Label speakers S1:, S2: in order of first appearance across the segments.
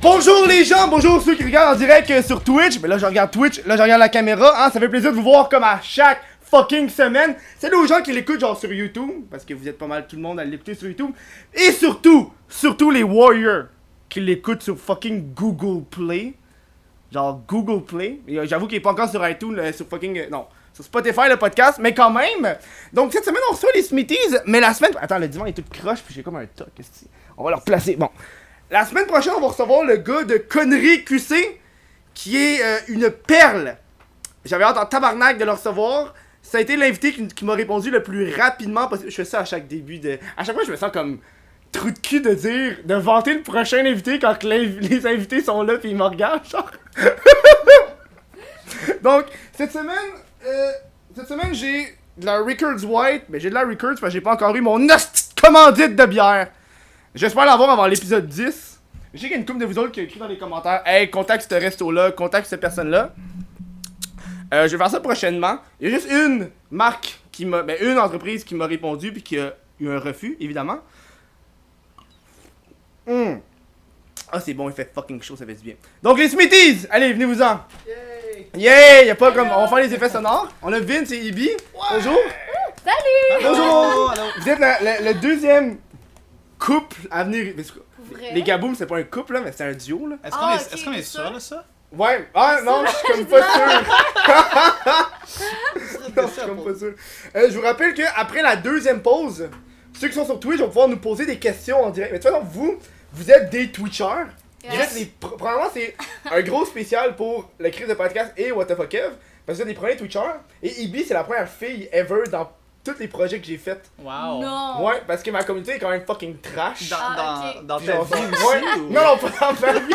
S1: Bonjour les gens, bonjour ceux qui regardent en direct euh, sur Twitch. Mais là, je regarde Twitch, là, je regarde la caméra. Hein, ça fait plaisir de vous voir comme à chaque fucking semaine. Salut aux gens qui l'écoutent genre sur YouTube, parce que vous êtes pas mal tout le monde à l'écouter sur YouTube. Et surtout, surtout les Warriors qui l'écoutent sur fucking Google Play. Genre Google Play. Et, euh, J'avoue qu'il est pas encore sur iTunes, euh, sur fucking... euh, non, sur Spotify le podcast, mais quand même. Donc cette semaine, on reçoit les Smithies, mais la semaine... Attends, le divan est tout croche, puis j'ai comme un toc. esti. On va le replacer. Bon. La semaine prochaine, on va recevoir le gars de Connerie QC, qui est euh, une perle. J'avais hâte en tabarnak de le recevoir. Ça a été l'invité qui, qui m'a répondu le plus rapidement possible. Je fais ça à chaque début de. À chaque fois, je me sens comme trou de cul de dire, de vanter le prochain invité quand que l'inv- les invités sont là puis ils me regardent, genre. Donc, cette semaine, euh, cette semaine, j'ai de la Rickards White. Mais j'ai de la Rickards parce que j'ai pas encore eu mon hostie de commandite de bière. J'espère l'avoir avant l'épisode 10. J'ai qu'il y a une couple de vous autres qui a écrit dans les commentaires Hey, contacte ce resto-là, contacte cette personne-là. Euh, je vais faire ça prochainement. Il y a juste une marque qui m'a. Ben, une entreprise qui m'a répondu puis qui a eu un refus, évidemment. Hmm. Ah, c'est bon, il fait fucking chaud, ça fait du bien. Donc, les Smithies! Allez, venez-vous-en! Yay! y a pas comme. On va faire les effets sonores. On a Vince et Ibi. Bonjour!
S2: Salut!
S1: Bonjour! Vous êtes la- la- le deuxième couple à venir. mais c'est quoi-
S2: Vrai?
S1: Les Gaboum, c'est pas un couple, là, mais c'est un duo, là.
S3: Est-ce
S2: Ah,
S3: qu'on est,
S2: ok,
S3: est-ce qu'on est
S2: c'est ça.
S3: sûr de ça?
S1: Ouais, ah non, je suis comme pas sûr. Non, je suis comme pas sûr. Euh, je vous rappelle qu'après la deuxième pause, ceux qui sont sur Twitch vont pouvoir nous poser des questions en direct. Mais de toute façon, vous, vous êtes des Twitchers. Vous
S2: Yes.
S1: êtes les pr- Probablement, c'est un gros spécial pour le crise de podcast et What the fuck Kev, Parce que vous êtes les premiers Twitchers. Et Ibi, c'est la première fille ever dans tous les projets que j'ai faits.
S3: Wow.
S2: Non!
S1: Ouais, parce que ma communauté est quand même fucking trash.
S3: Dans,
S2: Ah,
S3: dans,
S2: ok.
S3: dans
S1: Puis
S3: ta
S1: on
S3: vie
S1: s'en-
S3: aussi?
S1: Ouais.
S3: ou-
S1: Non, non, pas dans ma vie.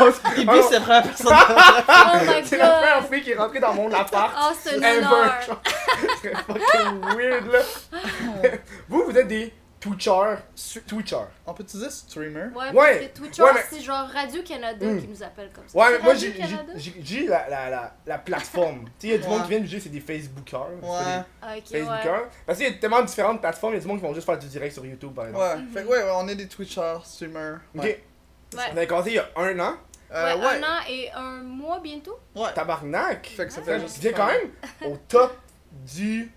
S1: On s-
S3: Ibi,
S1: on-
S3: c'est la première personne dans
S2: Oh my
S1: Ah! C'est la
S2: god!
S1: première fille qui est rentrée dans mon appart.
S2: Oh, c'est un
S1: ever.
S2: honneur!
S1: genre. C'est fucking weird là.
S2: Ah.
S1: vous, vous êtes des Twitchers. su- Twitchers.
S3: On peut-tu dire streamer?
S1: Ouais.
S2: Ouais, parce que Twitcher,
S1: Ouais, mais-
S2: c'est genre Radio-Canada
S1: Hmm.
S2: qui nous appelle comme ça.
S1: Ouais,
S2: C'est
S1: mais moi j'ai- j'ai
S2: Radio-Canada?
S1: j'ai- j'ai la, la, la, la plateforme. tu sais, il y a du monde
S3: Ouais.
S1: qui vient me juger, c'est des Facebookers. c'est
S3: Ouais.
S2: Ah, ok,
S1: des
S2: ouais.
S1: Facebookers. Parce qu'il y a tellement différentes plateformes, il y a du monde qui vont juste faire du direct sur YouTube par exemple.
S3: Ouais. Fait que ouais, ouais, on est des Twitchers, streamers.
S1: Ok.
S3: Ouais.
S1: On
S2: Ouais.
S1: avait commencé il y a un an.
S3: Euh,
S2: Ouais,
S3: ouais.
S2: un an et un mois bientôt?
S3: Ouais.
S1: Tabarnak.
S3: Fait que ça
S1: Ça,
S3: fait
S1: je
S3: juste.
S1: suis quand même au top du,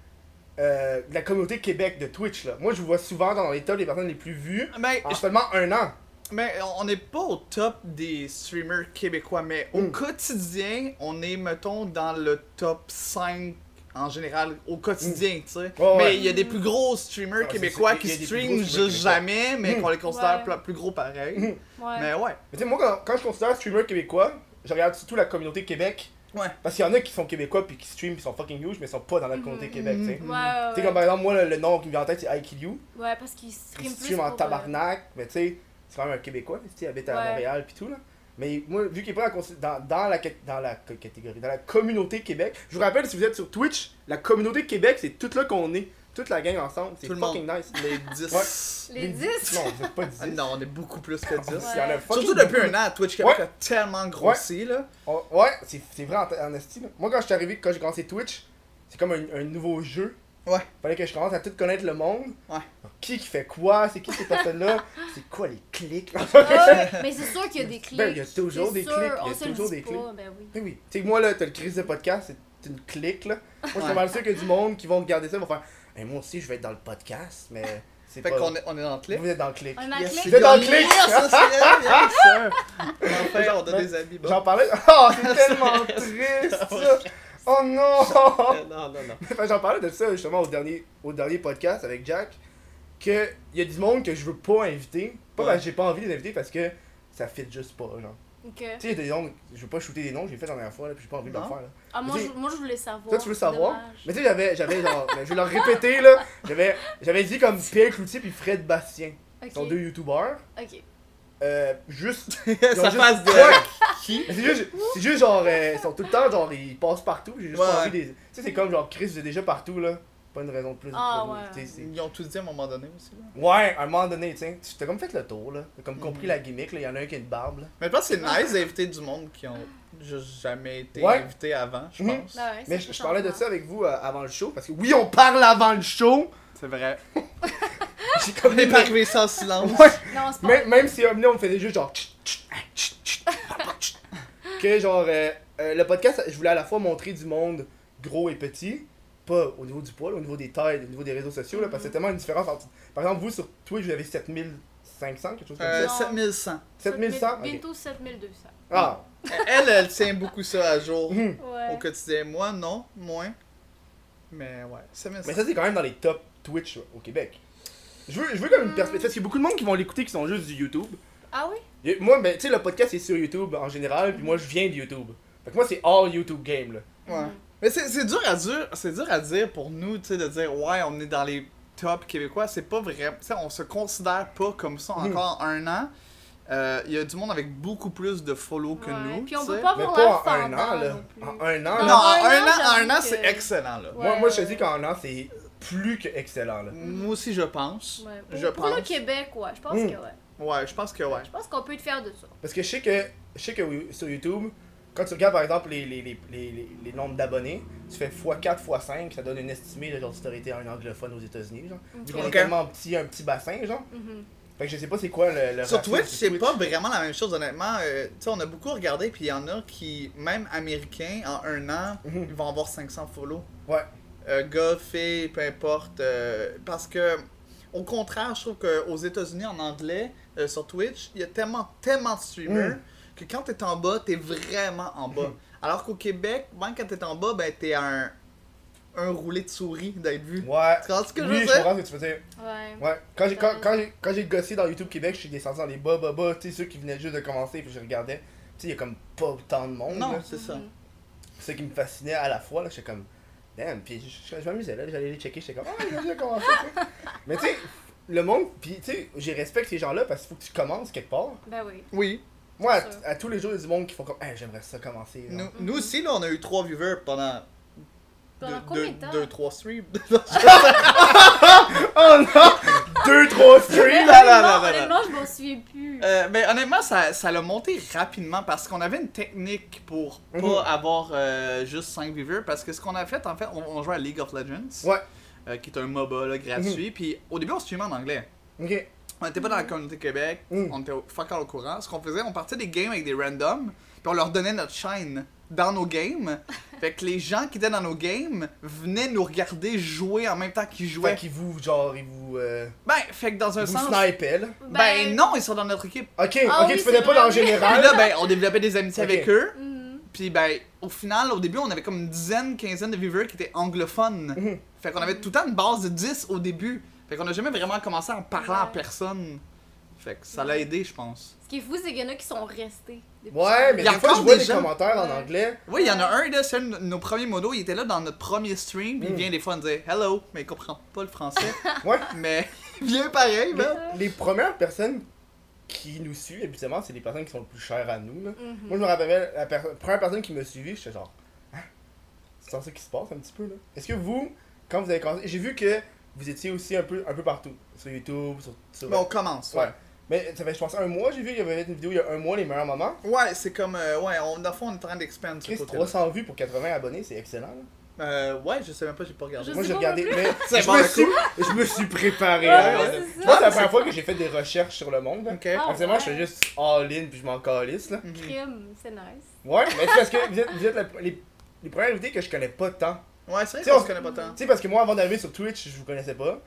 S1: euh, de la communauté Québec de Twitch. Là. Moi, je vous vois souvent dans les tops des personnes les plus vues
S3: Mais,
S1: en seulement un an.
S3: mais Ben, on n'est pas au top des streamers québécois, mais au
S1: Mm.
S3: quotidien, on est, mettons, dans le top 5 en général, au quotidien, tu sais.
S1: Hmm. Ouais, ouais.
S3: Mais il y a des plus gros streamers
S1: Ouais, c'est-
S3: québécois
S1: c'est- il y a
S3: qui
S1: des plus gros
S3: streament juste
S1: streamers québécois.
S3: jamais, mais
S1: Mm.
S3: qu'on les considère
S2: Ouais.
S3: pl- plus gros pareil.
S1: Mm.
S2: Ouais.
S3: Mais ouais.
S1: Mais tu sais, moi, quand, quand je considère streamer québécois, je regarde surtout la communauté Québec.
S3: Ouais.
S1: Parce qu'il y en a qui sont québécois puis qui stream puis sont fucking huge, mais sont pas dans la communauté
S3: Mm-hmm.
S2: Mhm.
S1: Québec, tu sais.
S2: Ouais,
S1: Tu sais,
S2: ouais,
S1: Hmm. comme
S2: ouais.
S1: par exemple, moi, le, le nom qui me vient en tête, c'est I Kill You.
S2: Ouais, parce qu'ils
S1: Il
S2: stream plus.
S1: stream en
S2: pour, euh,
S1: tabarnak, mais tu sais, c'est quand même un Québécois, tu sais, il habite à
S2: Ouais.
S1: Montréal puis tout, là. Mais moi, vu qu'il est pas dans, la consi- dans, dans la, cat- dans la co- catégorie, dans la communauté Québec, je vous rappelle, si vous êtes sur Twitch, la communauté Québec, c'est toute là qu'on est, toute la gang ensemble, c'est
S3: Tout le
S1: fucking nice.
S3: Les 10.
S1: Ouais.
S2: Les 10?
S1: Non, vous êtes pas 10.
S3: Ah Non, on est beaucoup plus que 10.
S1: Il y en a
S2: Ouais.
S1: fucking
S3: Surtout depuis
S1: beaucoup.
S3: un an, Twitch Québec
S1: Ouais.
S3: a tellement grossi, là.
S1: On- ouais, c'est c'est vrai en, en esti, là. Moi, quand je suis arrivé, quand j'ai commencé Twitch, c'est comme un, un nouveau jeu.
S3: Ouais.
S1: Fallait que je commence à tout connaître le monde.
S3: Ouais.
S1: Qui qui fait quoi, c'est qui ces personnes-là, c'est quoi les clics.
S2: Ah ouais, mais c'est sûr qu'il y a des clics.
S1: Ben, il y a toujours
S2: C'est
S1: des
S2: sûr,
S1: clics, il y a
S2: on se le
S1: toujours
S2: dit
S1: des
S2: pas,
S1: clics.
S2: Ben oui.
S1: Eh oui. Tu sais, moi, là, t'as le crise de podcast, c'est une clique, là. Moi, je suis
S3: Ouais.
S1: mal sûr que du monde qui vont regarder ça vont faire Eh, Moi aussi, je vais être dans le podcast, mais c'est
S3: Fait
S1: pas.
S3: qu'on est, on est dans le clip.
S1: Vous êtes dans le clique.
S2: On a
S3: Yes,
S2: clic.
S1: Vous êtes dans le Ah,
S3: yes,
S1: clic.
S3: yes, yes, yes, yes. Enfin, on a des habits. Bon.
S1: J'en parlais. Oh, c'est tellement triste, ça. Oh non!
S3: Euh, Non, non, non.
S1: Fait que J'en parlais de ça, justement, au dernier, au dernier podcast avec Jack. Qu'il y a du monde que je veux pas inviter. Pas
S3: Ouais.
S1: parce que j'ai pas envie de les inviter, parce que ça fit juste pas, là.
S2: Ok.
S1: Tu sais, il y a des noms, je veux pas shooter des noms, j'ai fait la dernière fois, là, puis j'ai pas envie de le
S3: Non.
S1: faire, là.
S2: Ah, moi,
S1: Mais
S2: je,
S1: tu-
S2: moi, je voulais savoir.
S1: Toi, tu veux
S2: c'est
S1: savoir?
S2: dommage.
S1: Mais tu sais, j'avais, j'avais genre, mais je vais leur répéter là, j'avais, j'avais dit comme Pierre Cloutier puis Fred Bastien, qui sont
S2: Ok.
S1: deux youtubeurs,
S2: Ok.
S1: euh, juste.
S3: Ça
S1: juste-
S3: passe de.
S1: Ouais. Mais C'est juste, c'est juste genre, euh, ils sont tout le temps genre, ils passent partout, j'ai juste
S3: Ouais.
S1: pas envie de les- Tu sais, c'est comme genre Chris, vous êtes déjà partout là. pas une raison de plus. de
S2: Ah,
S1: produire.
S2: ouais.
S1: Tu sais,
S3: Ils ont tous dit à un moment donné aussi. Là.
S1: c'est- Ouais, à un moment donné, tu sais, tu- t'as comme fait le tour, là. T'as comme
S2: Mm.
S1: compris la gimmick, là. Il y en a un qui a une barbe, là.
S3: Mais je pense que c'est nice d'inviter du monde qui ont juste jamais été
S1: Ouais.
S3: invités avant, je
S1: Mhm.
S3: pense.
S2: Ah ouais,
S1: Mais
S2: c'est
S1: je, je
S2: tout
S1: parlais de
S2: changement.
S1: ça avec vous euh, avant le show, parce que oui, on parle avant le show.
S3: C'est vrai.
S1: J'ai comme
S3: On est arrivé sans silence.
S1: Ouais.
S2: Non, c'est pas
S1: Même, même si Omni, on faisait juste genre. tch, tch, hein, tch, tch, papa, tch. que genre, euh, euh, le podcast, je voulais à la fois montrer du monde gros et petit, pas au niveau du poil, au niveau des tailles, au niveau des réseaux sociaux, là, parce que c'est tellement une différence entre. Par exemple, vous sur Twitch, vous avez 7500, quelque chose comme ça.
S3: Euh,
S2: Non.
S3: 7100.
S1: 7100
S2: 7000,
S1: Ok.
S2: Bientôt 7200.
S1: Ah
S3: Elle, elle tient beaucoup ça à jour
S1: mhm.
S2: Ouais.
S3: au quotidien. Moi, non, moins. Mais ouais, 7100.
S1: Mais ça, c'est quand même dans les top Twitch au Québec. Je veux, je veux comme une perspective. Parce qu'il y a beaucoup de monde qui vont l'écouter qui sont juste du YouTube.
S2: Ah oui?
S1: Et Moi, ben, tu sais, le podcast est sur YouTube en général, puis moi, je viens de YouTube. Fait que moi, c'est all YouTube game, là.
S3: Ouais. Mais c'est c'est dur à dire, c'est dur à dire pour nous, tu sais, de dire ouais, on est dans les top québécois. C'est pas vrai. Tu sais, on se considère pas comme ça
S1: Mm.
S3: encore un an. Euh, Il y a du monde avec beaucoup plus de follow que
S2: Ouais.
S3: nous.
S2: Puis on
S3: tu sais.
S2: peut pas
S1: Mais
S2: avoir
S1: pas
S2: l'air
S1: en un an,
S2: fendant
S1: là.
S2: non plus.
S1: En un an, là.
S3: Non, en un
S2: un an,
S3: an, un
S2: j'avoue
S3: an,
S2: que-
S3: c'est excellent là.
S2: Ouais.
S1: Moi, moi, je te dis qu'en an, c'est plus que excellent, là.
S3: Moi aussi, je pense.
S2: Ouais. Pour,
S3: Je
S2: pour le
S3: pense.
S2: Québec, ouais, je pense
S1: Mm.
S2: que ouais.
S3: Ouais, je pense que ouais.
S2: Je pense qu'on peut te faire de ça.
S1: Parce que je sais que, je sais que oui, sur YouTube, quand tu regardes par exemple les, les, les, les, les- les nombres d'abonnés, tu fais x4, x5, ça donne une estimée de genre si t'aurais été un anglophone aux États-Unis, genre. Vu qu'on est
S3: Ok.
S1: tellement petit, un petit bassin, genre.
S2: Mhm.
S1: Fait que je sais pas c'est quoi le. le
S3: Sur
S1: ratio
S3: Twitch,
S1: du
S3: c'est pas vraiment la même chose, honnêtement. Euh, tu sais, on a beaucoup regardé, puis il y en a qui, même américains, en un an,
S1: Mhm.
S3: ils vont avoir 500 follow.
S1: Ouais.
S3: Euh, gars, filles, peu importe. euh, parce que, au contraire, je trouve qu'aux États-Unis, en anglais, euh, sur Twitch, il y a tellement, tellement de streamers
S1: Mm.
S3: que quand t'es en bas, t'es vraiment en
S1: Mhm.
S3: bas. Alors qu'au Québec, même quand t'es en bas, ben t'es à un, un roulé de souris d'être vu.
S1: Ouais.
S3: Tu comprends ce que je
S1: Oui,
S3: veux
S1: je
S3: dire?
S1: comprends ce que tu veux dire.
S2: Ouais.
S1: Ouais, quand j'ai
S2: Euh.
S1: quand, quand j'ai- quand j'ai gossé dans YouTube Québec, je suis descendu dans les bas bas bas, tu sais ceux qui venaient juste de commencer puis je regardais. Tu sais, il y a comme pas autant de monde.
S3: Non,
S1: là.
S3: c'est ça.
S2: Mhm.
S1: C'est ce qui me fascinait à la fois là, j'étais comme damn, puis je, je- je m'amusais là, j'allais les checker, j'étais comme ah, ils ont déjà commencé. tu sais. Mais tu sais, le monde puis tu sais, j'ai respecte ces gens-là parce qu'il faut que tu commences quelque part.
S2: Ben oui.
S3: Oui.
S1: Moi,
S2: C'est sûr.
S1: à, à tous les jours, il y a du monde qui font comme hey, j'aimerais ça commencer. genre.
S3: Nous, nous aussi, là, on a eu trois viewers pendant
S2: Pendant
S3: deux-
S2: combien
S3: deux-
S2: de temps? Ah,
S3: deux, trois streams.
S1: Oh non, deux trois streams.
S3: là, là, là, là.
S2: Honnêtement, honnêtement, je m'en souviens plus.
S3: Euh, ben, honnêtement, ça, ça l'a monté rapidement parce qu'on avait une technique pour pas
S1: Mhm.
S3: avoir euh, juste 5 viewers. Parce que ce qu'on a fait, en fait, on, on jouait à League of Legends,
S1: Ouais. Mhm.
S3: euh, qui est un MOBA là, gratuit. Puis au début, on streamait en anglais.
S1: OK.
S3: On n'était pas dans la communauté Québec,
S1: Mhm.
S3: on était au- fuck all au courant. Ce qu'on faisait, on partait des games avec des randoms, puis on leur donnait notre chaîne dans nos games. fait que les gens qui étaient dans nos games venaient nous regarder jouer en même temps qu'ils
S1: Fait
S3: jouaient.
S1: qu'ils vous genre ils vous euh,
S3: Ben, fait que dans un
S1: vous
S3: sens.
S1: snipaient, là.
S3: Ben, non, ils sont dans notre équipe.
S1: OK,
S2: Ah
S1: OK,
S2: oui,
S1: tu faisais
S2: c'est
S1: pas dans le
S2: vrai.
S3: Puis
S1: général.
S3: là, ben, on développait des amitiés
S1: Ok.
S3: avec eux.
S2: Mhm.
S3: Puis ben, au final, au début, on avait comme une dizaine, quinzaine de viewers qui étaient anglophones.
S1: Mhm.
S3: Fait qu'on avait tout le temps une base de 10 au début. Fait qu'on a jamais vraiment commencé à en parler à
S2: Ouais.
S3: personne. Fait que ça l'a aidé, je pense.
S2: Ce qui est fou, c'est qu'il y en a qui sont restés. depuis
S1: Ouais, mais
S3: Il y a
S1: des fois, je
S3: encore
S1: vois
S3: des
S1: des
S3: gens-
S1: commentaires en
S2: Ouais.
S1: anglais.
S3: Oui, il y en a un, là, c'est un de nos premiers modos, il était là dans notre premier stream, puis il
S1: Mm.
S3: vient des fois nous dire Hello, mais il comprend pas le français,
S1: Ouais.
S3: mais il vient pareil,
S1: Mais
S3: là.
S1: les premières personnes qui nous suivent, habituellement, c'est les personnes qui sont les plus chères à nous. là.
S2: Mhm.
S1: Moi, je me rappelle, la per- première personne qui me suivit, j'étais genre, Hein? c'est ça qui se passe un petit peu là. Est-ce que vous, quand vous avez commencé, j'ai vu que vous étiez aussi un peu, un peu partout, sur YouTube, sur. sur-
S3: Mais on commence,
S1: ouais.
S3: ouais.
S1: Mais ça fait, je pense, un mois, j'ai vu, il y avait une vidéo il y a un mois, les meilleurs moments.
S3: Ouais, c'est comme, euh, ouais, on, dans le fond, on est en train d'expandre ce
S1: Chris,
S3: côté
S1: 300 vues pour 80 abonnés, c'est excellent. là.
S3: Euh, ouais, je sais même pas, j'ai pas regardé.
S2: Je
S1: Moi,
S2: sais
S1: j'ai
S2: pas
S1: regardé,
S2: non
S1: mais
S3: C'est
S1: je,
S3: bon,
S1: me
S3: le
S1: suis, je me suis préparé.
S2: Ouais,
S1: hein.
S2: ouais, c'est ça.
S1: Moi, c'est la première fois que j'ai fait des recherches sur le monde. là.
S3: Ok.
S2: Ah,
S1: Forcément,
S2: ouais.
S1: je fais juste all-in puis je m'en calisse là.
S3: Mhm.
S2: Crime, c'est nice.
S1: Ouais, mais c'est parce que vous êtes, vous êtes la- les, les premiers invités que je connais pas tant.
S3: Ouais, c'est
S1: Tu sais,
S3: vrai qu'on
S1: on-
S3: se connaît pas tant.
S1: Tu sais, parce que moi, avant d'arriver sur Twitch, je vous connaissais pas.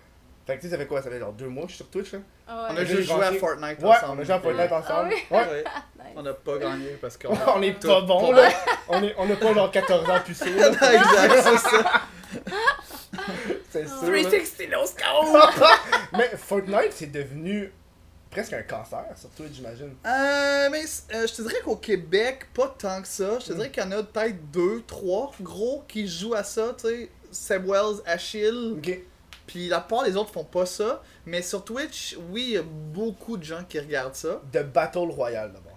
S1: Fait que tu sais, ça fait quoi Ça fait genre deux mois que je suis sur Twitch là
S2: Ah
S3: On
S2: ouais.
S3: a
S1: Ouais.
S3: juste joué à Fortnite
S1: Ouais,
S3: ensemble.
S1: on a joué à Fortnite
S2: Ah
S1: ensemble.
S2: oui.
S1: Ouais.
S3: Ouais.
S2: Nice.
S3: On a pas gagné parce qu'on
S1: On est pas bon là. On est, on a pas genre 14 ans puceau là.
S3: exact, c'est ça.
S1: C'est sûr. là.
S3: 360 no scope!
S1: Oh, mais Fortnite, c'est devenu presque un cancer sur Twitch, j'imagine.
S3: Euh, mais euh, je te dirais qu'au Québec, pas tant que ça. Je te dirais qu'il y en a peut-être deux, trois gros qui jouent à ça, tu sais. Seb Wells, Achille,
S1: Ok.
S3: puis la part des autres font pas ça. Mais sur Twitch, oui, il y a beaucoup de gens qui regardent ça.
S1: De Battle Royale d'abord.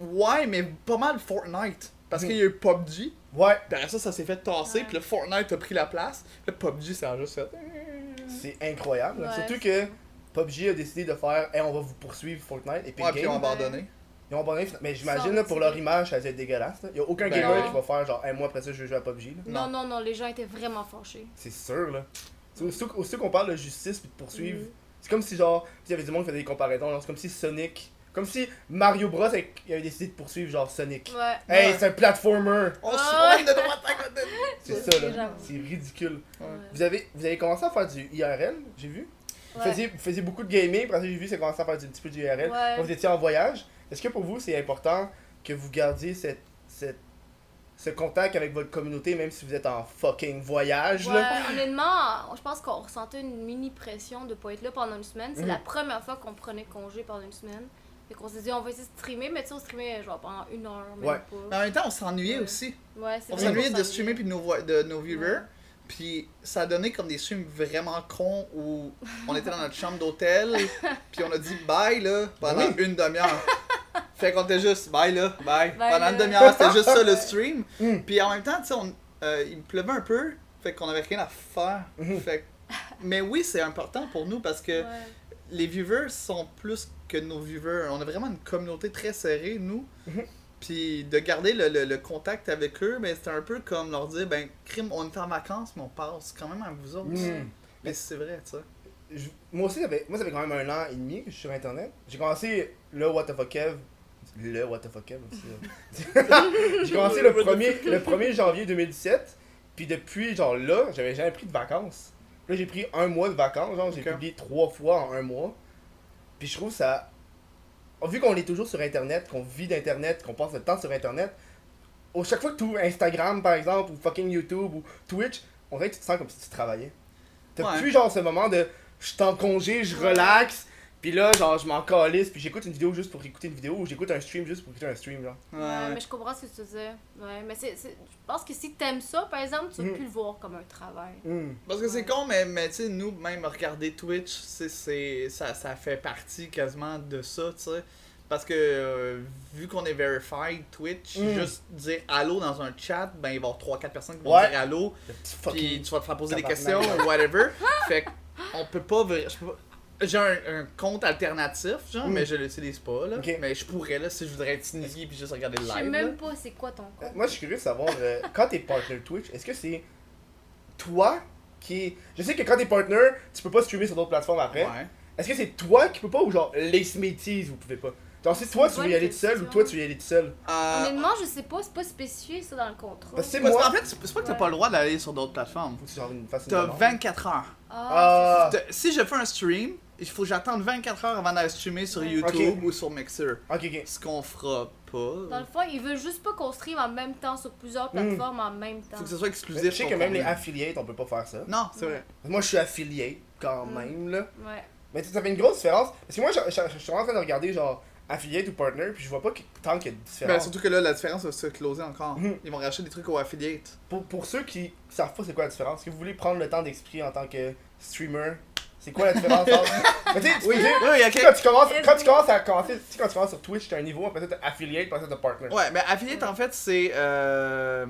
S3: Ouais, mais pas mal Fortnite. Parce qu'il y a eu PUBG.
S1: Ouais,
S3: Derrière ça, ça s'est fait tasser. Puis le Fortnite a pris la place. Le PUBG, ça a juste fait.
S1: c'est incroyable.
S2: Ouais,
S1: Surtout que
S2: c'est-
S1: PUBG a décidé de faire hey, on va vous poursuivre Fortnite, Epic
S3: Ouais, puis ils
S1: Games.
S3: ont abandonné.
S1: Ils ont abandonné. Mais j'imagine
S2: Sans
S1: là, pour
S2: motiver.
S1: leur image, ça va être dégueulasse. là. Y a aucun
S3: Ben
S1: gamer
S2: non.
S1: qui va faire genre, hey, moi après ça, je vais jouer à PUBG. là.
S2: Non, non, non, les gens étaient vraiment fâchés.
S1: C'est sûr, là. C'est Aussitôt, aussitôt qu'on parle de justice puis de poursuivre,
S2: Mm.
S1: c'est comme si, genre, il y avait du monde qui faisait des comparaisons. genre, C'est comme si Sonic, comme si Mario Bros avait, il avait décidé de poursuivre, genre, Sonic.
S2: Ouais.
S1: Hey,
S3: Ouais.
S1: c'est un platformer!
S3: On se
S2: Ah.
S3: soigne de droite à côté.
S1: C'est
S2: Ouais,
S1: ça,
S2: c'est
S1: là.
S2: genre-
S1: C'est ridicule.
S2: Ouais.
S1: Vous avez, vous avez commencé à faire du IRL, j'ai vu. Vous,
S2: Ouais.
S1: faisiez, vous faisiez beaucoup de gaming, après ça, j'ai vu, c'est commencé à faire du, un petit peu du IRL.
S2: Ouais.
S1: Quand Vous étiez en voyage. Est-ce que pour vous, c'est important que vous gardiez cette, cette, ce contact avec votre communauté, même si vous êtes en fucking voyage, là?
S2: Ouais, honnêtement, je pense qu'on ressentait une mini pression de pas être là pendant une semaine. C'est
S1: Mhm.
S2: la première fois qu'on prenait congé pendant une semaine. Fait qu'on s'est dit, on va essayer de streamer, mais tu sais, on streamait genre pendant une heure, même
S1: Ouais.
S2: pas.
S3: Mais en même temps, on s'ennuyait aussi.
S2: Ouais, c'est
S3: On
S2: vrai
S3: s'ennuyait
S2: qu'on
S3: de streamer puis de nos, voi- de nos viewers.
S2: Ouais.
S3: Puis ça a donné comme des streams vraiment cons où on était dans notre chambre d'hôtel. puis on a dit bye là pendant
S1: Oui.
S3: une demi-heure. fait qu'on était juste bye là, bye.
S2: Bye,
S3: pendant
S2: là.
S3: une demi-heure, c'était juste ça le stream.
S1: Mm.
S3: Puis en même temps, tu sais, on- euh, il pleuvait un peu. Fait qu'on avait rien à faire.
S1: Mhm.
S3: Fait que- Mais oui, c'est important pour nous parce que
S2: Ouais.
S3: les viewers sont plus que nos viewers. On a vraiment une communauté très serrée, nous.
S1: Mhm.
S3: Puis de garder le, le- le contact avec eux, ben, c'est un peu comme leur dire ben, crime, on est en vacances, mais on passe quand même à vous autres.
S1: Mm.
S3: Mais c'est vrai, tu sais.
S1: Je- moi aussi, ça fait, moi, ça fait quand même un an et demi que je suis sur Internet. J'ai commencé le What the fuck Kev. Le What the fuck Kev aussi. là. J'ai commencé le 1er, le 1er janvier 2017. Puis depuis, genre là, j'avais jamais pris de vacances. Là, j'ai pris un mois de vacances. Genre, j'ai
S3: Ok.
S1: publié trois fois en un mois. Puis je trouve ça. Vu qu'on est toujours sur Internet, qu'on vit d'Internet, qu'on passe le temps sur Internet, au chaque fois que tu ouvres Instagram par exemple, ou fucking YouTube, ou Twitch, on dirait que tu te sens comme si tu travaillais. T'as
S3: Ouais.
S1: plus genre ce moment de je suis en congé, je
S2: Ouais.
S1: relaxe, puis là genre je m'en calisse, puis j'écoute une vidéo juste pour écouter une vidéo, ou j'écoute un stream juste pour écouter un stream genre.
S3: Ouais,
S2: Ouais,
S3: ouais.
S2: mais je comprends ce que tu dis. Ouais, mais c'est, c'est- je pense que si t'aimes ça, par exemple, tu vas
S1: Mhm.
S2: plus le voir comme un travail.
S3: Parce que c'est con, mais, mais tu sais, nous, même regarder Twitch, c'est, c'est, ça, ça fait partie quasiment de ça, tu sais. Parce que euh, vu qu'on est verified Twitch,
S1: Mm.
S3: juste dire allô dans un chat, ben il va y avoir 3-4 personnes qui vont
S1: Ouais.
S3: dire allô.
S1: Le petit
S3: puis
S1: fucking.
S3: tu vas te faire poser des questions
S1: tabarnak.
S3: ou whatever.
S2: Ah!
S3: fait que on peut pas. vra- je peux pas- J'ai un, un compte alternatif, genre,
S1: Mm.
S3: mais je l'utilise pas, là.
S1: Ok.
S3: Mais je pourrais, là, si je voudrais être sneaky puis juste regarder le
S2: Je sais
S3: live.
S2: même pas c'est quoi ton
S1: Euh,
S2: compte.
S1: Moi je suis curieux de savoir, euh, quand t'es partner Twitch, est-ce que c'est toi qui. Je sais que quand t'es partner, tu peux pas streamer sur d'autres plateformes
S3: là.
S1: après.
S3: Ouais.
S1: Est-ce que c'est toi qui peux pas ou genre les Smithies vous pouvez pas Genre si toi
S2: une
S1: tu veux
S2: bonne
S1: y aller tout seul ou
S2: question.
S1: toi tu veux y aller tout seul
S3: Euh,
S2: Honnêtement, je sais pas, c'est pas spécifié ça dans le contrat.
S1: Parce que c'est
S3: parce
S1: moi.
S3: qu'en fait, c'est c'est pas que t'as
S2: Ouais.
S3: pas le droit d'aller sur d'autres plateformes.
S1: Faut que tu genre une façon
S3: T'as 24 heures.
S2: Ah,
S1: Ah.
S3: T'as- Si je fais un stream, il faut que j'attende 24 heures avant d'aller streamer sur
S2: Ouais.
S3: YouTube
S1: Ok.
S3: ou sur Mixer.
S1: Ok ok.
S3: Ce qu'on fera
S2: c'est- Dans le
S3: pas.
S2: fond, ils veulent juste pas qu'on stream en même temps sur plusieurs plateformes en même temps.
S3: Faut que ce soit
S1: Je
S3: exclusif.
S1: sais
S3: pour
S1: que même les
S3: contenu.
S1: affiliates on peut pas faire ça.
S3: Non, Ben, c'est vrai.
S1: Moi je suis affilié quand
S2: Mm.
S1: même là.
S2: Ouais.
S1: Mais tu sais, ça fait une grosse différence. Parce que moi je, je- je suis en train de regarder genre affiliate ou partner puis je vois pas que, tant qu'il y a de
S3: Ben,
S1: différence.
S3: surtout que là, la différence va se closer encore.
S1: Mhm.
S3: Ils vont racheter des trucs aux affiliates.
S1: pour, pour ceux qui savent pas c'est quoi la différence, si vous voulez prendre le temps d'expliquer en tant que streamer, c'est quoi la différence entre... Mais tu sais, tu peux
S3: Oui,
S1: dire-
S3: oui, il y a
S1: Tu sais,
S3: quelques-
S1: quand tu commences, quand tu commences à commencer, tu sais, quand tu commences sur Twitch, t'as un niveau, après ça t'as affiliate, après ça t'as partner.
S3: Ouais, mais affiliate en fait, c'est. euh,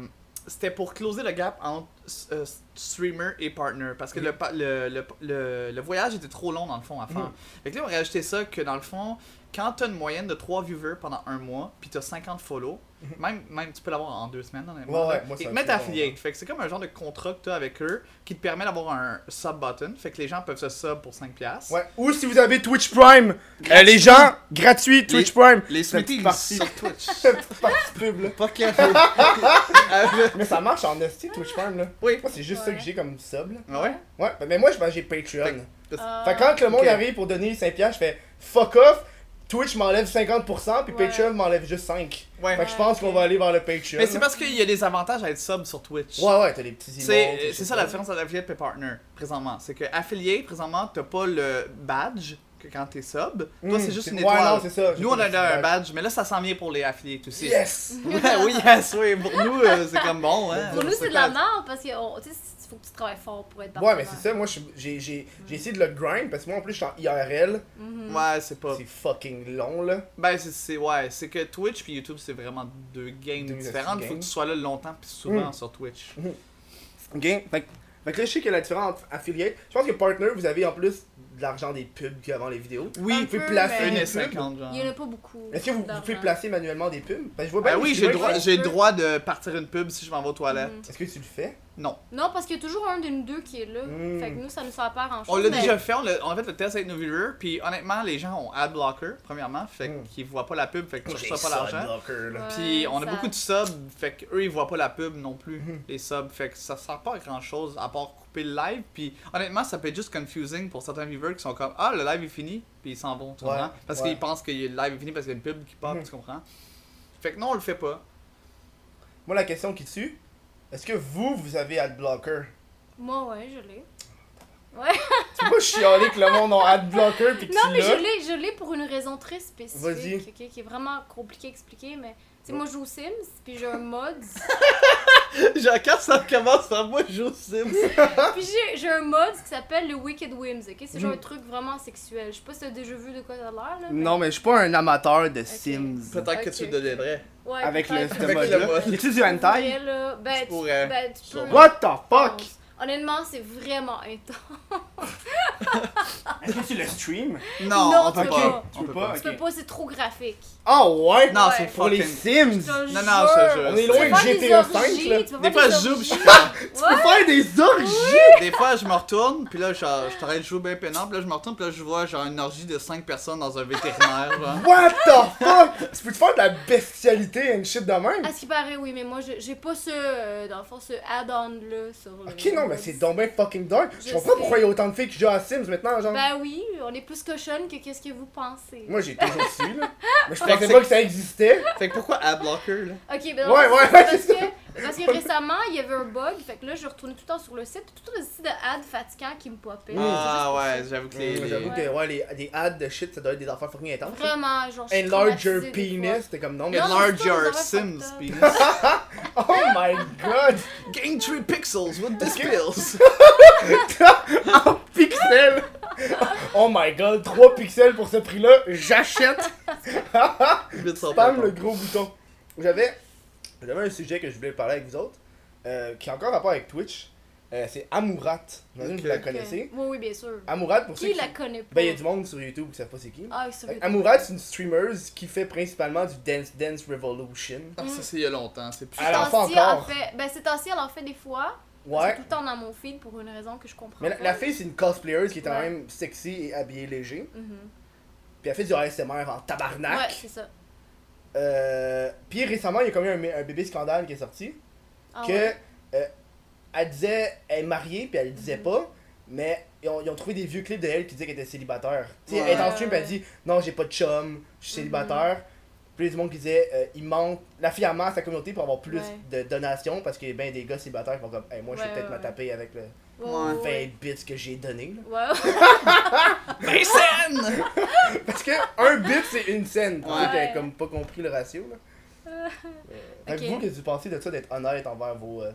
S3: C'était pour closer le gap entre euh, streamer et partner. Parce que
S1: Mhm.
S3: le, pa- le, le, le, le voyage était trop long dans le fond à faire.
S1: Mhm.
S3: Fait que là, on a rajouté ça que dans le fond, quand t'as une moyenne de 3 viewers pendant un mois, puis t'as 50 follow, même, même tu peux l'avoir en deux semaines, honnêtement.
S1: Mm-hmm. Ouais,
S3: là,
S1: ouais, moi,
S3: ils
S1: ça
S3: te
S1: me
S3: mettent
S1: fait
S3: affiliate. Fait que c'est comme un genre de contrat que t'as avec eux qui te permet d'avoir un sub button. Fait que les gens peuvent se sub pour 5$. piastres.
S1: Ouais. Ou si vous avez Twitch Prime, euh, les gens, gratuit Twitch Prime.
S3: Les smoothies
S1: petite
S3: ils
S1: partie.
S3: sont sur Twitch.
S1: Partie pub, là.
S3: Pas clair. Euh,
S1: Mais ça marche en hostie Twitch Prime là.
S3: oui.
S1: Moi c'est juste ça que
S2: Ouais.
S1: j'ai comme sub là.
S3: Ah ouais?
S1: Ouais, ben, mais moi je- ben, j'ai Patreon.
S3: Fait que-
S2: Ah.
S1: Fait que quand le monde
S3: Ok.
S1: arrive pour donner 5 piastres, je fais fuck off, Twitch m'enlève 50% puis
S2: Ouais.
S1: Patreon m'enlève juste 5.
S3: Ouais.
S1: Fait que je pense qu'on va aller vers le Patreon.
S3: Mais c'est
S1: là.
S3: parce qu'il y a des avantages à être sub sur Twitch.
S1: Ouais ouais, t'as des petits emotes,
S3: C'est
S1: des
S3: c'est
S1: choses
S3: ça la différence entre affiliate et partner, présentement. C'est que affilié, présentement, t'as pas le badge que quand t'es sub. Toi,
S1: Mm,
S3: c'est juste une
S1: ouais,
S3: étoile.
S1: non, c'est ça, j'ai
S3: Nous,
S1: pas
S3: on a
S1: le
S3: un
S1: badge.
S3: badge, mais là, ça s'en vient pour les affiliates aussi.
S1: Yes!
S3: Ouais, oui, yes, oui. Pour nous, euh, c'est comme bon, hein.
S2: Pour nous,
S3: Je
S2: c'est
S3: sais
S2: de
S3: pas.
S2: la merde parce que on- tu sais, si tu faut que tu travailles fort pour être dans
S1: Ouais, mais c'est ça, moi je suis- j'ai j'ai- j'ai essayé de le grind parce que moi en plus je suis en IRL.
S2: Mhm.
S3: Ouais, c'est pas.
S1: C'est fucking long là.
S3: Ben, c'est- c'est ouais, c'est que Twitch puis YouTube, c'est vraiment deux games
S1: Deux
S3: différentes.
S1: games.
S3: Faut que tu sois là longtemps puis souvent
S1: Mm.
S3: sur Twitch.
S1: Ok? Fait, que- fait que là, je sais qu'il y a la différence entre affiliate. Je pense que partner, vous avez en plus de l'argent des pubs qu'avant les vidéos.
S2: Un
S3: Oui,
S1: Vous pouvez
S2: peu,
S1: placer
S2: mais-
S3: une
S1: les
S3: et
S1: pubs.
S3: cinquante, genre.
S2: Il n'y en a pas beaucoup.
S1: Est-ce que vous, vous pouvez
S2: d'argent.
S1: placer manuellement des pubs? Parce que je vois bien
S3: Ben
S1: que
S3: oui,
S1: tu
S3: j'ai
S1: vois
S3: le droit,
S1: que-
S2: un
S3: j'ai le
S2: peu.
S3: droit de partir une pub si je m'en vais aux toilettes.
S2: Mhm.
S1: Est-ce que tu le fais?
S3: Non.
S2: Non, parce qu'il y a toujours un d'une deux qui est là.
S1: Mm.
S2: Fait que nous, ça nous fait peur en
S3: On
S2: chose,
S3: l'a
S2: mais-
S3: déjà fait, on, l'a- on a fait le test avec nos viewers, puis honnêtement, les gens ont adblocker, premièrement, fait
S1: Mm.
S3: qu'ils voient pas la pub, fait que tu
S1: J'ai
S3: reçois pas
S1: ça,
S3: l'argent.
S1: Locker, là.
S2: Ouais.
S3: Puis on a
S2: ça-
S3: beaucoup de subs, fait qu'eux ils voient pas la pub non plus,
S1: Mhm.
S3: les subs, fait que ça sert pas à grand chose à part couper le live. Puis honnêtement, ça peut être juste confusing pour certains viewers qui sont comme Ah, le live est fini, puis ils s'en vont, tu
S1: Ouais,
S3: comprends? Parce
S1: ouais.
S3: qu'ils pensent que le live est fini parce qu'il y a une pub qui pop,
S1: Mhm.
S3: tu comprends? Fait que non, on le fait pas.
S1: Moi, la question qui tue, est-ce que vous, vous avez adblocker?
S2: Moi, ouais, je l'ai.
S1: Tu peux chialer que le monde a adblocker pis que
S2: Non,
S1: tu
S2: mais je
S1: l'as?
S2: l'ai, je l'ai pour une raison très spécifique.
S1: Vas-y. Oh.
S2: ok, qui est vraiment compliqué à expliquer, mais. Tu sais, moi, je joue aux Sims, puis j'ai un mod.
S3: Genre, quand ça commence à moi, je joue Sims.
S2: puis j'ai, j'ai un mod qui s'appelle le Wicked Whims, ok? C'est genre
S1: Mm.
S2: un truc vraiment sexuel. Je sais pas si t'as déjà vu de quoi ça a l'air, là. mais-
S1: Non, mais je suis pas un amateur de Sims.
S3: Peut-être que
S2: Ok.
S3: tu le deviendrais.
S2: Ouais,
S1: Avec le,
S2: peut-être.
S1: ce
S3: Avec
S1: mode-là.
S3: le mode.
S1: Y'a-tu du hentai?
S2: Ouais, là, ben, tu,
S3: pourrais.
S2: ben, tu peux.
S3: Sûrement.
S1: What the fuck?
S2: Honnêtement, c'est vraiment intense.
S1: Est-ce que tu le stream?
S3: Non,
S2: Non,
S3: on peut
S2: tu
S1: peux
S3: pas.
S1: pas.
S3: On peut pas.
S1: Ok.
S2: Tu peux pas, c'est trop graphique.
S1: Oh ouais?
S3: Non,
S2: Ouais.
S3: c'est
S1: Pour les
S3: fucking.
S1: Sims!
S2: Je te
S3: Non, non,
S2: jure.
S3: ça, je-
S1: On est loin
S2: Tu
S1: de
S2: vas faire des
S1: GTA V
S2: orgies,
S1: là!
S2: tu vas
S3: Des
S2: faire
S3: fois, je
S2: des
S3: joue,
S2: orgies.
S3: pis je suis comme-
S1: Tu peux faire des orgies!
S3: Des fois, je me retourne, puis là, genre, je t'arrête de jouer bien peinant, puis là, je me retourne, puis là, je vois genre une orgie de 5 personnes dans un vétérinaire, genre.
S1: What the fuck? Tu peux te faire de la bestialité and shit de même?
S2: À ce qui paraît, oui, mais moi, je- j'ai pas ce, euh, dans le fond, ce add-on-là sur euh, le...
S1: Ok, non, mais c'est donc bien fucking dark. Je
S2: Je
S1: comprends pas
S2: sais.
S1: pourquoi il y a autant de filles qui jouent à Sims maintenant, genre.
S2: Ben oui, on est plus cochonne que qu'est-ce que vous pensez.
S1: Moi j'ai toujours su, là. Mais je
S3: Fait que
S1: pensais
S3: c'est-
S1: pas que ça existait.
S3: Fait que pourquoi adblocker, là?
S2: Ok,
S1: Ouais,
S2: ben non,
S1: ouais,
S2: c'est
S1: ouais,
S2: parce
S1: c'est
S2: que, parce que récemment, il y avait un bug, fait que là, je retournais tout le temps sur le site, puis tout le site de ads fatigants qui me popaient.
S3: Ah
S2: C'est
S3: ouais,
S2: juste
S3: j'avoue que les...
S1: Mmh,
S3: les-
S1: J'avoue
S2: Ouais.
S1: que ouais, les, des ads de shit, ça doit être des affaires fucking
S2: pour
S1: intenses.
S2: ça. Vraiment, genre, je suis
S1: And larger
S2: traumatisée des fois.
S1: penis, t'es comme non, mais.
S2: Non. c'est pas des
S3: Larger
S2: affaires
S3: Sims
S2: fucked up.
S3: penis.
S1: Oh my god!
S3: Gain 3 pixels with this pills.
S1: en pixels! Oh my god, 3 pixels pour ce prix-là, j'achète!
S3: Vite sur
S1: Spam le
S3: Papa.
S1: gros bouton. J'avais j'avais un sujet que je voulais parler avec vous autres, euh, qui a encore rapport avec Twitch. Euh, c'est Amourat. Je sais pas si vous la
S3: Ok.
S1: connaissez.
S2: Oui, oui, bien sûr.
S1: Amourat, pour ceux
S2: Qui
S1: qui.
S2: la connaît pas?
S1: Ben, il y a du monde sur YouTube qui savent pas c'est qui.
S2: Ah, sur YouTube.
S1: Amourat, c'est une streamer qui fait principalement du Dance Dance Revolution.
S3: Ah, ça, c'est il y a longtemps, c'est plus...
S1: Elle en fait
S2: Ces temps-ci,
S1: encore.
S2: elle fait- Ben, ces temps-ci, elle en fait des fois. C'est
S1: Ouais.
S2: tout le temps dans mon feed pour une raison que je comprends
S1: Mais la,
S2: pas.
S1: la fille, c'est une cosplayer qui est quand
S2: Ouais.
S1: même sexy et habillée léger.
S2: Mhm.
S1: Puis elle fait du ASMR en tabarnak.
S2: Ouais, c'est ça.
S1: Euh, puis récemment, il y a comme eu un, un bébé scandale qui est sorti.
S2: Ah
S1: que
S2: ouais.
S1: euh, elle disait elle est mariée puis elle le
S2: Mm-hmm.
S1: disait pas mais ils ont, ils ont trouvé des vieux clips de elle qui disaient qu'elle était célibataire Tu sais, elle est en
S2: Ouais. Mm-hmm.
S1: stream puis elle dit non j'ai pas de chum je suis célibataire puis il y a du monde qui disait euh, il manque la fille elle ment à sa communauté pour avoir plus
S2: Ouais.
S1: de donations parce que ben des gars célibataires qui vont comme Hey, moi je vais
S2: Ouais,
S1: peut-être
S2: ouais,
S1: me taper avec le
S2: Ouais,
S3: Ouais.
S2: ouais,
S1: 20
S2: ouais.
S1: bits que j'ai donné là.
S2: Ouais, ouais.
S3: Mais scène!
S1: parce que un bit c'est une scène tu sais
S3: Ouais.
S1: qu'elle a comme pas compris le ratio là Fait que
S2: Ok.
S1: vous qu'est-ce que vous pensez de ça d'être honnête envers vos euh,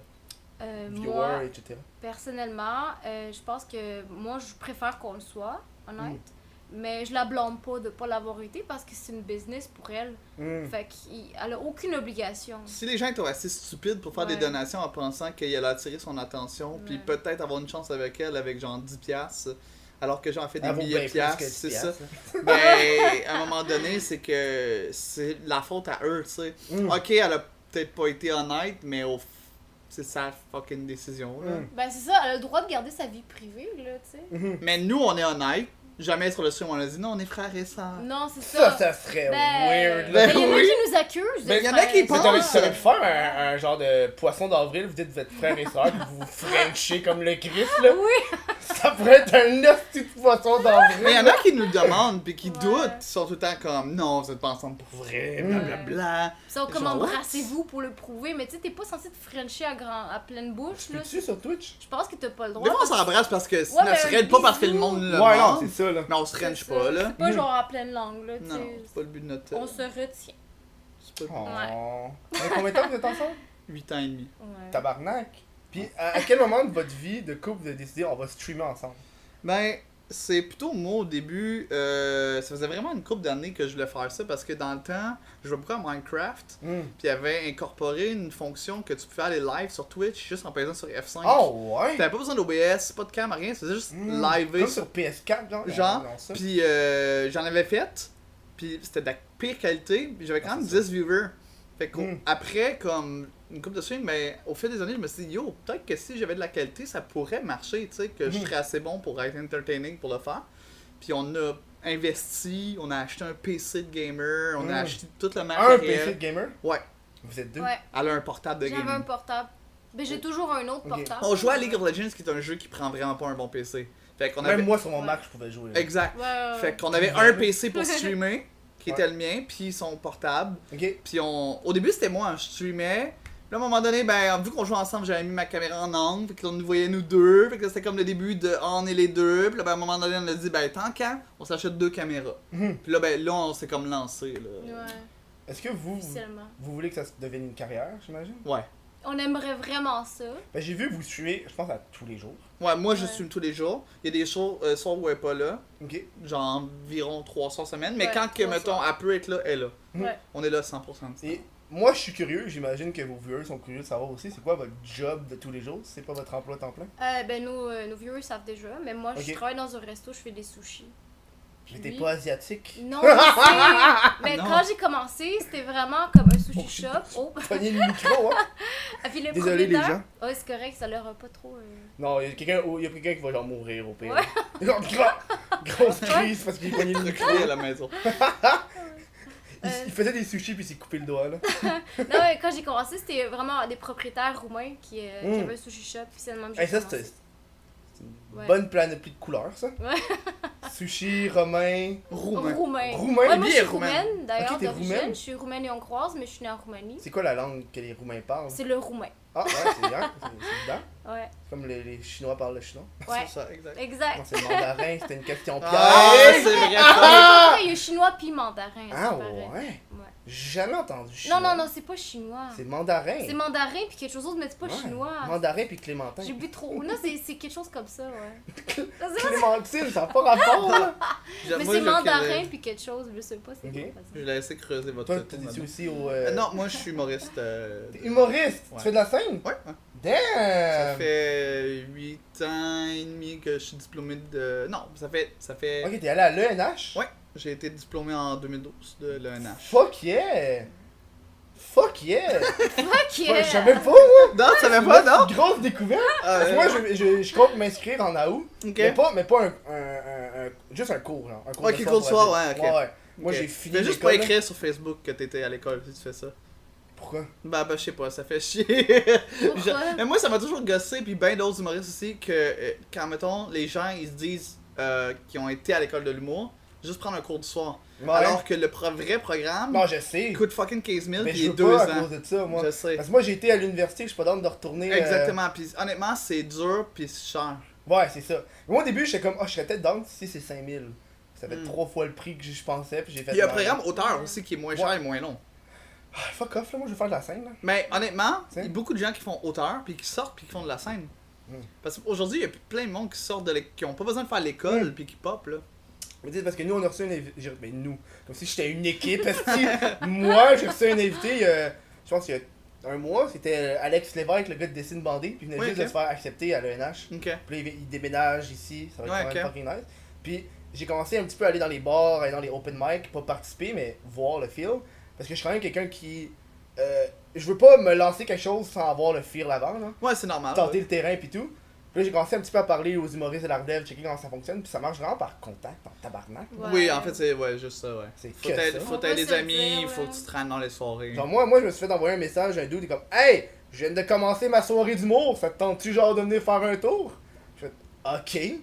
S2: Euh, moi,
S1: viewers etc
S2: personnellement, euh, je pense que moi, je préfère qu'on le soit, honnête.
S3: Mm.
S2: Mais je la blâme pas de pas l'avoir été parce que c'est une business pour elle.
S3: Mm.
S1: Hmm.
S2: Fait qu'elle a aucune obligation.
S3: Si les gens étaient assez stupides pour faire des
S2: Ouais.
S3: donations en pensant qu'elle allait attirer son attention, puis
S2: Ouais.
S3: peut-être avoir une chance avec elle avec genre 10 piastres, alors que j'en fais des
S1: Elle vaut bien
S3: milliers
S1: plus
S3: de
S1: que
S3: piastres,
S1: 10
S3: c'est ça.
S1: piastres, hein.
S3: Ben, à un moment donné, c'est que c'est la faute à eux, tu sais.
S1: Mm.
S3: Ok, elle a peut-être pas été honnête, mais au f- c'est sa fucking décision, là.
S1: Mm.
S2: Ben, c'est ça, elle a le droit de garder sa vie privée, là, tu sais.
S1: Mhm.
S3: Mais nous, on est honnête. Jamais sur le stream, on a dit non, on est frères et sœurs.
S2: Non, c'est
S1: Ça,
S2: ça.
S1: ça serait
S2: Ben,
S1: weird.
S2: ben,
S1: là.
S2: il y en a
S3: oui.
S2: qui nous accusent. de
S3: Ben, il y en a
S2: faire
S3: qui
S2: ça.
S1: Mais
S3: pensent-
S1: t'aurais- ça aurait pu faire un, un genre de poisson d'avril, vous dites vous êtes frère et soeur, puis vous vous frenchez comme le Christ, là.
S2: Oui.
S1: Ça pourrait être un hostie de poisson d'avril.
S3: Mais il y en a qui nous le demandent, puis qui
S2: Ouais.
S3: doutent, ils sont tout le temps comme non, vous êtes pas ensemble pour vrai,
S1: Mm.
S3: blablabla.
S2: Ça, comme
S3: Genre, what?
S2: embrassez-vous pour le prouver, mais tu sais, t'es pas censé te frencher à, grand, à pleine bouche, là.
S1: Peux-tu sur Twitch?
S2: Je pense que t'as pas le droit.
S3: Des fois, on s'embrasse parce que sinon,
S2: mais
S3: on
S2: un
S3: se raide pas parce que le
S2: bisou.
S3: monde le
S1: ouais, non,
S3: demande,
S1: c'est ça, là.
S3: mais on se
S2: C'est
S3: range
S2: ça.
S3: pas, là. Mm.
S2: C'est pas genre à pleine langue, là, tu
S3: Non, non, c'est
S2: sais.
S3: pas le but de notre.
S2: On se retient.
S3: c'est pas le but.
S1: Ah. Oh. Ça fait Combien de temps que vous êtes ensemble?
S3: Huit ans et demi.
S2: Ouais.
S1: Tabarnak. Puis à, à quel moment de votre vie de couple de décider on va streamer ensemble
S3: Ben, c'est plutôt moi au début. euh, ça faisait vraiment une couple d'années que je voulais faire ça parce que dans le temps, je jouais beaucoup à Minecraft.
S1: Hmm.
S3: Puis il avait incorporé une fonction que tu pouvais aller live sur Twitch juste en pesant sur F5.
S1: Oh ouais
S3: T'avais pas besoin d'OBS, pas de cam, rien, c'était juste
S1: Hmm.
S3: live
S1: Comme sur PS4, genre. Ah,
S3: Genre,
S1: non, ça.
S3: puis euh, j'en avais fait, puis c'était de la pire qualité, puis j'avais quand
S1: Ah,
S3: même
S1: c'est
S3: 10 viewers. Fait qu'au-
S1: Mm.
S3: après, comme une coupe de stream, mais au fil des années, je me suis dit, yo, peut-être que si j'avais de la qualité, ça pourrait marcher, tu sais, que je
S1: Mm.
S3: serais assez bon pour être entertaining pour le faire. Puis on a investi, on a acheté un PC de gamer, on a
S1: Mm.
S3: acheté tout le
S1: Un
S3: matériel.
S1: PC de gamer
S3: Ouais,
S1: Vous êtes deux
S2: Ouais,
S3: elle a un portable de
S2: j'avais un
S3: gaming.
S2: portable. Mais j'ai toujours un autre
S1: Ok.
S2: portable.
S3: On jouait à League of Legends, qui est un jeu qui prend vraiment pas un bon PC. Fait qu'on
S1: Même
S3: avait...
S1: moi sur mon
S2: Ouais.
S1: Mac, je pouvais jouer.
S3: Exact.
S2: Ouais, ouais, ouais.
S3: Fait qu'on avait un PC pour streamer, qui
S1: Ouais.
S3: était le mien, puis son portable.
S1: Ok.
S3: Puis on... au début, c'était moi, hein, je streamais. Puis là, à un moment donné, ben, vu qu'on jouait ensemble, j'avais mis ma caméra en angle, fait que là, on nous voyait nous deux, fait que là, c'était comme le début de Ah, on est les deux. Puis là, ben, à un moment donné, on a dit, ben, tant qu'à, on s'achète deux caméras.
S1: Mhm.
S3: Puis là, ben, là, on s'est comme lancé, là.
S2: Ouais,
S1: Est-ce que vous,
S2: officiellement.
S1: vous voulez que ça se devienne une carrière, j'imagine
S3: Ouais.
S2: On aimerait vraiment ça.
S1: Ben, J'ai vu que vous streamez, je pense, à tous les jours.
S3: Ouais, moi, je
S2: Ouais.
S3: stream tous les jours. Il y a des shows, euh, soirs où elle est pas là,
S1: Ok.
S3: genre environ 300 semaines, mais
S2: Ouais,
S3: quand, que,
S2: 300.
S3: mettons, elle peut être là, elle est là.
S1: Mm.
S2: Ouais.
S3: On est là 100%.
S1: Et moi, je suis curieux, j'imagine que vos viewers sont curieux de savoir aussi, c'est quoi votre job de tous les jours C'est pas votre emploi temps plein
S2: Euh, ben, nous, euh, nos viewers savent déjà, mais moi,
S1: Ok.
S2: je travaille dans un resto, je fais des sushis.
S1: Mais t'es
S2: Oui.
S1: pas asiatique.
S2: Non, je sais, mais
S3: Non.
S2: quand j'ai commencé, c'était vraiment comme un sushi
S1: Oh, shit.
S2: shop. Oh,
S1: Pogner le micro, hein
S2: puis le
S1: Désolé, les gens.
S2: Oh, c'est correct, ça leur a pas trop. euh,
S1: Non, il y a quelqu'un oh, il y a quelqu'un qui va genre mourir au pire.
S2: Ouais.
S1: Genre, gros- grosse crise parce qu'il pognait le micro.
S3: Recréer à la maison.
S1: Il,
S2: Euh.
S1: il faisait des sushis puis il s'est coupé le doigt là.
S2: Non, mais quand j'ai commencé, c'était vraiment des propriétaires roumains qui, euh, qui
S1: Mm.
S2: avaient un sushi shop, puis c'est le même que
S1: Et
S2: j'ai
S1: ça,
S2: commencé.
S1: c'était c'est une
S2: Ouais.
S1: bonne panoplie de couleurs, ça.
S2: Ouais.
S1: Sushi, romain.
S3: Roumain.
S2: Roumain.
S1: Roumain,
S2: Ouais, moi,
S1: lui
S2: je suis
S1: est roumain.
S2: roumaine, d'ailleurs,
S1: Ok, t'es
S2: d'origine.
S1: roumaine.
S2: Je suis roumaine et hongroise, mais je suis née en Roumanie.
S1: C'est quoi la langue que les roumains parlent
S2: C'est le roumain.
S1: Ah, ouais, c'est bien, c'est c'est dedans.
S2: Ouais,
S1: C'est Comme les, les chinois parlent le chinois.
S2: ouais.
S3: C'est ça, exact.
S1: Non,
S2: Exact.
S1: c'est le mandarin, c'était une question piège.
S3: Ah, c'est vrai.
S2: Ah! Il y a chinois puis mandarin. c'est
S1: Ah
S2: pareil.
S1: ouais?
S2: Ouais.
S1: J'ai Jamais entendu chinois.
S2: Non, non, non, c'est pas chinois.
S1: C'est mandarin.
S2: C'est mandarin puis quelque chose d'autre, mais c'est pas
S1: Ouais.
S2: chinois.
S1: Mandarin puis clémentin.
S2: J'ai bu trop. Non, c'est c'est quelque chose comme ça, ouais.
S1: Clémentine, ça n'a pas rapport là.
S3: J'avoue,
S2: mais
S3: je
S2: c'est
S3: le
S2: mandarin
S3: connais.
S2: puis quelque chose, je sais pas, c'est
S1: Ok.
S2: quoi,
S3: Je
S2: ça.
S3: vais la laisser creuser votre
S1: Toi,
S3: tour,
S1: t'es
S3: madame.
S1: aussi au. euh,
S3: Euh, non, moi je suis humoriste. euh,
S1: T'es
S3: de-
S1: humoriste, Euh.
S3: Ouais.
S1: tu fais de la scène?
S3: Ouais, ouais. Ça
S1: Damn!
S3: fait 8 ans et demi que je suis diplômé de. Non, ça fait. Ça fait...
S1: Ok, t'es allé à l'ENH?
S3: Ouais, j'ai été diplômé en 2012 de l'ENH.
S1: Fuck yeah! Fuck yeah!
S2: Ok.
S1: Ouais, Je savais pas, moi!
S3: Non, tu savais pas, non?
S1: C'est une Grosse découverte!
S3: Ah, ouais.
S1: Moi, je, je, je compte m'inscrire en août.
S3: Ok.
S1: Mais pas, mais pas un, un, un- un- Juste un cours, genre. Un cours
S3: Ok,
S1: de
S3: cours de soir,
S1: pour adultes.
S3: ouais, ok.
S1: ouais, Moi,
S3: Ok.
S1: j'ai fini.
S3: Fais juste pas
S1: l'école, là.
S3: écrire sur Facebook que t'étais à l'école si tu fais ça.
S1: Pourquoi?
S3: Bah, bah, je sais pas, ça fait chier.
S2: Pourquoi?
S3: Je- Mais moi, ça m'a toujours gossé, puis ben d'autres humoristes aussi, que euh, quand, mettons, les gens, ils se disent euh, qu'ils ont été à l'école de l'humour, juste prendre un cours du soir.
S1: Ouais.
S3: Alors que le pro- vrai programme
S1: Hein? Non, je sais.
S3: coûte fucking 15 000,
S1: Mais
S3: puis
S1: je
S3: il est
S1: veux
S3: 2
S1: pas à
S3: ans.
S1: cause de ça, moi.
S3: Je sais.
S1: Parce que moi, j'ai été à l'université, je suis pas d'ordre de retourner. euh,
S3: Exactement, puis honnêtement, c'est dur, puis c'est cher.
S1: Ouais, c'est ça. Mais moi, au début, j'étais comme, oh, je serais peut-être down si c'est 5000. Ça fait
S3: Mm.
S1: trois fois le prix que je pensais, puis j'ai fait.
S3: Il y a un
S1: non.
S3: programme auteur aussi qui est moins cher et moins long.
S1: Ah, fuck off, là, moi, je vais faire de la scène, là.
S3: Mais honnêtement, il y
S1: C'est-
S3: a beaucoup de gens qui font auteur, puis qui sortent, puis qui font de la scène.
S1: Mm.
S3: Parce qu'aujourd'hui, il y a plein de monde qui sortent de l'école, qui ont pas besoin de faire
S1: Hmm.
S3: l'école, puis qui pop, là.
S1: Mais dis, parce que nous, on a reçu un invité. Mais ben, nous, comme si j'étais une équipe. parce que moi, j'ai reçu un invité, il y a- je pense, il y a un mois. C'était euh, Alex Lévesque, le gars de Dessine Bandé, puis il venait
S3: Ouais,
S1: juste
S3: ok.
S1: de se faire accepter à l'ENH.
S3: Ok.
S1: Puis là, il, il déménage ici, ça va être
S3: Ouais,
S1: quand
S3: ok.
S1: même fucking nice. Puis j'ai commencé un petit peu à aller dans les bars, aller dans les open mic, pas participer, mais voir le feel. Parce que je suis quand même quelqu'un qui. euh, je veux pas me lancer quelque chose sans avoir le feel avant, là.
S3: Ah, Ouais, c'est normal.
S1: Tenter le terrain puis tout. Puis là, j'ai commencé un petit peu à parler aux humoristes de la relève, checker comment ça fonctionne, puis ça marche vraiment par contact, par tabarnak.
S2: Ouais.
S3: Oui, en fait, c'est ouais, juste ça, ouais.
S1: C'est
S3: Faut
S1: que
S3: t'aider-
S1: ça.
S3: faut
S2: On
S3: t'aider
S2: va se
S3: des
S2: le
S3: amis,
S2: dire,
S3: faut
S2: ouais.
S3: que tu te rendes dans les soirées.
S1: Genre, moi, moi, je me suis fait envoyer un message à un dude, il est comme Hey, je viens de commencer ma soirée d'humour, ça te tente-tu genre de venir faire un tour Je fais Ok.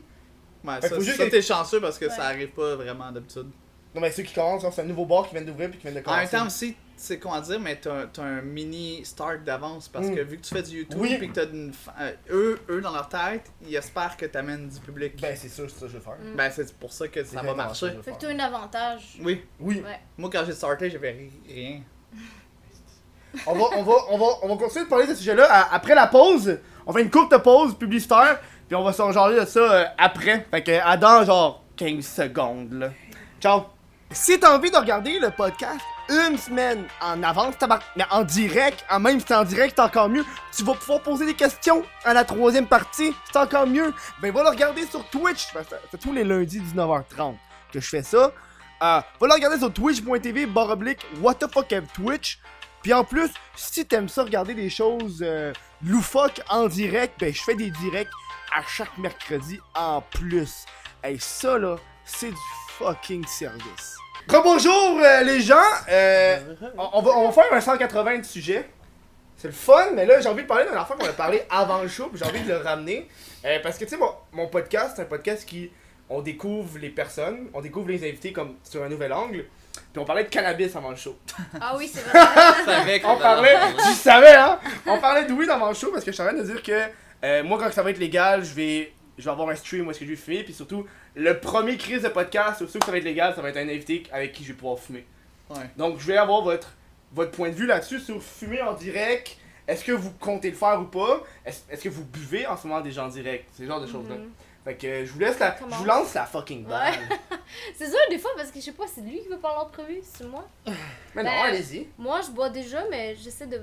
S3: Ouais,
S1: Fait
S3: ça,
S1: faut juste
S3: ça,
S1: que-
S3: t'es chanceux parce que
S2: Ouais.
S3: ça arrive pas vraiment d'habitude.
S1: Non, mais ceux qui commencent, genre, c'est un nouveau bar qui vient d'ouvrir puis qui vient de
S3: En
S1: commencer.
S3: même temps aussi, c'est comment dire, mais t'as t'as un mini start d'avance parce
S1: Mm.
S3: que vu que tu fais du YouTube
S1: Oui.
S3: puis que t'as une fa- euh, eux, eux dans leur tête, ils espèrent que t'amènes du public. Ben,
S1: Ben, c'est sûr, c'est ça que je veux faire.
S2: Mm.
S3: c'est pour ça que
S1: C'est
S3: ça va
S1: exactement ça que je
S3: marcher.
S1: veux
S2: Fait que
S1: faire.
S2: t'as un avantage.
S3: Oui.
S1: Oui,
S2: Ouais.
S3: Moi quand j'ai starté, j'avais ri- rien.
S1: on va, on, va, on, va, on va continuer de parler de ce sujet-là à- après la pause.
S4: On fait une courte pause publicitaire, puis on va s'en jaser de ça euh, après. Fait que à dans genre 15 secondes, là. Ciao! Si t'as envie de regarder le podcast une semaine en avance, tabac, mais en direct, en même si t'es en direct, c'est encore mieux. Tu vas pouvoir poser des questions à la troisième partie, c'est encore mieux. Ben va le regarder sur Twitch, parce que c'est tous les lundis 19h30 que je fais ça. Euh, va le regarder sur twitch.tv, barre oblique, what the fuck am Twitch. Puis en plus, si t'aimes ça regarder des choses euh, loufoques en direct, ben je fais des directs à chaque mercredi en plus. Hey, ça là, c'est du fucking service. Rebonjour euh, les gens, Euh, on, on va, on va faire un 180 de sujet. C'est le fun, mais là j'ai envie de parler d'un affaire qu'on a parlé avant le show, puis j'ai envie de le ramener. Euh, parce que tu sais, mon, mon podcast, c'est un podcast qui. On découvre les personnes, on découvre les invités comme sur un nouvel angle. Puis on parlait de cannabis avant le show.
S2: Ah oui, c'est vrai.
S5: savais qu'on
S4: On parlait, tu savais, hein? On parlait de weed avant le show parce que je suis en train de dire que euh, moi, quand ça va être légal, je vais, je vais avoir un stream où est-ce que je vais fumer. Puis surtout, le premier crise de podcast, surtout que ça va être légal, ça va être un invité avec qui je vais pouvoir fumer.
S3: Ouais.
S4: Donc, je vais avoir votre, votre point de vue là-dessus sur fumer en direct. Est-ce que vous comptez le faire ou pas? Est-ce est-ce que vous buvez en ce moment des gens en direct? Ce genre de choses-là.
S2: Mhm.
S4: Fait que euh, je vous laisse la, je vous
S2: Commence.
S4: lance la fucking balle.
S2: C'est sûr, des fois, parce que je sais pas, c'est lui qui veut parler en premier, c'est moi.
S1: Mais non,
S2: Ben-
S1: allez-y.
S2: Moi, je bois déjà, mais j'essaie de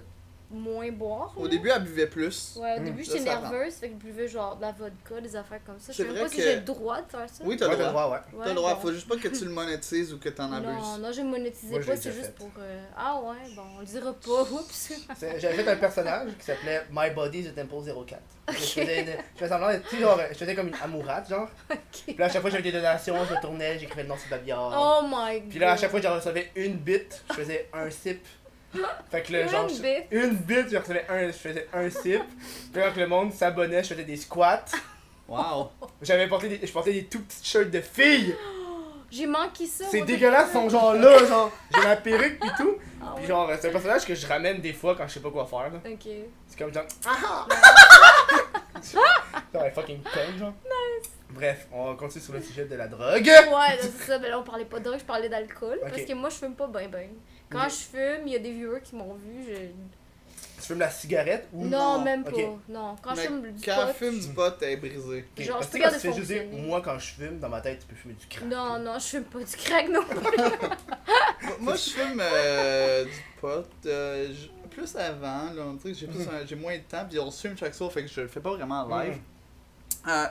S2: moins boire.
S3: Au
S2: là.
S3: début, elle buvait plus.
S2: Ouais, au
S1: Mm,
S2: début,
S3: ça,
S2: j'étais
S3: ça
S2: nerveuse, fait que je buvais genre de la vodka, des affaires comme ça. Je
S3: C'est
S2: sais même
S3: vrai
S2: pas si
S3: que-
S2: j'ai le droit de faire ça.
S3: Oui, t'as
S1: Ouais,
S3: le droit.
S1: ouais.
S2: Ouais,
S3: T'as le droit,
S2: bon.
S3: faut juste pas que tu le monétises ou que t'en
S2: Non,
S3: abuses.
S2: non, je ne monétisais
S1: Moi, je
S2: pas,
S1: l'ai
S2: c'est
S1: déjà
S2: juste
S1: fait.
S2: pour. euh, Ah ouais, bon, on le dira pas, oups.
S1: C'est- J'avais fait un personnage qui s'appelait My Body is a Tempo 04. Je faisais, une- je faisais semblant d'être, tu sais, genre, je faisais comme une amourate, genre. Puis là, à chaque fois que j'avais des donations, je tournais, j'écrivais le nom sur la bière.
S3: Ah.
S2: Oh my god.
S1: Puis là, à chaque fois que j'en recevais une bite, je faisais un sip. Fait que là,
S2: Une
S1: genre.
S2: bite.
S1: je- Une bite, je recevais un, je faisais un sip. Puis là, que le monde s'abonnait, je faisais des squats.
S5: Wow.
S1: J'avais porté des, je portais des tout petites shirts de filles.
S2: Oh J'ai manqué ça.
S1: C'est
S2: moi,
S1: dégueulasse,
S2: depuis-
S1: son genre-là, genre. J'ai la perruque pis tout.
S2: Ah
S1: Pis
S2: ouais.
S1: genre, c'est un personnage que je ramène des fois quand je sais pas quoi faire, là.
S2: Ok.
S1: C'est comme genre. Ah Genre, un fucking con, genre. Bref, on continue sur le sujet de la drogue.
S2: Ouais, là, c'est ça, mais là, on parlait pas de drogue, je parlais d'alcool.
S1: Ok.
S2: Parce que moi, je fume pas ben ben. Quand
S1: Ok.
S2: je fume, il y a des viewers qui m'ont vu. Je...
S1: Tu fumes la cigarette ou.
S2: Non,
S3: non.
S2: même pas.
S1: Ok.
S2: Non, quand je
S3: Mais
S2: fume du
S3: quand
S2: pot,
S3: elle fume du pot, t'es brisé.
S1: Ok,
S2: Genre,
S1: parce que
S2: je peux
S1: quand
S2: garder
S1: tu fais juste dire,
S2: fonctionner.
S1: moi quand je fume, dans ma tête, tu peux fumer du crack.
S2: Non, non, je fume pas du crack non plus.
S3: Moi- Moi, je fume euh, du pot. euh, j- plus avant, là, on dirait que j'ai
S2: Mm.
S3: plus un- j'ai moins de temps, puis on se fume chaque soir, fait que je le fais pas vraiment en live. Euh,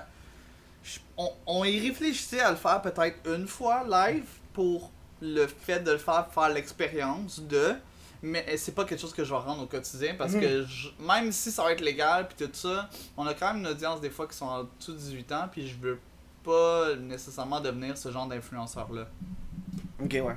S3: je- on, on y réfléchissait à le faire peut-être une fois live pour le fait de le faire, faire l'expérience de. Mais euh, c'est pas quelque chose que je vais rendre au quotidien
S2: Mm.
S3: parce que je- même si ça va être légal puis tout ça, on a quand même une audience des fois qui sont en dessous de 18 ans puis je veux pas nécessairement devenir ce genre d'influenceur là.
S4: Ok, ouais.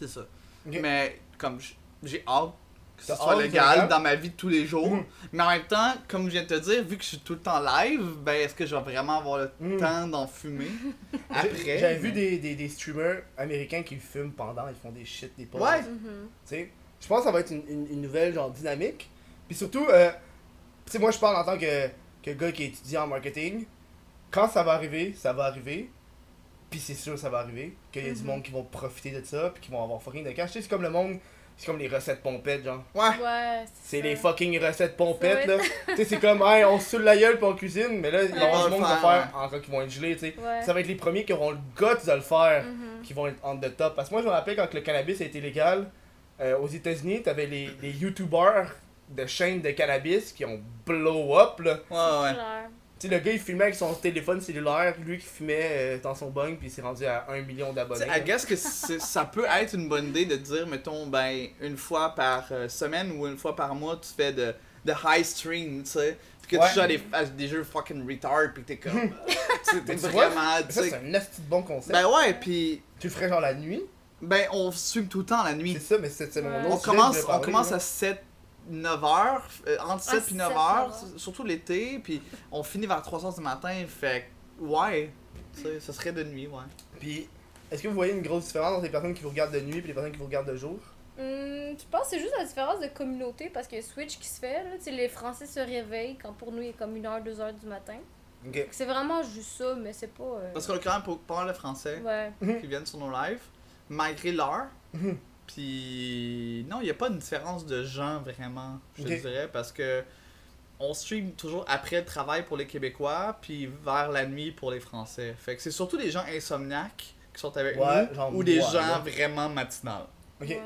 S3: C'est ça.
S1: Ok.
S3: Mais comme j- j'ai hâte que ce
S1: T'as
S3: soit
S1: hâte,
S3: légal
S1: d'accord.
S3: dans ma vie de tous les jours.
S1: Mhm.
S3: Mais en même temps, comme je viens de te dire, vu que je suis tout le temps live, ben est-ce que je vais vraiment avoir le
S1: Mhm.
S3: temps d'en fumer
S1: J'ai-
S3: après?
S1: J'avais vu des, des, des streamers américains qui fument pendant, ils font des shit, des pauses.
S3: Ouais.
S1: Tu
S2: Mhm.
S1: sais, je pense que ça va être une, une- une nouvelle genre dynamique. Puis surtout, euh, tu sais, moi je parle en tant que, que gars qui étudie en marketing. Quand ça va arriver, ça va arriver. Puis c'est sûr ça va arriver. Qu'il y a du
S3: Mm-hmm.
S2: Mhm.
S1: monde qui vont profiter de ça, puis qui vont avoir fucking de cash. Tu sais, c'est comme le monde, c'est comme les recettes pompettes, genre.
S3: Ouais.
S2: Ouais,
S1: C'est
S2: ça.
S1: les fucking recettes pompettes,
S2: Ça
S1: là. tu sais, c'est comme, hey, on se saoule la gueule puis on cuisine, mais là, il y
S3: On va
S1: aura
S3: le
S1: du monde qui va
S3: faire,
S1: faire, encore qui vont être gelés, tu sais.
S2: Ouais.
S1: Ça va être les premiers qui auront le guts de le
S3: Mm-hmm.
S1: faire,
S2: Mhm.
S1: qui vont être en the top. Parce que moi, je me rappelle quand le cannabis a été légal, euh, aux États-Unis, t'avais les, les YouTubers de chaînes de cannabis qui ont blow up, là.
S3: Ouais, ouais.
S2: Clair.
S1: Tu sais, le gars, il fumait avec son téléphone cellulaire, lui qui fumait euh, dans son bung, puis il s'est rendu à 1 million
S3: Tu
S1: d'abonnés.
S3: sais, I guess que c'est- ça peut être une bonne idée de dire, mettons, ben, une fois par euh, semaine ou une fois par mois, tu fais de, de high stream, tu sais. Puis que
S1: Ouais.
S3: tu joues à des, à des jeux fucking retard, pis que t'es comme. euh, tu sais, t'es
S1: Mais tu vois,
S3: vraiment. tu
S1: Ça,
S3: sais,
S1: c'est un asti de bon concept.
S3: Ben ouais, pis.
S1: Tu le ferais genre la nuit.
S3: Ben, on fume tout le temps la nuit.
S1: C'est ça, mais c'est c'est mon autre
S2: Ouais.
S3: on
S1: sujet que je
S3: commence,
S1: voulais
S3: on
S1: parler,
S3: commence
S1: là.
S3: à 7 9 heures, euh, entre 7 et 9 heures,
S2: 7, 9 heures.
S3: surtout l'été, puis on finit vers 3 heures du matin, fait que, ouais, tu sais, ça serait de nuit, ouais.
S1: Puis, est-ce que vous voyez une grosse différence entre les personnes qui vous regardent de nuit et les personnes qui vous regardent de jour
S2: Hum, je pense que c'est juste la différence de communauté parce qu'il y a Switch qui se fait. Là. Tu sais, Les Français se réveillent quand pour nous il est comme 1h, 2h du matin.
S1: Ok.
S2: C'est vraiment juste ça, mais c'est pas. euh,
S3: Parce qu'on a quand même pas- pas mal de français
S2: Ouais.
S3: qui viennent sur nos lives, malgré l'heure.
S1: Mhm.
S3: Puis, non, il n'y a pas une différence de gens vraiment, je
S1: Ok.
S3: te dirais, parce que on stream toujours après le travail pour les Québécois, puis vers la nuit pour les Français. Fait que c'est surtout des gens insomniaques qui sont avec
S1: Ouais,
S3: nous,
S1: genre
S3: ou des
S1: moi,
S3: gens
S1: là.
S3: vraiment matinales.
S1: Ok.
S2: Ouais.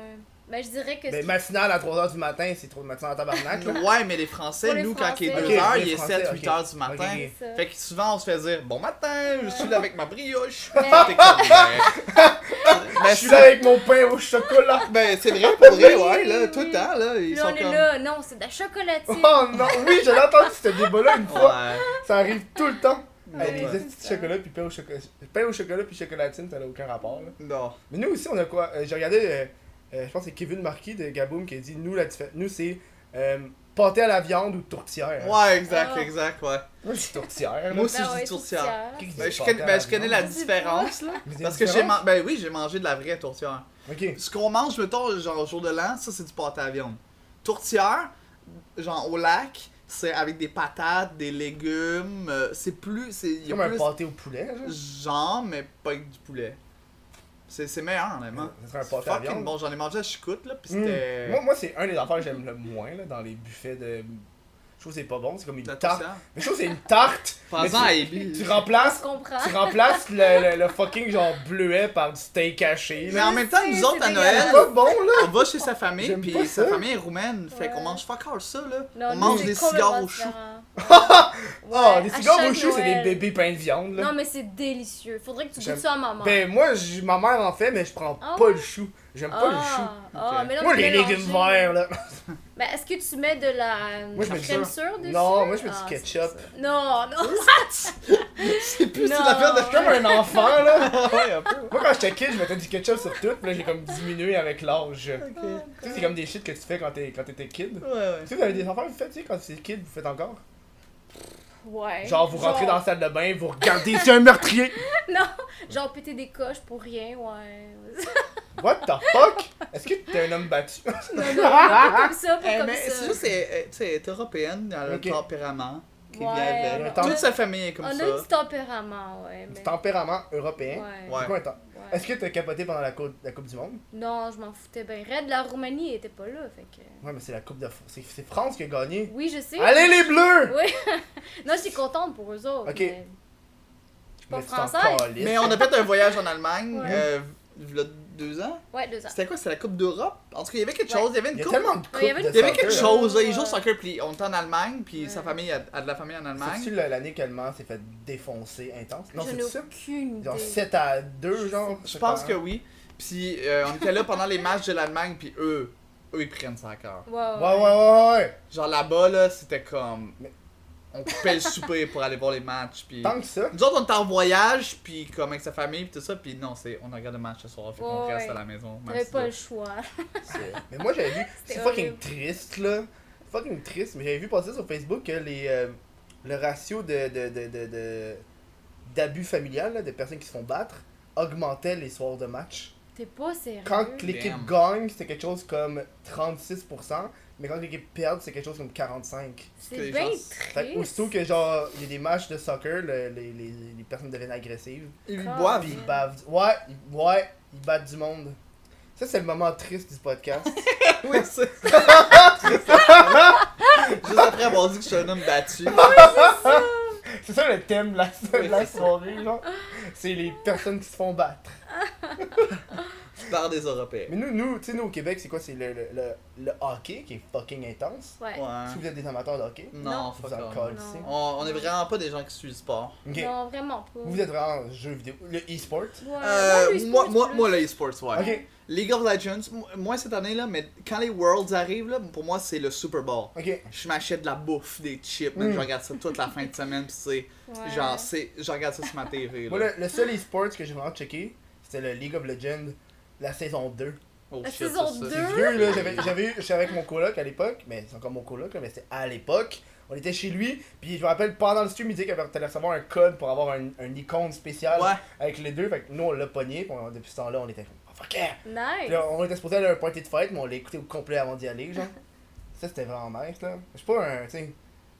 S2: Ben, je dirais que
S1: Ben,
S2: c'est-
S1: matinale à 3h du matin, c'est trop de matinale à tabarnak, là.
S3: ouais, mais les Français,
S2: Pour les
S3: nous, quand il est 2
S2: Français. Ok,
S3: heures,
S1: les
S3: il est
S1: Français,
S3: 7-8
S1: ok.
S3: heures du matin.
S1: Ok.
S2: c'est ça.
S3: Fait que souvent, on se fait dire Bon matin, je suis là avec ma brioche.
S2: Ouais.
S3: T'es comme, Ben,
S1: Je suis là avec mon pain au chocolat.
S3: Ben, c'est vrai, pour vrai,
S2: Oui,
S3: ouais,
S2: oui,
S3: là,
S2: oui.
S3: tout le temps, là. Ils
S2: Puis
S3: sont
S2: on est
S3: comme.
S2: là, non, c'est de la chocolatine.
S1: Oh non, oui, j'avais entendu ce débat-là une fois.
S3: Ouais.
S1: Ça arrive tout le temps.
S3: Mais
S1: Mais les
S3: ouais.
S1: petits de chocolat puis pain au chocolat, pain au chocolat puis chocolatine, ça n'a aucun rapport là.
S3: Non.
S1: Mais nous aussi, on a quoi Euh, J'ai regardé, euh, euh, je pense que c'est Kevin Marquis de Gaboum qui a dit nous la diffé- nous c'est euh, pâté à la viande ou tourtière.
S3: Ouais, exact,
S2: Ah.
S3: exact, ouais.
S1: Moi je suis tourtière.
S3: Moi
S1: Moi,
S3: aussi,
S2: Ben
S3: je
S2: ouais,
S3: dis tourtière.
S2: tourtière.
S3: Ben, je, connais, ben, je connais la différence, là.
S1: Mais c'est
S3: Parce que j'ai
S1: différent?
S3: man- ben oui, j'ai mangé de la vraie tourtière.
S1: Ok.
S3: Ce qu'on mange, mettons, genre jour de l'an, ça c'est du pâté à viande. Tourtière, genre au lac, c'est avec des patates, des légumes, euh, c'est plus. c'est- Il y
S1: Comme
S3: a
S1: un
S3: plus
S1: pâté au poulet. genre.
S3: genre, mais pas avec du poulet. C'est c'est meilleur, honnêtement.
S1: Ça serait un
S3: C'est
S1: pâté à
S3: fucking
S1: viande.
S3: bon, j'en ai mangé à Chicoute, là, pis
S1: Mm.
S3: c'était.
S1: Moi, moi c'est un des affaires que j'aime le moins là, dans les buffets de. Je trouve que c'est pas bon, c'est comme une
S3: La
S1: tarte.
S3: tourtière.
S1: Mais je trouve que c'est une tarte. mais
S3: Pensant à Ebi.
S1: tu, tu
S2: Je
S1: remplaces
S2: comprends.
S1: Tu remplaces le, le- le fucking genre bleuet par du steak haché.
S3: Mais
S1: là.
S3: en même temps, nous
S2: C'est
S3: autres, à
S1: C'est
S3: Noël,
S1: pas bon là!
S3: on va chez sa famille,
S1: J'aime
S3: puis
S1: pas
S3: sa
S1: ça.
S3: famille est roumaine, fait qu'on
S2: Ouais.
S3: mange fuck all ça, là.
S2: Non,
S3: on
S2: nous,
S3: mange
S2: c'est
S3: des cigares
S2: complètement
S3: au chou.
S2: différent.
S1: Ah,
S2: Ouais,
S1: des
S2: à
S1: cigares
S2: chaque
S1: au chou, c'est des
S2: Noël.
S1: bébés pains de viande là.
S2: Non, mais c'est délicieux. Faudrait que tu
S1: J'aime-
S2: goûtes ça à maman.
S1: Ben moi, j- ma mère en fait, mais je prends
S2: Ah
S1: pas
S2: ouais?
S1: le chou. J'aime
S2: ah,
S1: pas le chou. euh,
S2: ah,
S3: Ok.
S2: mais là,
S1: Moi,
S2: on peut
S1: les
S2: mélanger.
S1: légumes verts là.
S2: Ben, est-ce que tu mets de la
S1: Moi, je mets du
S2: crème
S1: ça.
S2: sûre dessus
S1: Non, moi je mets
S2: Ah,
S1: du
S2: c'est
S1: ketchup.
S2: ça. Non, non.
S3: C'est plus
S2: Non.
S3: c'est l'affaire de
S1: Je suis comme un enfant là.
S3: Ouais, un peu.
S1: Moi quand j'étais kid, je mettais du ketchup sur tout, puis là j'ai comme diminué avec l'âge.
S3: Ok.
S1: Tu sais, c'est comme des shit que tu fais quand t'es- quand t'étais kid.
S3: Ouais, ouais.
S1: Tu sais, vous avez des enfants, vous faites, tu sais, quand c'est kid, vous faites encore.
S2: Ouais.
S1: Genre, vous rentrez dans la salle de bain, vous regardez, c'est un meurtrier!
S2: Genre péter des coches pour rien, ouais.
S1: What the fuck? Est-ce que t'es un homme battu?
S2: comme ça, pas
S3: Eh,
S2: comme
S3: mais
S2: ça.
S3: c'est juste, elle- elle- tu sais, elle est européenne, elle a
S1: Ok.
S3: le tempérament qui
S2: Ouais,
S3: vient avec.
S1: on a-
S3: Toute sa famille est
S2: On
S3: comme
S2: a
S3: ça.
S2: du tempérament, ouais.
S1: Du
S2: Mais...
S1: tempérament européen.
S2: Ouais.
S3: Ouais.
S1: C'est quoi un temps-
S2: ouais.
S1: Est-ce que t'as capoté pendant la coupe, la coupe du Monde?
S2: Non, je m'en foutais bien. Red, la Roumanie était pas là, fait que.
S1: Ouais, mais c'est la Coupe de France. C'est c'est France qui a gagné.
S2: Oui, je sais.
S1: Allez les Bleus!
S2: Oui. Non, je suis contente pour eux autres.
S1: Ok.
S2: mais Je suis pas
S1: Mais tu t'en
S2: française.
S1: calisses.
S3: Mais on a fait un voyage en Allemagne,
S2: Ouais.
S3: euh, il y a deux ans.
S2: Ouais, deux ans.
S3: C'était quoi C'était la Coupe d'Europe En tout cas, il y avait quelque
S2: Ouais.
S3: chose, il y avait
S1: Il
S3: une
S1: y a
S3: coupe.
S1: tellement de coupes
S2: Il y avait
S1: de
S2: une
S3: Il y avait
S1: soccer,
S3: quelque
S1: là.
S3: chose, là, il joue au
S2: Ouais.
S3: soccer, puis on était en Allemagne, puis
S2: Ouais.
S3: sa famille a, a de la famille en
S1: C'est-tu
S3: Allemagne.
S1: l'année que le Mans s'est fait défoncer intense? Non,
S2: je n'ai
S1: c'est ça?
S2: aucune idée.
S1: Genre 7 à 2, genre?
S3: Je pense que oui. Puis euh, on était là pendant les matchs de l'Allemagne, puis eux, eux ils prennent ça à cœur.
S2: Ouais,
S1: Ouais,
S2: ouais.
S1: ouais, ouais, ouais!
S3: Genre là-bas, là, c'était comme.
S1: Mais-
S3: On coupait le souper pour aller voir les matchs, puis.
S1: Tant que ça.
S3: Nous autres, on était en voyage, puis comme avec sa famille, puis tout ça, puis non, c'est on regarde le match ce soir, fait qu'on
S2: Ouais,
S3: reste à
S2: ouais.
S3: la maison. même
S2: J'avais
S3: si-
S2: pas le choix.
S1: c'est- Mais moi j'avais vu. C'est
S2: C'était
S1: fucking
S2: horrible.
S1: triste là. Fucking triste. Mais j'avais vu passer sur Facebook que les, euh, le ratio de, de, de, de, de- d'abus familial, là, de personnes qui se font battre, augmentait les soirs de match.
S2: T'es pas sérieux.
S1: Quand l'équipe
S3: Damn.
S1: gagne, c'était quelque chose comme 36%, mais quand l'équipe perd, c'est quelque chose comme 45%.
S2: C'est
S3: les
S2: bien
S3: gens-
S1: Fait que
S2: triste.
S1: aussitôt que genre, il y a des matchs de soccer, le- les, les, les personnes deviennent agressives.
S3: Ils
S2: Ah,
S3: boivent.
S1: Puis
S2: ouais.
S1: ils bavent. Ouais, ils- ouais, ils battent du monde. Ça, c'est le moment triste du podcast.
S3: Oui, c'est Juste après avoir dit que je suis un homme battu.
S1: C'est ça le thème de la, de la soirée, genre. C'est les personnes qui se font battre.
S3: par des Européens.
S1: Mais nous, nous, tu sais, nous au Québec, c'est quoi C'est le, le, le- le hockey qui est fucking intense.
S2: Ouais.
S1: Si
S3: Ouais.
S1: vous êtes des amateurs de hockey,
S3: Non,
S2: Non.
S3: Hein? Oh, fuck
S1: vous en
S3: off.
S1: calissez.
S2: Non.
S3: On, on est vraiment pas des gens qui suivent le sport.
S1: Ok.
S2: Non, vraiment pas.
S1: Vous êtes vraiment jeu vidéo. Le e-sport.
S2: Ouais,
S3: Euh,
S2: ouais, le
S3: moi,
S2: sport,
S3: moi,
S2: plus.
S3: moi, le e-sports, ouais.
S1: Ok.
S3: League of Legends, mo- moi cette année là, mais quand les Worlds arrivent là, pour moi c'est le Super Bowl.
S1: Ok.
S3: Je m'achète de la bouffe, des chips, même
S1: Mm.
S3: je regarde ça toute la fin de semaine, pis c'est
S2: Ouais.
S3: genre, c'est, je regarde ça sur ma TV.
S1: Moi,
S3: Là.
S1: le, le seul e-sport que j'ai vraiment checké, c'était le League of Legends, la saison 2.
S3: Oh,
S2: La
S3: shit,
S2: saison
S3: ça, ça.
S1: C'est
S2: Deux?
S1: vieux, là. J'avais, j'avais eu, j'étais avec mon coloc à l'époque, mais c'est encore mon coloc, là, mais c'était à l'époque. On était chez lui, puis je me rappelle pendant le stream, il disait qu'il allait recevoir un code pour avoir un, un icône spéciale
S3: Ouais.
S1: avec les deux. Fait que nous, on l'a pogné, puis on- depuis ce temps-là, on était comme, oh, fuck yeah! Puis
S2: Nice.
S1: là, on était supposé aller à un party de fête, mais on l'a écouté au complet avant d'y aller, genre. Ça, c'était vraiment nice, là. Je suis pas un, tu sais,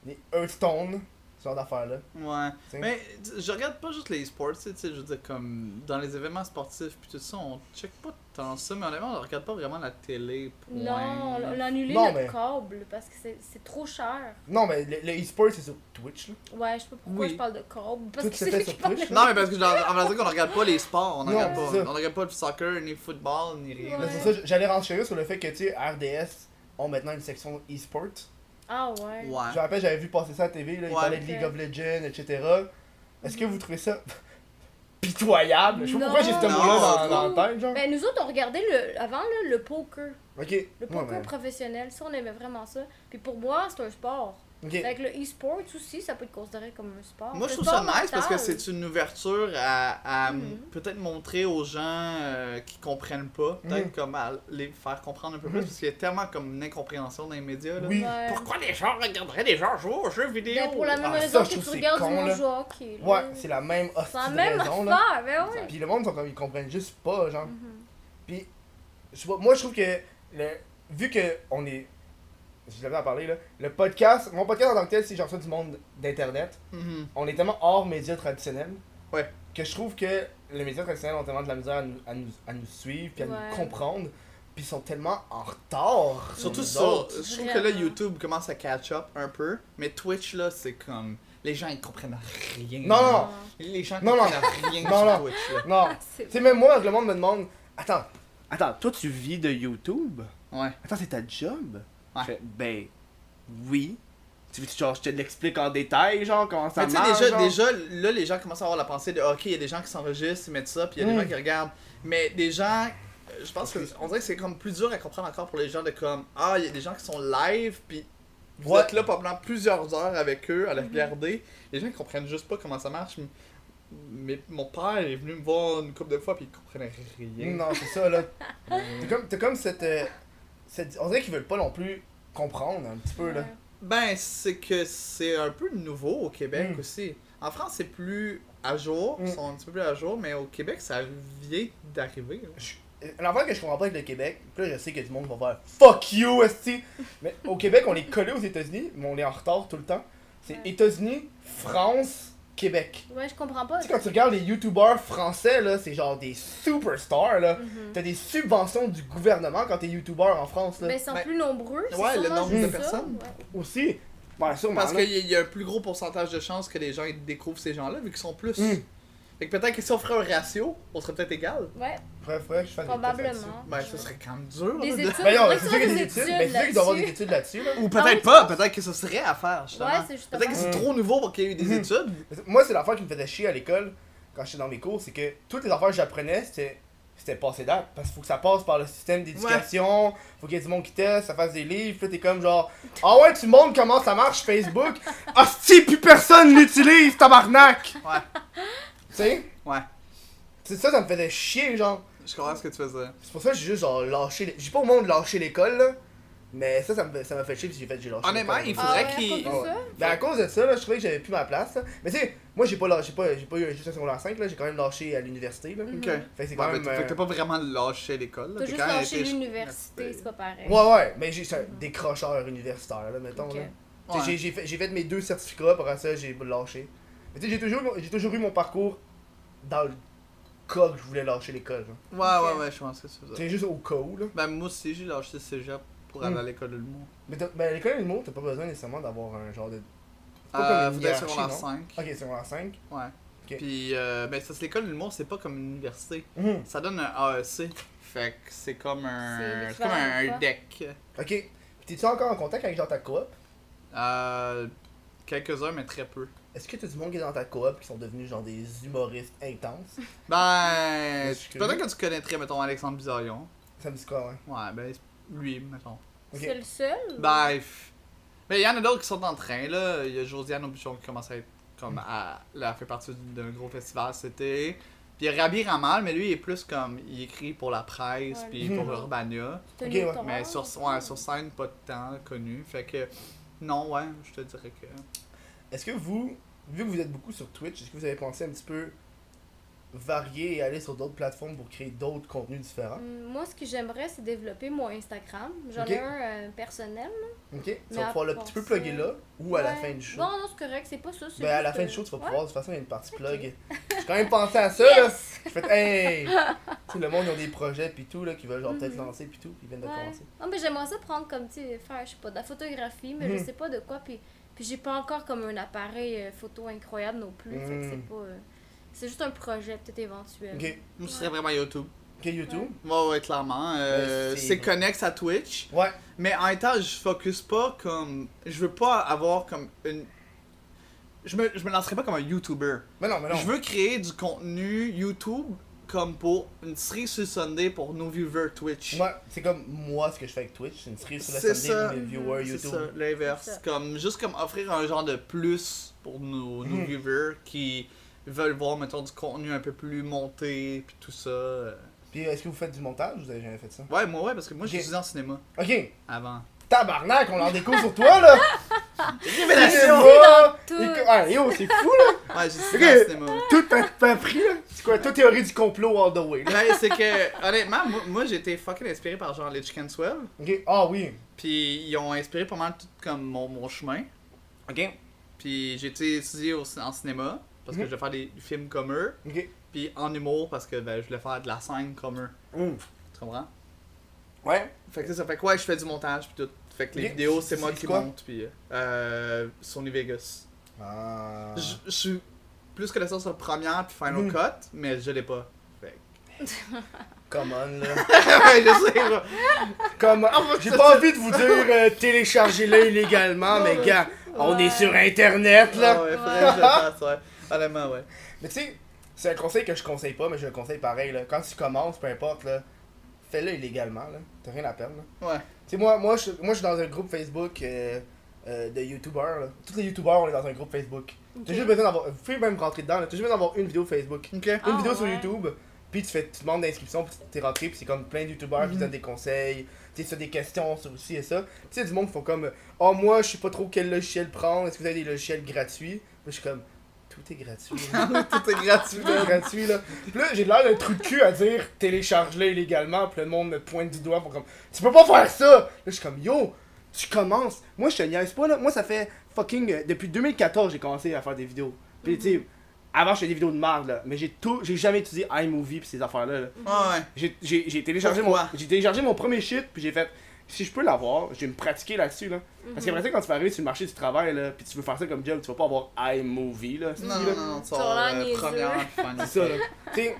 S1: les Hearthstone. Je genre d'affaires-là.
S3: Ouais.
S1: T'sais.
S3: Mais tu- je regarde pas juste les sports, tu sais, tu sais, je veux dire, comme dans les événements sportifs, puis tout ça, on check pas tant ça, mais honnêtement, on regarde pas vraiment la télé. Point.
S2: Non, on a annulé
S1: Non,
S2: le
S1: mais-
S2: câble parce que c'est- c'est trop cher.
S1: Non, mais le, le e-sport, c'est sur Twitch, là.
S2: Ouais, je sais pas pourquoi
S3: Oui.
S2: je parle de câble. Parce
S1: Tout
S2: que
S1: se
S2: c'est
S1: fait
S2: lui qui
S1: sur
S2: parle
S1: Twitch,
S2: de-
S3: Non, mais parce que genre, en vrai dire qu'on regarde pas les sports, on
S1: Non,
S3: regarde
S1: c'est
S3: pas.
S1: ça.
S3: On regarde pas le soccer, ni le football, ni rien.
S1: Mais
S2: Ouais.
S1: c'est ça, j'allais rentrer sérieux sur le fait que, tu sais, RDS ont maintenant une section e-sport.
S2: Ah ouais.
S3: Ouais.
S1: Je me rappelle, j'avais vu passer ça à la TV, là, ils
S3: Ouais.
S1: parlaient de League of Legends, etc. Est-ce que vous trouvez ça pitoyable? Je sais pas pourquoi j'ai ce
S2: Non.
S1: mot-là dans, dans la tête, genre.
S2: Ben nous autres on regardait le avant là, le poker,
S1: Ok.
S2: le
S1: Ouais,
S2: poker
S1: mais-
S2: professionnel, ça on aimait vraiment ça. Puis pour moi, c'est un sport.
S1: Ok.
S2: Fait que le e-sport aussi, ça peut être considéré comme un sport.
S3: Moi, je
S2: C'est
S3: trouve
S2: un
S3: ça
S2: sport
S3: nice parce que
S2: mental.
S3: c'est une ouverture à, à m-
S2: Mhm.
S3: peut-être montrer aux gens euh, qui comprennent pas,
S1: Hmm.
S3: peut-être comme à les faire comprendre un peu plus, parce qu'il y a tellement comme une incompréhension dans les médias. Là.
S1: Oui.
S2: Ouais.
S3: Pourquoi les gens regarderaient les gens jouer aux jeux vidéo
S2: Ben, pour la même
S1: Ah, ça, je
S2: raison que
S1: trouve
S2: tu
S1: c'est
S2: regardes
S1: con,
S2: du
S1: là.
S2: jeu hockey. là.
S1: Ouais, c'est la même
S2: C'est la
S1: hostie de
S2: même
S1: raison, là.
S2: affaire, ben ouais. Mm-hmm.
S1: Puis le monde, sont comme, ils comprennent juste pas, genre. Puis, je sais pas, moi, je trouve que, le, vu que on est, je l'avais à parler, là, le podcast, mon podcast en tant que tel, c'est genre ça du monde d'Internet.
S3: Mhm.
S1: On est tellement hors médias traditionnels.
S3: Ouais.
S1: Que je trouve que les médias traditionnels ont tellement de la misère à nous, à nous, à nous suivre, puis à
S2: Ouais.
S1: nous comprendre, puis ils sont tellement en retard. sur
S3: Surtout
S1: nous
S3: sur,
S1: autres.
S3: je trouve que là
S2: Vraiment.
S3: YouTube commence à catch up un peu, mais Twitch là c'est comme les gens ils comprennent rien.
S1: Non, non, non.
S3: les gens
S1: Non, non.
S3: comprennent rien
S1: Non,
S3: sur
S1: non.
S3: Twitch là.
S1: Non.
S2: Ah, C'est-
S1: Tu sais, même moi, le monde me demande, attends,
S4: Attends, toi tu vis de YouTube?
S3: Ouais.
S4: Attends, c'est ta job?
S3: Ouais.
S4: Je fais, ben, oui. Tu veux que genre, je te l'explique en détail, genre, comment ça
S3: mais tu sais,
S4: marche?
S3: déjà,
S4: genre?
S3: déjà, là, les gens commencent à avoir la pensée de OK, il y a des gens qui s'enregistrent, ils mettent ça, puis il y a
S1: Mm.
S3: des gens qui regardent. Mais des gens, euh, je pense que on dirait que c'est comme plus dur à comprendre encore pour les gens de comme Ah, il y a des gens qui sont live, puis vous
S1: Ouais. Mm-hmm.
S3: êtes là pendant plusieurs heures avec eux à les regarder. Les gens comprennent juste pas comment ça marche. Mais- Mais mon père est venu me voir une couple de fois, puis il comprenait rien.
S1: Non, c'est ça, là. T'as comme, t'as comme cette, euh, cette- On dirait qu'ils veulent pas non plus comprendre un petit peu, là.
S2: Ouais.
S3: Ben, c'est que c'est un peu nouveau au Québec
S1: Mm.
S3: aussi. En France, c'est plus à jour, ils
S1: Mm.
S3: sont un petit peu plus à jour, mais au Québec, ça vient d'arriver. là.
S1: Je- L'affaire que je comprends pas avec le Québec, pis là, je sais que du monde va faire fuck you, esti. Mais au Québec, on est collé aux États-Unis, mais on est en retard tout le temps. C'est
S2: Ouais.
S1: États-Unis, France, Québec.
S2: Ouais, je comprends pas.
S1: Tu sais, quand tu regardes les YouTubers français, là, c'est genre des superstars, là.
S2: Mhm.
S1: T'as des subventions du gouvernement quand t'es YouTuber en France, là.
S2: Ben, ils sont
S3: Ben,
S2: plus nombreux. c'est
S3: ouais, le
S2: sûrement
S3: nombre
S2: juste
S3: de
S2: ça,
S3: personnes.
S2: ouais.
S1: Aussi. Ouais, sûrement.
S3: Parce
S1: là.
S3: qu'il y, a- il y a un plus gros pourcentage de chances que les gens ils découvrent ces gens-là, vu qu'ils sont plus.
S1: Mm.
S3: Fait que peut-être que si on ferait un ratio, on serait peut-être égal.
S2: Ouais,
S1: Faudrait- faudrait que je fasse des tests là-dessus.
S2: probablement.
S3: Ben, ça serait quand même dur.
S2: Des
S3: là, de-
S2: études.
S1: Ben non,
S2: Faudrait
S1: c'est
S2: que
S1: sûr qu'il y a
S2: tu
S1: des
S2: fasses des
S1: études, mais c'est sûr qu'ils doivent avoir des études là-dessus, là.
S3: Ou
S2: Ah oui,
S3: peut-être
S2: tu
S3: pas,
S2: penses?
S3: peut-être que ça serait à faire, justement.
S2: Ouais, c'est justement.
S3: Peut-être que c'est
S1: Mm.
S3: trop nouveau pour qu'il y ait eu des
S1: Mhm.
S3: études.
S1: Moi, c'est l'affaire qui me faisait chier à l'école, quand j'étais dans mes cours, c'est que toutes les affaires que j'apprenais, c'était c'était passé date parce qu'il faut que ça passe par le système d'éducation, faut qu'il y ait du monde qui teste, ça fasse des livres, puis là, t'es comme genre ah ouais, tu montres comment ça marche Facebook.
S4: Hostie, plus personne l'utilise, tabarnak!
S1: tu
S3: Ouais,
S1: sais
S3: ouais.
S1: C'est ça ça me faisait chier genre.
S3: Je comprends ce que tu faisais.
S1: C'est pour ça que j'ai juste genre lâché, j'ai pas au monde lâcher l'école là, mais ça ça me fait- ça m'a fait chier, puis j'ai fait j'ai lâché.
S3: Honnêtement,
S1: l'école.
S3: il
S2: Ah
S3: faudrait
S2: ouais,
S3: qu'il-
S2: à cause de ça?
S1: Ben à cause de ça, là, je trouvais que j'avais plus ma place. là. Mais tu sais, moi j'ai pas lâché, j'ai pas, j'ai pas eu juste un secondaire 5, là, j'ai quand même lâché à l'université. là.
S2: Mm.
S3: Ok.
S1: Fait que c'est quand
S3: Ouais,
S1: même.
S3: ben, fait que
S1: euh,
S3: t'as pas vraiment lâché l'école. là.
S2: Mhm. T'as
S3: T'es
S2: juste
S3: quand même
S2: lâché
S3: été-
S2: l'université, c'est pas pareil.
S1: Ouais, ouais, mais j'ai c'est un décrocheur universitaire, là, mettons.
S2: Mm. Ok.
S1: là. Tu sais,
S3: Ouais.
S1: J'ai, j'ai, fait, j'ai fait mes deux certificats, après ça, j'ai lâché. Mais tu sais, j'ai toujours, j'ai toujours eu mon parcours dans le cas que je voulais lâcher l'école. genre.
S3: Ouais, ouais, ouais, je pense que c'est ça.
S1: C'est juste au cas où, là.
S3: Ben, moi aussi, j'ai lâché le cégep pour
S1: Mm.
S3: aller à l'école de l'humour.
S1: Mais, t'as- ben, à l'école d'humour, t'as pas besoin nécessairement d'avoir un genre de. c'est
S3: Euh,
S1: une
S3: faudrait
S1: hiérarchie,
S3: secondaire
S1: non?
S3: 5.
S1: Ok, secondaire 5.
S3: Ouais.
S1: Ok.
S3: Puis, euh, ben, ça, c'est l'école de l'humour, c'est pas comme une université.
S1: Mhm.
S3: Ça donne un AEC. Fait que c'est comme un.
S2: C'est
S3: C'est comme
S2: l'équivalent de
S3: un
S2: quoi?
S3: deck.
S1: Ok. Puis T'es-tu encore en contact avec genre ta coop
S3: Euh, Quelques-uns, mais très peu.
S1: Est-ce que t'as du monde qui est dans ta coop qui sont devenus genre des humoristes intenses
S3: Ben.
S1: je suis
S3: Peut-être que tu connaîtrais, mettons, Alexandre Bizarion.
S1: Ça me dit quoi, ouais.
S3: Ouais, ben, lui, mettons.
S1: Ok.
S2: C'est le seul?
S3: Ben. f- Mais il y en a d'autres qui sont en train, là. Il y a Josiane Aubuchon qui commence à être. Comme à. Là, elle fait partie d'un gros festival cet été. Puis il y a Rabi Ramal, mais lui, il est plus comme. Il écrit pour la presse,
S2: Ouais,
S3: puis
S1: lui.
S3: pour Urbania.
S2: T'as
S1: ok,
S2: une
S1: ouais,
S2: autre
S3: Mais
S2: heure,
S3: sur,
S2: ça.
S3: ouais, sur scène, pas tant connu. Fait que, non, ouais, je te dirais que.
S1: Est-ce que vous, vu que vous êtes beaucoup sur Twitch, est-ce que vous avez pensé un petit peu varier et aller sur d'autres plateformes pour créer d'autres contenus différents.
S2: Hum, Moi, ce que j'aimerais, c'est développer mon Instagram. J'en
S1: Ok.
S2: ai un euh, personnel.
S1: Ok? Tu
S2: Mais à
S1: vas pouvoir le
S2: part
S1: petit peu
S2: ça-
S1: plugger là ou à la
S2: Ouais.
S1: fin du show.
S2: Non, non, c'est correct, c'est pas ça. c'est
S1: ben à
S2: juste,
S1: la fin
S2: euh,
S1: du show, tu vas
S2: ouais.
S1: pouvoir. De toute façon, il y a une partie
S2: Ok.
S1: plug. J'ai quand même pensé à ça là.
S2: Yes!
S1: Je fais, hey! tu sais, le monde, ils ont des projets pis tout là, qui veulent genre peut-être
S2: Mhm.
S1: lancer pis tout, pis ils viennent de
S2: Ouais.
S1: commencer.
S2: Non, mais j'aimerais ça prendre comme, tu sais, faire, je sais pas, de la photographie, mais je
S1: Mhm.
S2: sais pas de quoi. Puis, puis j'ai pas encore comme un appareil euh, photo incroyable non plus. fait que
S1: Mhm.
S2: c'est pas. euh, c'est juste un projet peut-être éventuel.
S1: Ok,
S3: Moi, ce serait vraiment YouTube.
S1: ok, YouTube.
S3: Moi, ouais, clairement. euh,
S1: Ouais, c'est-
S3: c'est connexe à Twitch.
S1: Ouais.
S3: Mais en même temps, je focus pas comme. Je veux pas avoir comme une. Je me, je me lancerai pas comme un YouTuber.
S1: Mais Ah non, mais non.
S3: Je veux créer du contenu YouTube comme pour une série sur le Sunday pour nos viewers Twitch.
S1: Ouais, c'est comme moi ce que je fais avec Twitch, c'est une série sur le
S3: C'est
S1: Sunday
S3: ça.
S1: pour mes viewers
S3: C'est
S1: YouTube.
S3: ça, l'inverse.
S2: C'est ça.
S3: Comme, juste comme offrir un genre de plus pour nos, nos
S1: Mhm.
S3: viewers qui veulent voir, mettons, du contenu un peu plus monté, puis tout ça. euh.
S1: Puis est-ce que vous faites du montage Vous avez jamais fait ça
S3: Ouais, moi, ouais, parce que moi,
S1: Ok.
S3: j'ai étudié en cinéma
S1: Ok,
S3: avant.
S1: tabarnak, on en découvre sur toi là
S3: Révélation!
S1: Cinéma,
S2: tout.
S1: les co- Ah, yo, c'est fou là
S3: Ouais, j'ai étudié
S1: Ok.
S3: en cinéma.
S1: Tout t'as t'as pris là C'est quoi, toute théorie du complot all the way là
S3: Ouais, c'est que, honnêtement, moi, moi, j'ai été fucking inspiré par genre les Chicken Swell.
S1: Ok, ah oui
S3: Puis ils ont inspiré pas mal tout comme mon, mon chemin.
S1: Ok
S3: Puis j'ai été étudié au- en cinéma parce que
S1: Mhm.
S3: je voulais faire des films comme eux.
S1: Ok
S3: Puis en humour parce que ben, je voulais faire de la scène comme eux.
S1: Mm.
S3: Tu comprends?
S1: Ouais
S3: Fait que ça, ça fait quoi? je fais du montage puis tout. Fait que les
S1: Ok.
S3: vidéos, c'est moi
S1: C'est
S3: qui
S1: quoi?
S3: monte. Puis euh, euh, Sony Vegas.
S1: Ah.
S3: Je je suis plus connaissant sur première puis Final
S1: Mm.
S3: Cut, mais je l'ai pas. Fait que-
S1: Come on là
S3: ouais, je sais pas.
S1: Comme, j'ai pas envie de vous dire euh, téléchargez-le illégalement, mais gars, on est sur internet là.
S3: Ah ouais, faudrait que je le fasse, ouais. Honnêtement, ouais.
S1: Mais tu sais, c'est un conseil que je conseille pas, mais je le conseille pareil là. Quand tu commences, peu importe là, fais-le illégalement là. T'as rien à perdre là.
S3: Ouais.
S1: Tu sais, moi, moi, je, moi, je suis dans un groupe Facebook euh, euh, de YouTubers là. Tous les YouTubers, on est dans un groupe Facebook. T'as juste besoin d'avoir, vous pouvez même rentrer dedans là. T'as juste besoin d'avoir une vidéo Facebook.
S3: Ok.
S2: Ah,
S1: une vidéo sur
S2: ouais.
S1: YouTube, puis tu fais tu demandes d'inscription, puis t'es rentré, puis c'est comme plein de youtubeurs qui
S3: Mhm.
S1: donnent des conseils, tu sais, tu as des questions sur ci et ça. Tu sais, du monde qui font comme Oh, moi, je sais pas trop quel logiciel prendre, est-ce que vous avez des logiciels gratuits Moi, je suis comme Tout est gratuit. là.
S3: tout est gratuit.
S1: Tout est gratuit, là. Puis là, j'ai l'air d'un trou de cul à dire Télécharge-le illégalement, puis le monde me pointe du doigt pour comme Tu peux pas faire ça Là, je suis comme Yo, tu commences. Moi, je te niaise pas, là. Moi, ça fait fucking. euh, Depuis 2014, j'ai commencé à faire des vidéos. Puis,
S3: Mhm.
S1: tu sais, avant, je faisais des vidéos de merde, là. Mais j'ai tout. J'ai jamais utilisé iMovie pis ces affaires-là, là.
S3: Ah ouais.
S1: J'ai- J'ai j'ai téléchargé, mon,
S3: Pourquoi?
S1: j'ai téléchargé mon premier shit, puis j'ai fait. Si je peux l'avoir, je vais me pratiquer là-dessus, là. Parce
S3: Mhm.
S1: qu'après ça, quand tu vas arriver sur le marché du travail, là, puis tu veux faire ça comme job, tu vas pas avoir iMovie, là.
S3: Non,
S1: là.
S3: non, non, non, tu
S2: Sur la niaiseuse.
S3: première Final
S1: C'est ça, là. Tu sais,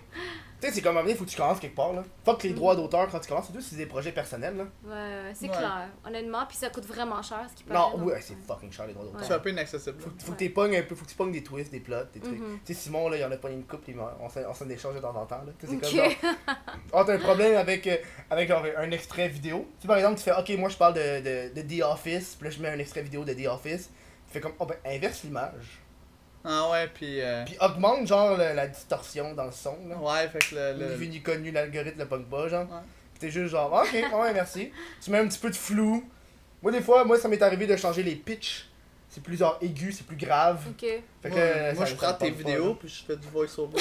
S1: tu sais, c'est comme à un moment donné, faut que tu commences quelque part, là. Fuck les droits d'auteur quand tu commences, surtout si c'est des projets personnels, là.
S2: Ouais, ouais, c'est
S3: Ouais.
S2: clair. Honnêtement, puis ça coûte vraiment cher ce qui paraît.
S1: Non,
S2: donc, euh,
S1: ouais, c'est fucking cher, les droits d'auteur.
S3: C'est un peu inaccessible.
S1: Faut, faut que t'es pognes un peu, faut que tu pognes des twists, des plots, des trucs.
S2: Mhm.
S1: Tu sais, Simon, là, il en a pogné une couple, il m'a- on s'en on s'en échange de temps en temps, là. Tu sais, c'est
S2: Ok.
S1: comme genre, Ah, t'as un problème avec, euh, avec genre, un extrait vidéo. Tu sais, par exemple, tu fais, ok, moi je parle de, de, de The Office, puis là je mets un extrait vidéo de The Office. Tu fais comme, oh ben, inverse l'image.
S3: Ah ouais, puis. euh,
S1: Puis augmente, genre, le- la distorsion dans le son, là.
S3: Ouais, fait que
S1: Ni
S3: le.
S1: vu
S3: le...
S1: ni connu, l'algorithme le punk pas, genre.
S3: Ouais.
S1: Puis t'es juste genre, ok, bon, ben, merci. Tu mets un petit peu de flou. Moi, des fois, moi, ça m'est arrivé de changer les pitchs. C'est plus genre aigu, c'est plus grave.
S2: Ok.
S1: Fait que,
S3: moi,
S1: euh,
S3: moi,
S1: ça-
S3: je
S1: ça me
S3: prends tes
S1: parle pas,
S3: vidéos,
S1: là.
S3: puis je fais du voice-over.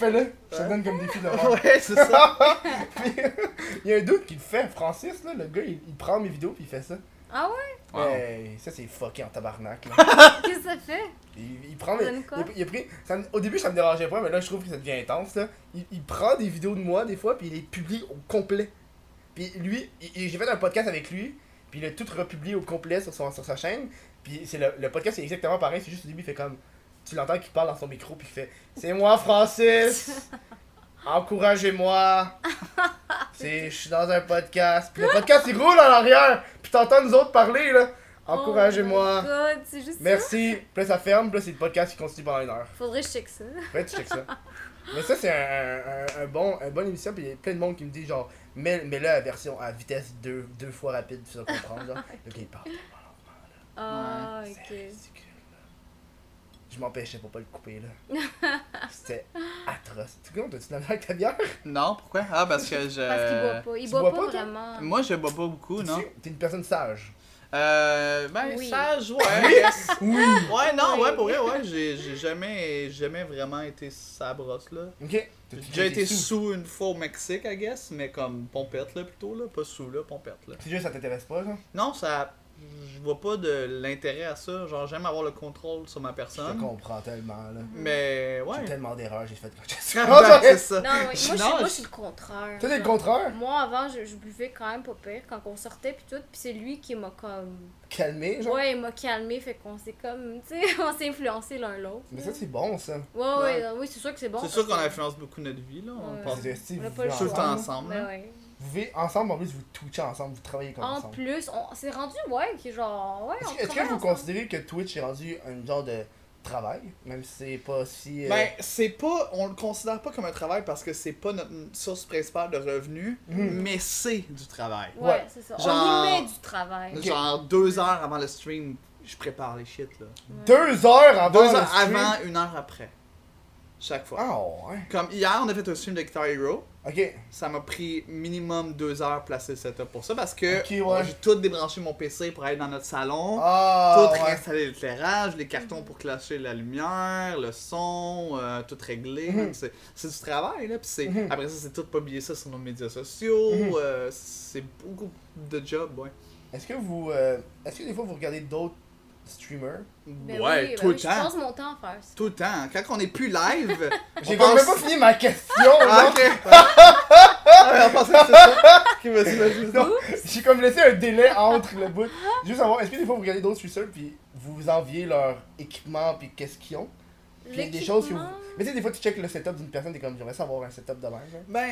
S1: Fais-le, je te donne comme défi de le faire.
S3: ouais, c'est ça.
S1: Puis, il y a un doute qui le fait, Francis, là, le gars, il, il prend mes vidéos puis il fait ça.
S2: Ah ouais?
S1: Hey, ça c'est fucké en tabarnak. là.
S2: Qu'est-ce que ça fait?
S1: il, il prend
S2: Ça
S1: mes-
S2: donne quoi?
S1: il a- il a pris- ça me- au début ça me dérangeait pas, mais là je trouve que ça devient intense. Là. Il, il prend des vidéos de moi des fois puis il les publie au complet. Puis lui, il- il- j'ai fait un podcast avec lui, puis il a tout republié au complet sur, son, sur sa chaîne. Puis c'est le, le podcast c'est exactement pareil, c'est juste au début il fait comme tu l'entends qu'il parle dans son micro puis il fait c'est moi Francis. Encouragez-moi! C'est, je suis dans un podcast. Puis le podcast il roule en arrière! Puis t'entends nous autres parler là! Encouragez-moi!
S2: Oh my God, c'est juste ça.
S1: Merci. Puis là, ça ferme. Puis là, c'est le podcast qui continue pendant une heure.
S2: Faudrait que je check ça.
S1: Ouais, tu check ça. Mais ça, c'est un, un- un bon, un bon émission. Puis il y a plein de monde qui me dit, genre, mets, mets la version à vitesse deux, deux fois rapide. Puis ça comprendre. Genre. Le gars, il parle.
S2: Ah,
S1: C'est
S2: ok.
S1: ridicule, là. Je m'empêchais pour pas le couper, là. C'était atroce. Tu comptes, t'as-tu de la bière avec ta bière?
S3: Non, pourquoi Ah, parce que je.
S2: Parce qu'il boit pas. Il
S1: tu
S2: boit
S1: bois
S2: pas,
S1: pas, toi?
S2: vraiment.
S3: Moi, je bois pas beaucoup, non
S1: T'es une personne sage.
S3: Euh, ben,
S2: Oui.
S3: sage, ouais. yes.
S1: Oui.
S3: Ouais, non,
S2: Oui.
S3: ouais, pour vrai, ouais, j'ai j'ai jamais, jamais vraiment été sa brosse, là.
S1: Ok.
S3: J'ai déjà été sous une fois au Mexique, I guess, mais comme pompette, là, plutôt, là. Pas sous, là, pompette, là.
S1: C'est juste ça t'intéresse pas, genre.
S3: Non, ça. Je vois pas de l'intérêt à ça. Genre, j'aime avoir le contrôle sur ma
S1: Je te
S3: personne.
S1: comprends tellement, là.
S3: Mais,
S1: J'ai
S3: ouais.
S1: tellement d'erreurs, j'ai fait quand j'ai
S3: Ben,
S1: Toi,
S3: c'est ça.
S2: Non, ouais, moi, je suis-
S3: Non,
S2: moi, je
S3: je-
S2: suis le contraire.
S1: t'es le
S2: genre.
S1: contraire.
S2: Moi, avant, je, je buvais quand même pas pire quand on sortait, puis tout, puis c'est lui qui m'a comme.
S1: Calmé, genre.
S2: Ouais, il m'a calmé, fait qu'on s'est comme. Tu sais, on s'est influencé l'un l'autre.
S1: Mais ça, c'est bon, ça.
S2: Ouais, ouais,
S3: Ouais.
S2: euh, oui, c'est sûr que c'est bon.
S3: C'est sûr qu'on
S2: parce que-
S3: influence beaucoup notre vie, là. On
S2: Ouais.
S3: passe
S1: Parce que si
S2: On a
S1: vous
S2: pas le
S1: vivez
S3: tout le
S2: choix.
S1: ensemble-
S3: temps ensemble. hein.
S2: Ben
S3: là.
S2: ouais.
S1: Vous vivez ensemble, en plus, vous twitchez ensemble, vous travaillez comme
S2: En
S1: ensemble.
S2: plus, on s'est rendu, ouais, que genre. Ouais,
S1: Est-ce
S2: on
S1: que, est-ce que
S2: travaille
S1: vous
S2: ensemble.
S1: considérez que Twitch est rendu un genre de travail, même si c'est pas si. euh,
S3: Ben, c'est pas. On le considère pas comme un travail parce que c'est pas notre source principale de revenus,
S1: Hmm.
S3: mais c'est du travail.
S2: Ouais,
S1: Ouais.
S2: c'est ça.
S3: Genre-
S2: On y met du travail.
S1: Ok.
S3: Genre, deux heures avant le stream, je prépare les shit, là.
S1: Deux heures avant.
S3: Deux
S1: Ah, le
S3: heures
S1: stream?
S3: avant, une heure après. Chaque fois.
S1: Ah ouais.
S3: Comme hier, on a fait un stream de Guitar Hero.
S1: Ok.
S3: Ça m'a pris minimum deux heures placer le setup pour ça parce que
S1: Ok, ouais.
S3: moi, j'ai tout débranché mon PC pour aller dans notre salon.
S1: Ah.
S3: Tout
S1: ouais.
S3: réinstaller l'éclairage, les cartons pour clasher la lumière, le son, euh, tout réglé.
S1: Mhm.
S3: même, C'est c'est du travail, là. Puis c'est- après ça, c'est tout publier ça sur nos médias sociaux.
S1: Mhm.
S3: euh, c'est beaucoup de job, ouais.
S1: Est-ce que vous. euh, Est-ce que des fois vous regardez d'autres streamers
S2: Ben
S3: ouais,
S2: oui, ben
S3: tout
S2: oui,
S3: le
S2: Je
S3: temps.
S2: passe mon temps à faire ça.
S3: Tout le temps. Quand on n'est plus live,
S1: J'ai
S3: on
S1: comme même
S3: pense...
S1: pas fini ma question,
S3: Ah,
S1: là.
S3: ok. Ah, ouais, on pensait que c'était ça. Ok, vas-y, vas-y, vas-y.
S1: Non, J'ai comme laissé un délai entre le bout. Juste savoir, est-ce que des fois vous regardez d'autres streamers puis vous enviez leur équipement puis qu'est-ce qu'ils ont Puis il y a des choses que vous.
S2: L'équipement-
S1: Mais tu sais, des fois tu checkes le setup d'une personne, t'es comme j'aimerais savoir un setup de même. genre.
S3: Ben,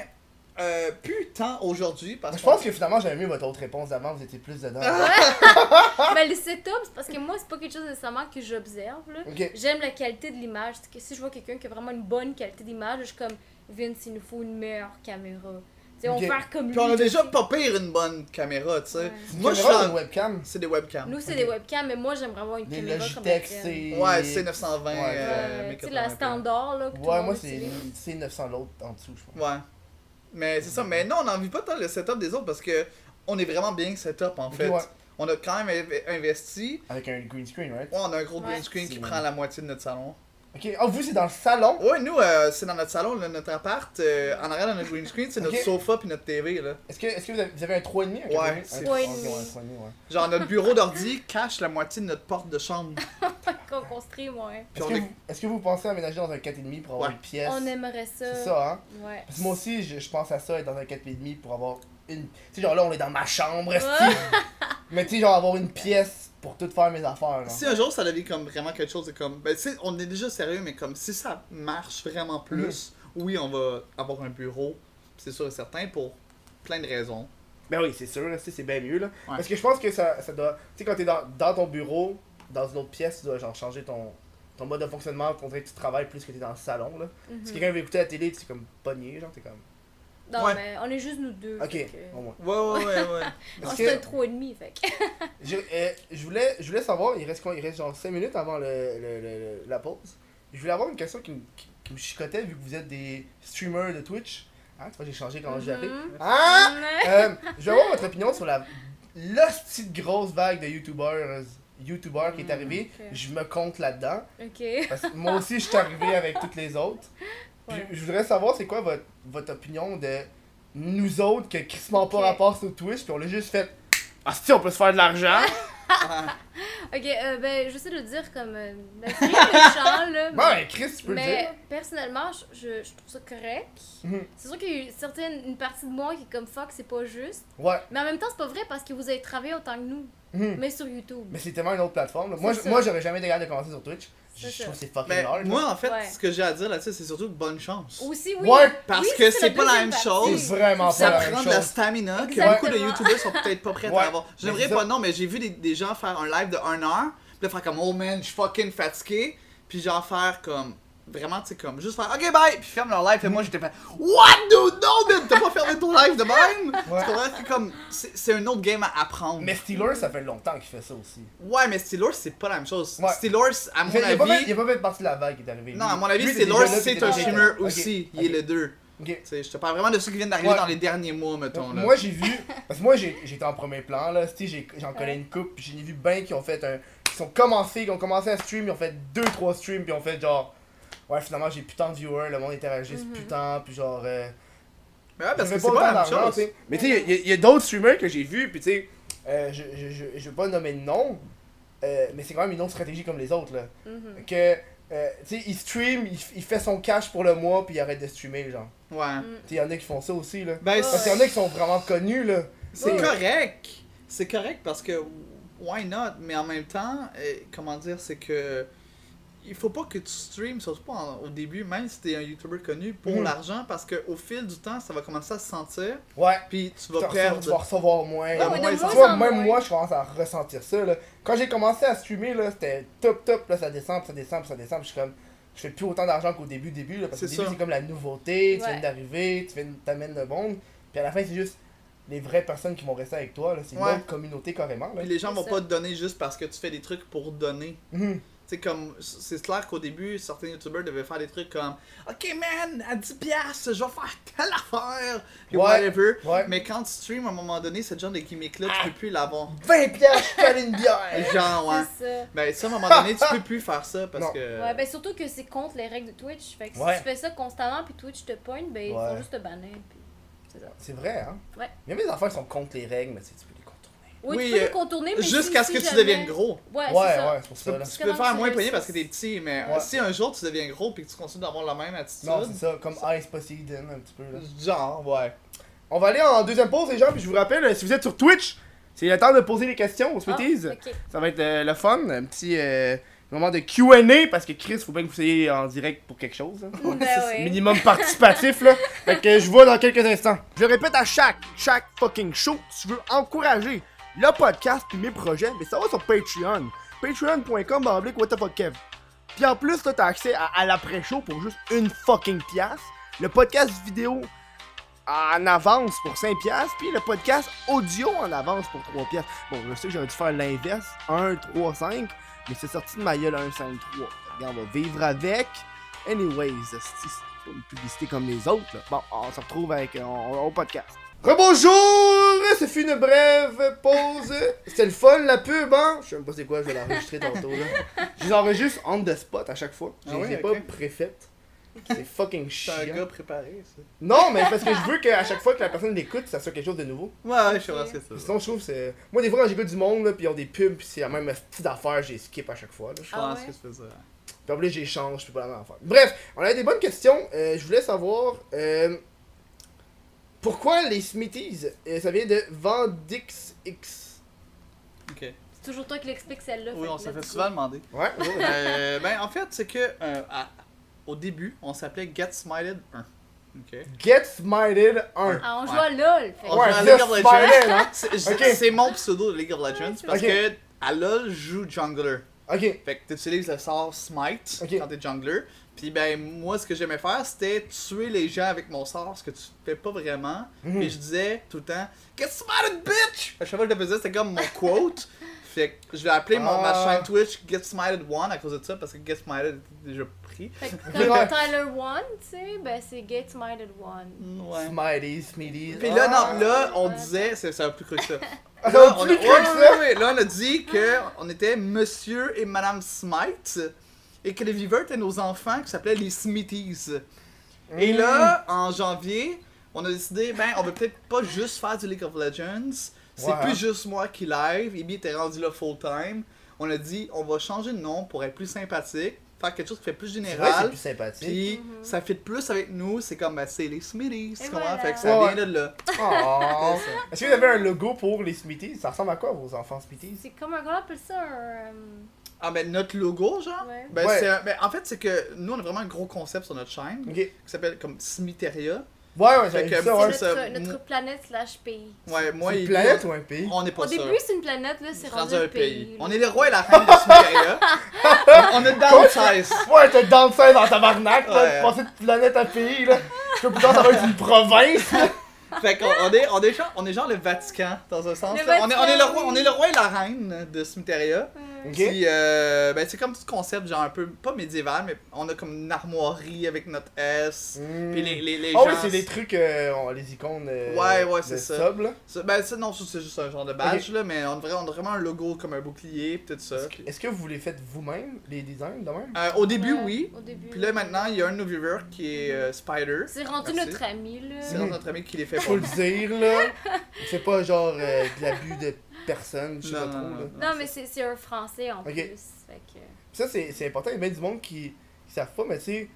S3: euh, plus tant aujourd'hui parce
S1: Je pense que finalement j'avais mieux votre autre réponse d'avant, vous étiez plus dedans.
S2: Ah
S1: Ah!
S2: Ben, le setup, c'est parce que moi, c'est pas quelque chose nécessairement que j'observe. là.
S1: Ok.
S2: J'aime la qualité de l'image. C'est que Si je vois quelqu'un qui a vraiment une bonne qualité d'image, je suis comme Vince, il nous faut une meilleure caméra. Tu sais, on
S1: Ok.
S2: va faire comme
S3: Puis on
S2: lui.
S3: a déjà pas pire une bonne caméra, tu sais.
S2: Ouais.
S3: Moi, je suis
S1: Caméra ou une
S3: en-
S1: webcam.
S3: C'est des webcams.
S2: Nous, c'est des webcams, mais moi, j'aimerais avoir une
S1: Des
S2: caméra comme
S1: Logitech,
S2: la tienne.
S1: c'est.
S3: Ouais, c'est 920
S1: Ouais.
S3: euh,
S2: Ouais,
S3: mais
S2: tu sais, la
S3: 80p.
S2: standard, là. que tout le
S1: Ouais,
S2: monde
S1: moi c'est
S2: utilise.
S1: c'est 900 l'autre en dessous, je pense.
S3: Ouais. Mais c'est ça, mais non, on n'envie pas tant le setup des autres parce que on est vraiment bien setup en
S1: Ok,
S3: fait.
S1: ouais.
S3: On a quand même inv- investi.
S1: Avec un green screen, right
S3: Ouais, on a un gros green
S2: Ouais.
S3: screen qui
S1: C'est
S3: prend
S1: vrai.
S3: la moitié de notre salon.
S1: Ok, ah vous c'est dans le salon
S3: Ouais, nous, euh, c'est dans notre salon, là, notre appart. euh, en arrière de notre green screen, c'est notre
S1: Ok.
S3: sofa puis notre TV. Là.
S1: Est-ce que, est-ce que vous, avez, vous avez un 3,5
S3: Ouais,
S1: c'est
S3: c'est-
S2: 3,5.
S1: ouais.
S3: Genre, notre bureau d'ordi cache la moitié de notre porte de chambre.
S2: Qu'on construit, ouais.
S1: Est-ce,
S3: Puis on
S1: que
S3: est-
S1: vous, est-ce que vous pensez aménager dans un 4,5 pour avoir
S3: Ouais.
S1: une pièce
S2: On aimerait ça.
S1: C'est ça, hein
S2: Ouais.
S1: Parce que moi aussi, je, je pense à ça, être dans un 4,5 pour avoir une. Tu sais, genre là, on est dans ma chambre, esti.
S2: Ouais.
S1: mais tu sais, genre avoir une pièce pour tout faire mes affaires. genre.
S3: Si un jour ça devient comme vraiment quelque chose de comme. Ben, tu sais, on est déjà sérieux, mais comme si ça marche vraiment plus, oui, on va avoir un bureau, c'est sûr et certain, pour plein de raisons.
S1: Ben oui, c'est sûr, là, c'est c'est bien mieux là.
S3: Ouais.
S1: Parce que je pense que ça, ça doit. Tu sais, quand t'es dans, dans ton bureau, dans une autre pièce, tu dois genre changer ton, ton mode de fonctionnement. On dirait que tu travailles plus que t'es dans le salon là.
S2: Mhm.
S1: Si quelqu'un veut écouter la télé, c'est comme pogné, genre t'es comme.
S2: Non,
S3: Ouais.
S2: mais on est juste nous deux.
S1: Ok,
S2: fait que-
S1: au moins.
S3: Ouais, ouais, ouais, ouais.
S2: On
S1: Est-ce
S2: se donne
S1: que-
S2: trois et demi, fait que-
S1: Je, euh, je, voulais, je voulais savoir, il reste quoi Il reste genre 5 minutes avant le, le- le- le- la pause. Je voulais avoir une question qui, me- qui, qui me chicotait vu que vous êtes des streamers de Twitch. Ah, tu vois, j'ai changé quand je l'ai appelé.
S2: Mhm.
S1: Ah
S2: Ouais.
S1: Euh, Je veux avoir votre opinion sur la l'hostie de grosse vague de YouTubers, YouTubers qui est arrivée.
S2: Mm, Ok.
S1: Je me compte là-dedans.
S2: Ok.
S1: Parce que moi aussi, je suis arrivé avec toutes les autres. Puis
S2: Ouais.
S1: je, je voudrais savoir, c'est quoi votre, votre opinion de nous autres que crissement
S2: Ok.
S1: pas rapport sur Twitch, puis on l'a juste fait.
S4: Ah si, on peut se faire de l'argent.
S3: Ah,
S2: Ok, euh, ben, j'essaie de le dire comme. Euh, ben, c'est bien méchant, là.
S1: Bon, ouais, Chris, tu peux le dire.
S2: mais personnellement, je, je- je trouve ça correct.
S1: Mhm.
S2: C'est sûr qu'il y a eu certaines, une partie de moi qui est comme fuck, c'est pas juste.
S1: Ouais.
S2: Mais en même temps, c'est pas vrai parce que vous avez travaillé autant que nous,
S1: Mhm.
S2: mais sur YouTube.
S1: Mais c'est tellement une autre plateforme. là. Moi,
S2: C'est
S1: je-
S2: ça.
S1: moi, j'aurais jamais dégardé de commencer sur Twitch. Je
S2: C'est
S1: je
S2: ça.
S1: trouve que c'est fucking
S3: Mais hein.
S1: large.
S3: moi, en fait,
S2: Ouais.
S3: ce que j'ai à dire là-dessus, c'est surtout bonne chance.
S2: Aussi, oui.
S1: Ouais,
S3: parce
S2: Oui,
S3: que c'est pas la
S2: deuxième
S3: même
S1: c'est
S2: partie.
S3: chose.
S1: vraiment
S3: Oh,
S1: pas
S3: Ça
S1: la
S3: prend
S1: même
S3: de la
S1: chose.
S3: stamina que
S2: Exactement.
S3: beaucoup de youtubeurs sont peut-être pas prêts
S1: Ouais.
S3: à avoir. J'aimerais
S1: Mais ça-
S3: pas, non, mais j'ai vu des, des gens faire un live de 1 heure, puis là, faire comme oh man, je suis fucking fatigué, puis genre faire comme vraiment, tu sais, comme juste faire ok bye, puis ferme leur live, et moi j'étais fait what dude, non, man, t'as pas fermé ton live de même!
S1: Ouais.
S3: Tu comprends? C'est comme, c'est c'est un autre game à apprendre.
S1: Mais Steelers, ça fait longtemps qu'il fait ça aussi.
S3: Ouais, mais Steelors, c'est pas la même chose.
S1: Ouais.
S3: Steelors, à
S1: Il
S3: mon
S1: fait- il a, pas fait, il
S3: avis.
S1: a pas fait partie de la vague qui est arrivée.
S3: Non,
S1: Lui-
S3: à mon avis,
S1: lui,
S3: Steelors,
S1: déjà là, puis
S3: c'est
S1: t'es
S3: un
S1: déjà là.
S3: streamer
S1: Ok,
S3: aussi. Il
S1: ok.
S3: est le 2.
S1: Ok.
S3: Tu sais, je te parle vraiment de ceux qui viennent d'arriver
S1: Ouais.
S3: dans les derniers mois, mettons. Là.
S1: Moi j'ai vu, parce que moi j'ai- j'étais en premier plan là, tu sais, j'ai- j'en connais une coupe, j'ai vu ben qui ont fait un, qui sont commencés, qui ont commencé à stream, ils ont fait 2-3 streams, puis ont fait genre, ouais finalement j'ai plus tant de viewers, le monde interagit, c'est
S2: Mhm.
S1: plus tant, puis genre, euh,
S3: Mais ouais, parce
S1: je
S3: que
S1: mets
S3: c'est
S1: autant
S3: pas la même
S1: d'argent,
S3: chose.
S1: tu sais.
S4: Mais tu sais, il y a- il y a, d'autres streamers que j'ai vus, puis tu sais,
S1: Euh, je, je, je, je veux pas nommer de nom, euh, mais c'est quand même une autre stratégie comme les autres là.
S2: Mhm.
S1: Que, euh, tu sais, il stream, il, f- il fait son cash pour le mois, puis il arrête de streamer, genre.
S3: Ouais.
S2: Mm.
S1: Tu sais, il y en a qui font ça aussi là.
S3: Ben,
S1: Parce qu'il y en a qui sont vraiment connus là.
S3: C'est
S1: Ouais.
S3: correct. C'est correct parce que why not? Mais en même temps, euh, comment dire, c'est que il faut pas que tu streams, surtout pas en- au début, même si t'es un YouTuber connu, pour
S1: Mhm.
S3: l'argent parce qu'au fil du temps, ça va commencer à se sentir,
S1: Ouais.
S3: puis tu
S1: Tu
S3: vas
S1: vas recevoir- tu vas
S3: perdre.
S1: recevoir moins.
S3: Ah ouais,
S1: moins
S3: de
S1: ça.
S3: moins
S1: Tu vois,
S2: en
S1: même
S2: moins.
S1: moi, je commence à ressentir ça. Là. Quand j'ai commencé à streamer, là, c'était top top, là, ça descend, puis ça descend, puis ça descend. puis Je suis comme, je fais plus autant d'argent qu'au début, début, là, parce que
S3: C'est
S1: début,
S3: ça.
S1: c'est comme la nouveauté, tu
S2: Ouais.
S1: viens d'arriver, tu viens t'amènes le monde. Puis à la fin, c'est juste les vraies personnes qui vont rester avec toi. là. C'est une
S3: Ouais.
S1: autre communauté carrément. Là.
S3: Puis les gens
S2: C'est
S3: vont
S2: ça.
S3: pas te donner juste parce que tu fais des trucs pour donner.
S1: Mhm.
S3: Tu sais, comme, c'est clair qu'au début, certains youtubeurs devaient faire des trucs comme Ok, man, à 10$, piastres, je vais faire telle affaire, puis
S1: Ouais.
S3: whatever.
S1: Ouais. Ah.
S3: Mais quand tu stream, à un moment donné, ce genre de gimmick-là, tu peux plus l'avoir.
S1: 20 piastres, je fais une bière!
S3: Genre, ouais.
S2: C'est ça.
S3: Ben, ça, à un moment donné, tu peux plus faire ça parce
S1: Non.
S3: que.
S2: Ouais, ben surtout que c'est contre les règles de Twitch. Fait que
S1: Euh. Ouais.
S2: si tu fais ça constamment, puis Twitch te poigne, ben ils
S1: Ouais.
S2: vont juste te bannir. Puis... c'est ça.
S1: C'est vrai, hein?
S2: Ouais.
S1: Il y a des enfants qui sont contre les règles, mais tu sais, tu peux les contourner.
S2: Oui,
S3: Oui,
S2: tu peux
S3: euh,
S2: les contourner, mais
S3: Jusqu'à ce
S2: si-
S3: que
S2: si
S3: tu
S2: jamais-
S3: deviennes gros.
S2: Ouais,
S1: Ouais,
S2: c'est ça.
S1: ouais, c'est pour
S3: Tu
S1: ça.
S3: peux,
S1: Là.
S3: tu
S2: C'est
S3: peux
S2: comment
S3: faire
S2: tu
S3: moins poigné
S2: réussis.
S3: parce que t'es petit, mais euh,
S1: Ouais.
S3: si un jour tu deviens gros puis que tu continues d'avoir la même attitude.
S1: Non, c'est ça, comme Ice Posseed, un petit peu. Là.
S3: Genre, ouais.
S4: on va aller en deuxième pause, les gens, puis je vous rappelle, euh, si vous êtes sur Twitch, c'est le temps de poser des questions aux
S2: Ah,
S4: Sweeties.
S2: ok.
S4: Ça va être euh, le fun, un petit euh, moment de Q&A, parce que Chris, faut bien que vous soyez en direct pour quelque chose. hein.
S2: Ben oui.
S4: minimum participatif là. Fait que je vois dans quelques instants. Je répète à chaque, chaque fucking show, si tu veux encourager le podcast puis mes projets, mais ça va sur Patreon. Patreon.com oblique what the fuck Kev. Puis en plus, là, t'as accès à, à l'après-show pour juste une fucking pièce. Le podcast vidéo en avance pour 5 pièces, puis le podcast audio en avance pour 3 pièces. Bon, je sais que j'aurais dû faire l'inverse, 1, 3, 5, mais c'est sorti de ma gueule 1, 5, 3. Regarde, on va vivre avec. Anyways, c'est c'est pas une publicité comme les autres. là. Bon, on se retrouve avec euh, on- on podcast.
S1: Rebonjour! Ce fut une brève pause. C'était le fun, la pub, hein? Je sais même pas c'est quoi, je vais l'enregistrer tantôt, là. Je les enregistre on the spot à chaque fois. Je
S3: Ah
S1: les
S3: oui,
S1: ai
S3: ok.
S1: pas préfaites. C'est fucking
S3: T'es un
S1: chiant.
S3: gars préparé, ça.
S1: Non, mais parce que je veux qu'à chaque fois que la personne l'écoute, ça soit quelque chose de nouveau.
S3: Ouais, ouais, je sais pas ce que c'est.
S1: Sinon, je trouve que c'est. Moi, des fois, quand j'écoute du monde, là, pis ils ont des pubs, pis c'est la même petite affaire, j'ai skip à chaque fois, là.
S3: Je
S2: Ah
S3: pense
S2: ouais?
S3: que c'est ça.
S1: Puis en plus, j'échange, je peux pas la même affaire. Bref, on a des bonnes questions. Euh, je voulais savoir euh, pourquoi les Smithies Euh, Ça vient de VandixX.
S3: Ok.
S2: C'est toujours toi qui l'explique celle-là.
S3: Oui,
S2: que
S3: on s'est fait
S2: let's go.
S3: souvent demander.
S1: Ouais, ouais.
S3: Euh, ben, en fait, c'est que. euh, à- Au début, on s'appelait Get Smited 1. Ok.
S1: Get Smited 1.
S2: Ah, on joue
S3: Ouais.
S2: à LOL. Fait.
S3: On
S1: Ouais,
S3: joue à
S1: The
S3: League of Legends.
S1: Smited, hein?
S3: C'est c'est-
S1: Ok.
S3: c'est mon pseudo de League of Legends parce
S1: Ok.
S3: que à LoL, je joue jungler.
S1: Ok,
S3: Fait que t'utilises le sort Smite
S1: Ok.
S3: quand t'es jungler. Puis ben moi ce que j'aimais faire c'était tuer les gens avec mon sort, ce que tu fais pas vraiment.
S1: Mhm.
S3: Et je disais tout le temps Get smited bitch! À chaque fois que je le faisais c'était comme mon quote. fait que je vais appeler mon, ma
S1: Ah.
S3: chaîne Twitch Get smited one à cause de ça parce que Get smited était déjà pris.
S2: Fait que
S1: Ok, ouais.
S2: comme Tyler One, tu sais, ben c'est Get Minded One.
S3: Ouais.
S1: Smithies, Smithies.
S3: Puis là,
S1: Ah.
S3: non, là, on disait, c'est c'est un peu cru que ça.
S1: Ah,
S3: Là, on,
S1: plus
S3: a,
S1: cru que
S3: ouais,
S1: ça.
S3: ouais, ouais, là, on a dit qu'on était Monsieur et Madame Smite et que les viveurs étaient nos enfants qui s'appelaient les Smithies. Et là,
S1: Mm.
S3: en janvier, on a décidé, ben, on va peut-être pas juste faire du League of Legends. C'est
S1: Ouais. hein.
S3: plus juste moi qui live. Ibi était rendu là full-time. On a dit, on va changer de nom pour être plus sympathique, faire quelque chose qui fait plus
S1: C'est vrai, c'est
S3: général.
S1: plus sympathique.
S3: Puis ça fit plus avec nous, c'est comme ben, c'est les Smithies,
S2: Mm-hmm. Et
S3: tu comprends?
S2: voilà.
S3: Fait que ça
S1: Ouais.
S3: vient de là.
S1: Oh. Est-ce que vous avez un logo pour les Smithies Ça ressemble à quoi vos enfants Smithies
S2: C'est comme un gars appelle ça un. euh,
S3: Ah ben notre logo genre?
S2: Ouais.
S3: Ben,
S1: Ouais.
S3: c'est un- ben, en fait c'est que nous on a vraiment un gros concept sur notre chaîne
S1: Ok.
S3: qui
S1: Ouais,
S3: s'appelle comme Cimiteria.
S1: ouais,
S3: Fait
S1: j'avais
S3: que
S1: vu ça,
S3: moi,
S1: ouais.
S3: Ah, ça-
S2: C'est notre,
S3: moi-
S2: notre planète slash pays.
S3: Ouais, moi
S1: C'est
S3: et
S1: une
S3: lui,
S1: planète ou un pays
S3: on n'est
S2: Au
S3: pas sûr.
S2: début, c'est une planète, là, c'est
S3: C'est
S2: rendu un pays. là.
S3: On est le roi et la reine de Cimiteria. on est downsize.
S1: Ouais, t'es dans le sein dans tabarnak, là,
S3: Ouais.
S1: de passer de planète à pays, là. Je sais plus tard, ça va être une province, là.
S3: fait qu'on on est, on, est genre, on est genre le Vatican dans un sens.
S2: Le
S3: là. On, est, on, est le
S2: Vatican,
S3: roi,
S2: oui.
S3: on est le roi et la reine de Cimiteria.
S2: Euh, niaiseux.
S1: Ok.
S3: Puis, euh, ben, c'est comme tout concept, genre un peu, pas médiéval, mais on a comme une armoirie avec notre S.
S1: Mm.
S3: Puis les, les, les
S1: Ah
S3: gens.
S1: oui, c'est des trucs, euh, on- les icônes. euh,
S3: Ouais, ouais,
S1: de
S3: c'est ça.
S1: sub, là.
S3: c'est- Ben, ça, non, ça, c'est juste un genre de badge, là, mais on a, vraiment, on a vraiment un logo comme un bouclier, pis tout ça.
S1: Est-ce que- Est-ce que vous les faites vous-même, les designs de même
S3: Euh, au début,
S2: Ouais,
S3: oui.
S2: Au début.
S3: Puis là, maintenant, il y a un de nos viewers qui est euh, Spider.
S2: C'est rendu
S3: Merci.
S2: notre ami, là.
S3: C'est notre ami qui les fait
S1: Faut
S3: pour
S1: le dire, là. C'est pas genre euh, de l'abus de personne, je sais
S3: Non,
S1: pas
S3: non,
S1: trop,
S3: non,
S1: là.
S3: non.
S2: Non, mais c'est c'est un français en
S1: Ok.
S2: plus. Fait que...
S1: Puis ça, c'est c'est important. Il y a bien du monde qui, qui savent pas, mais tu sais,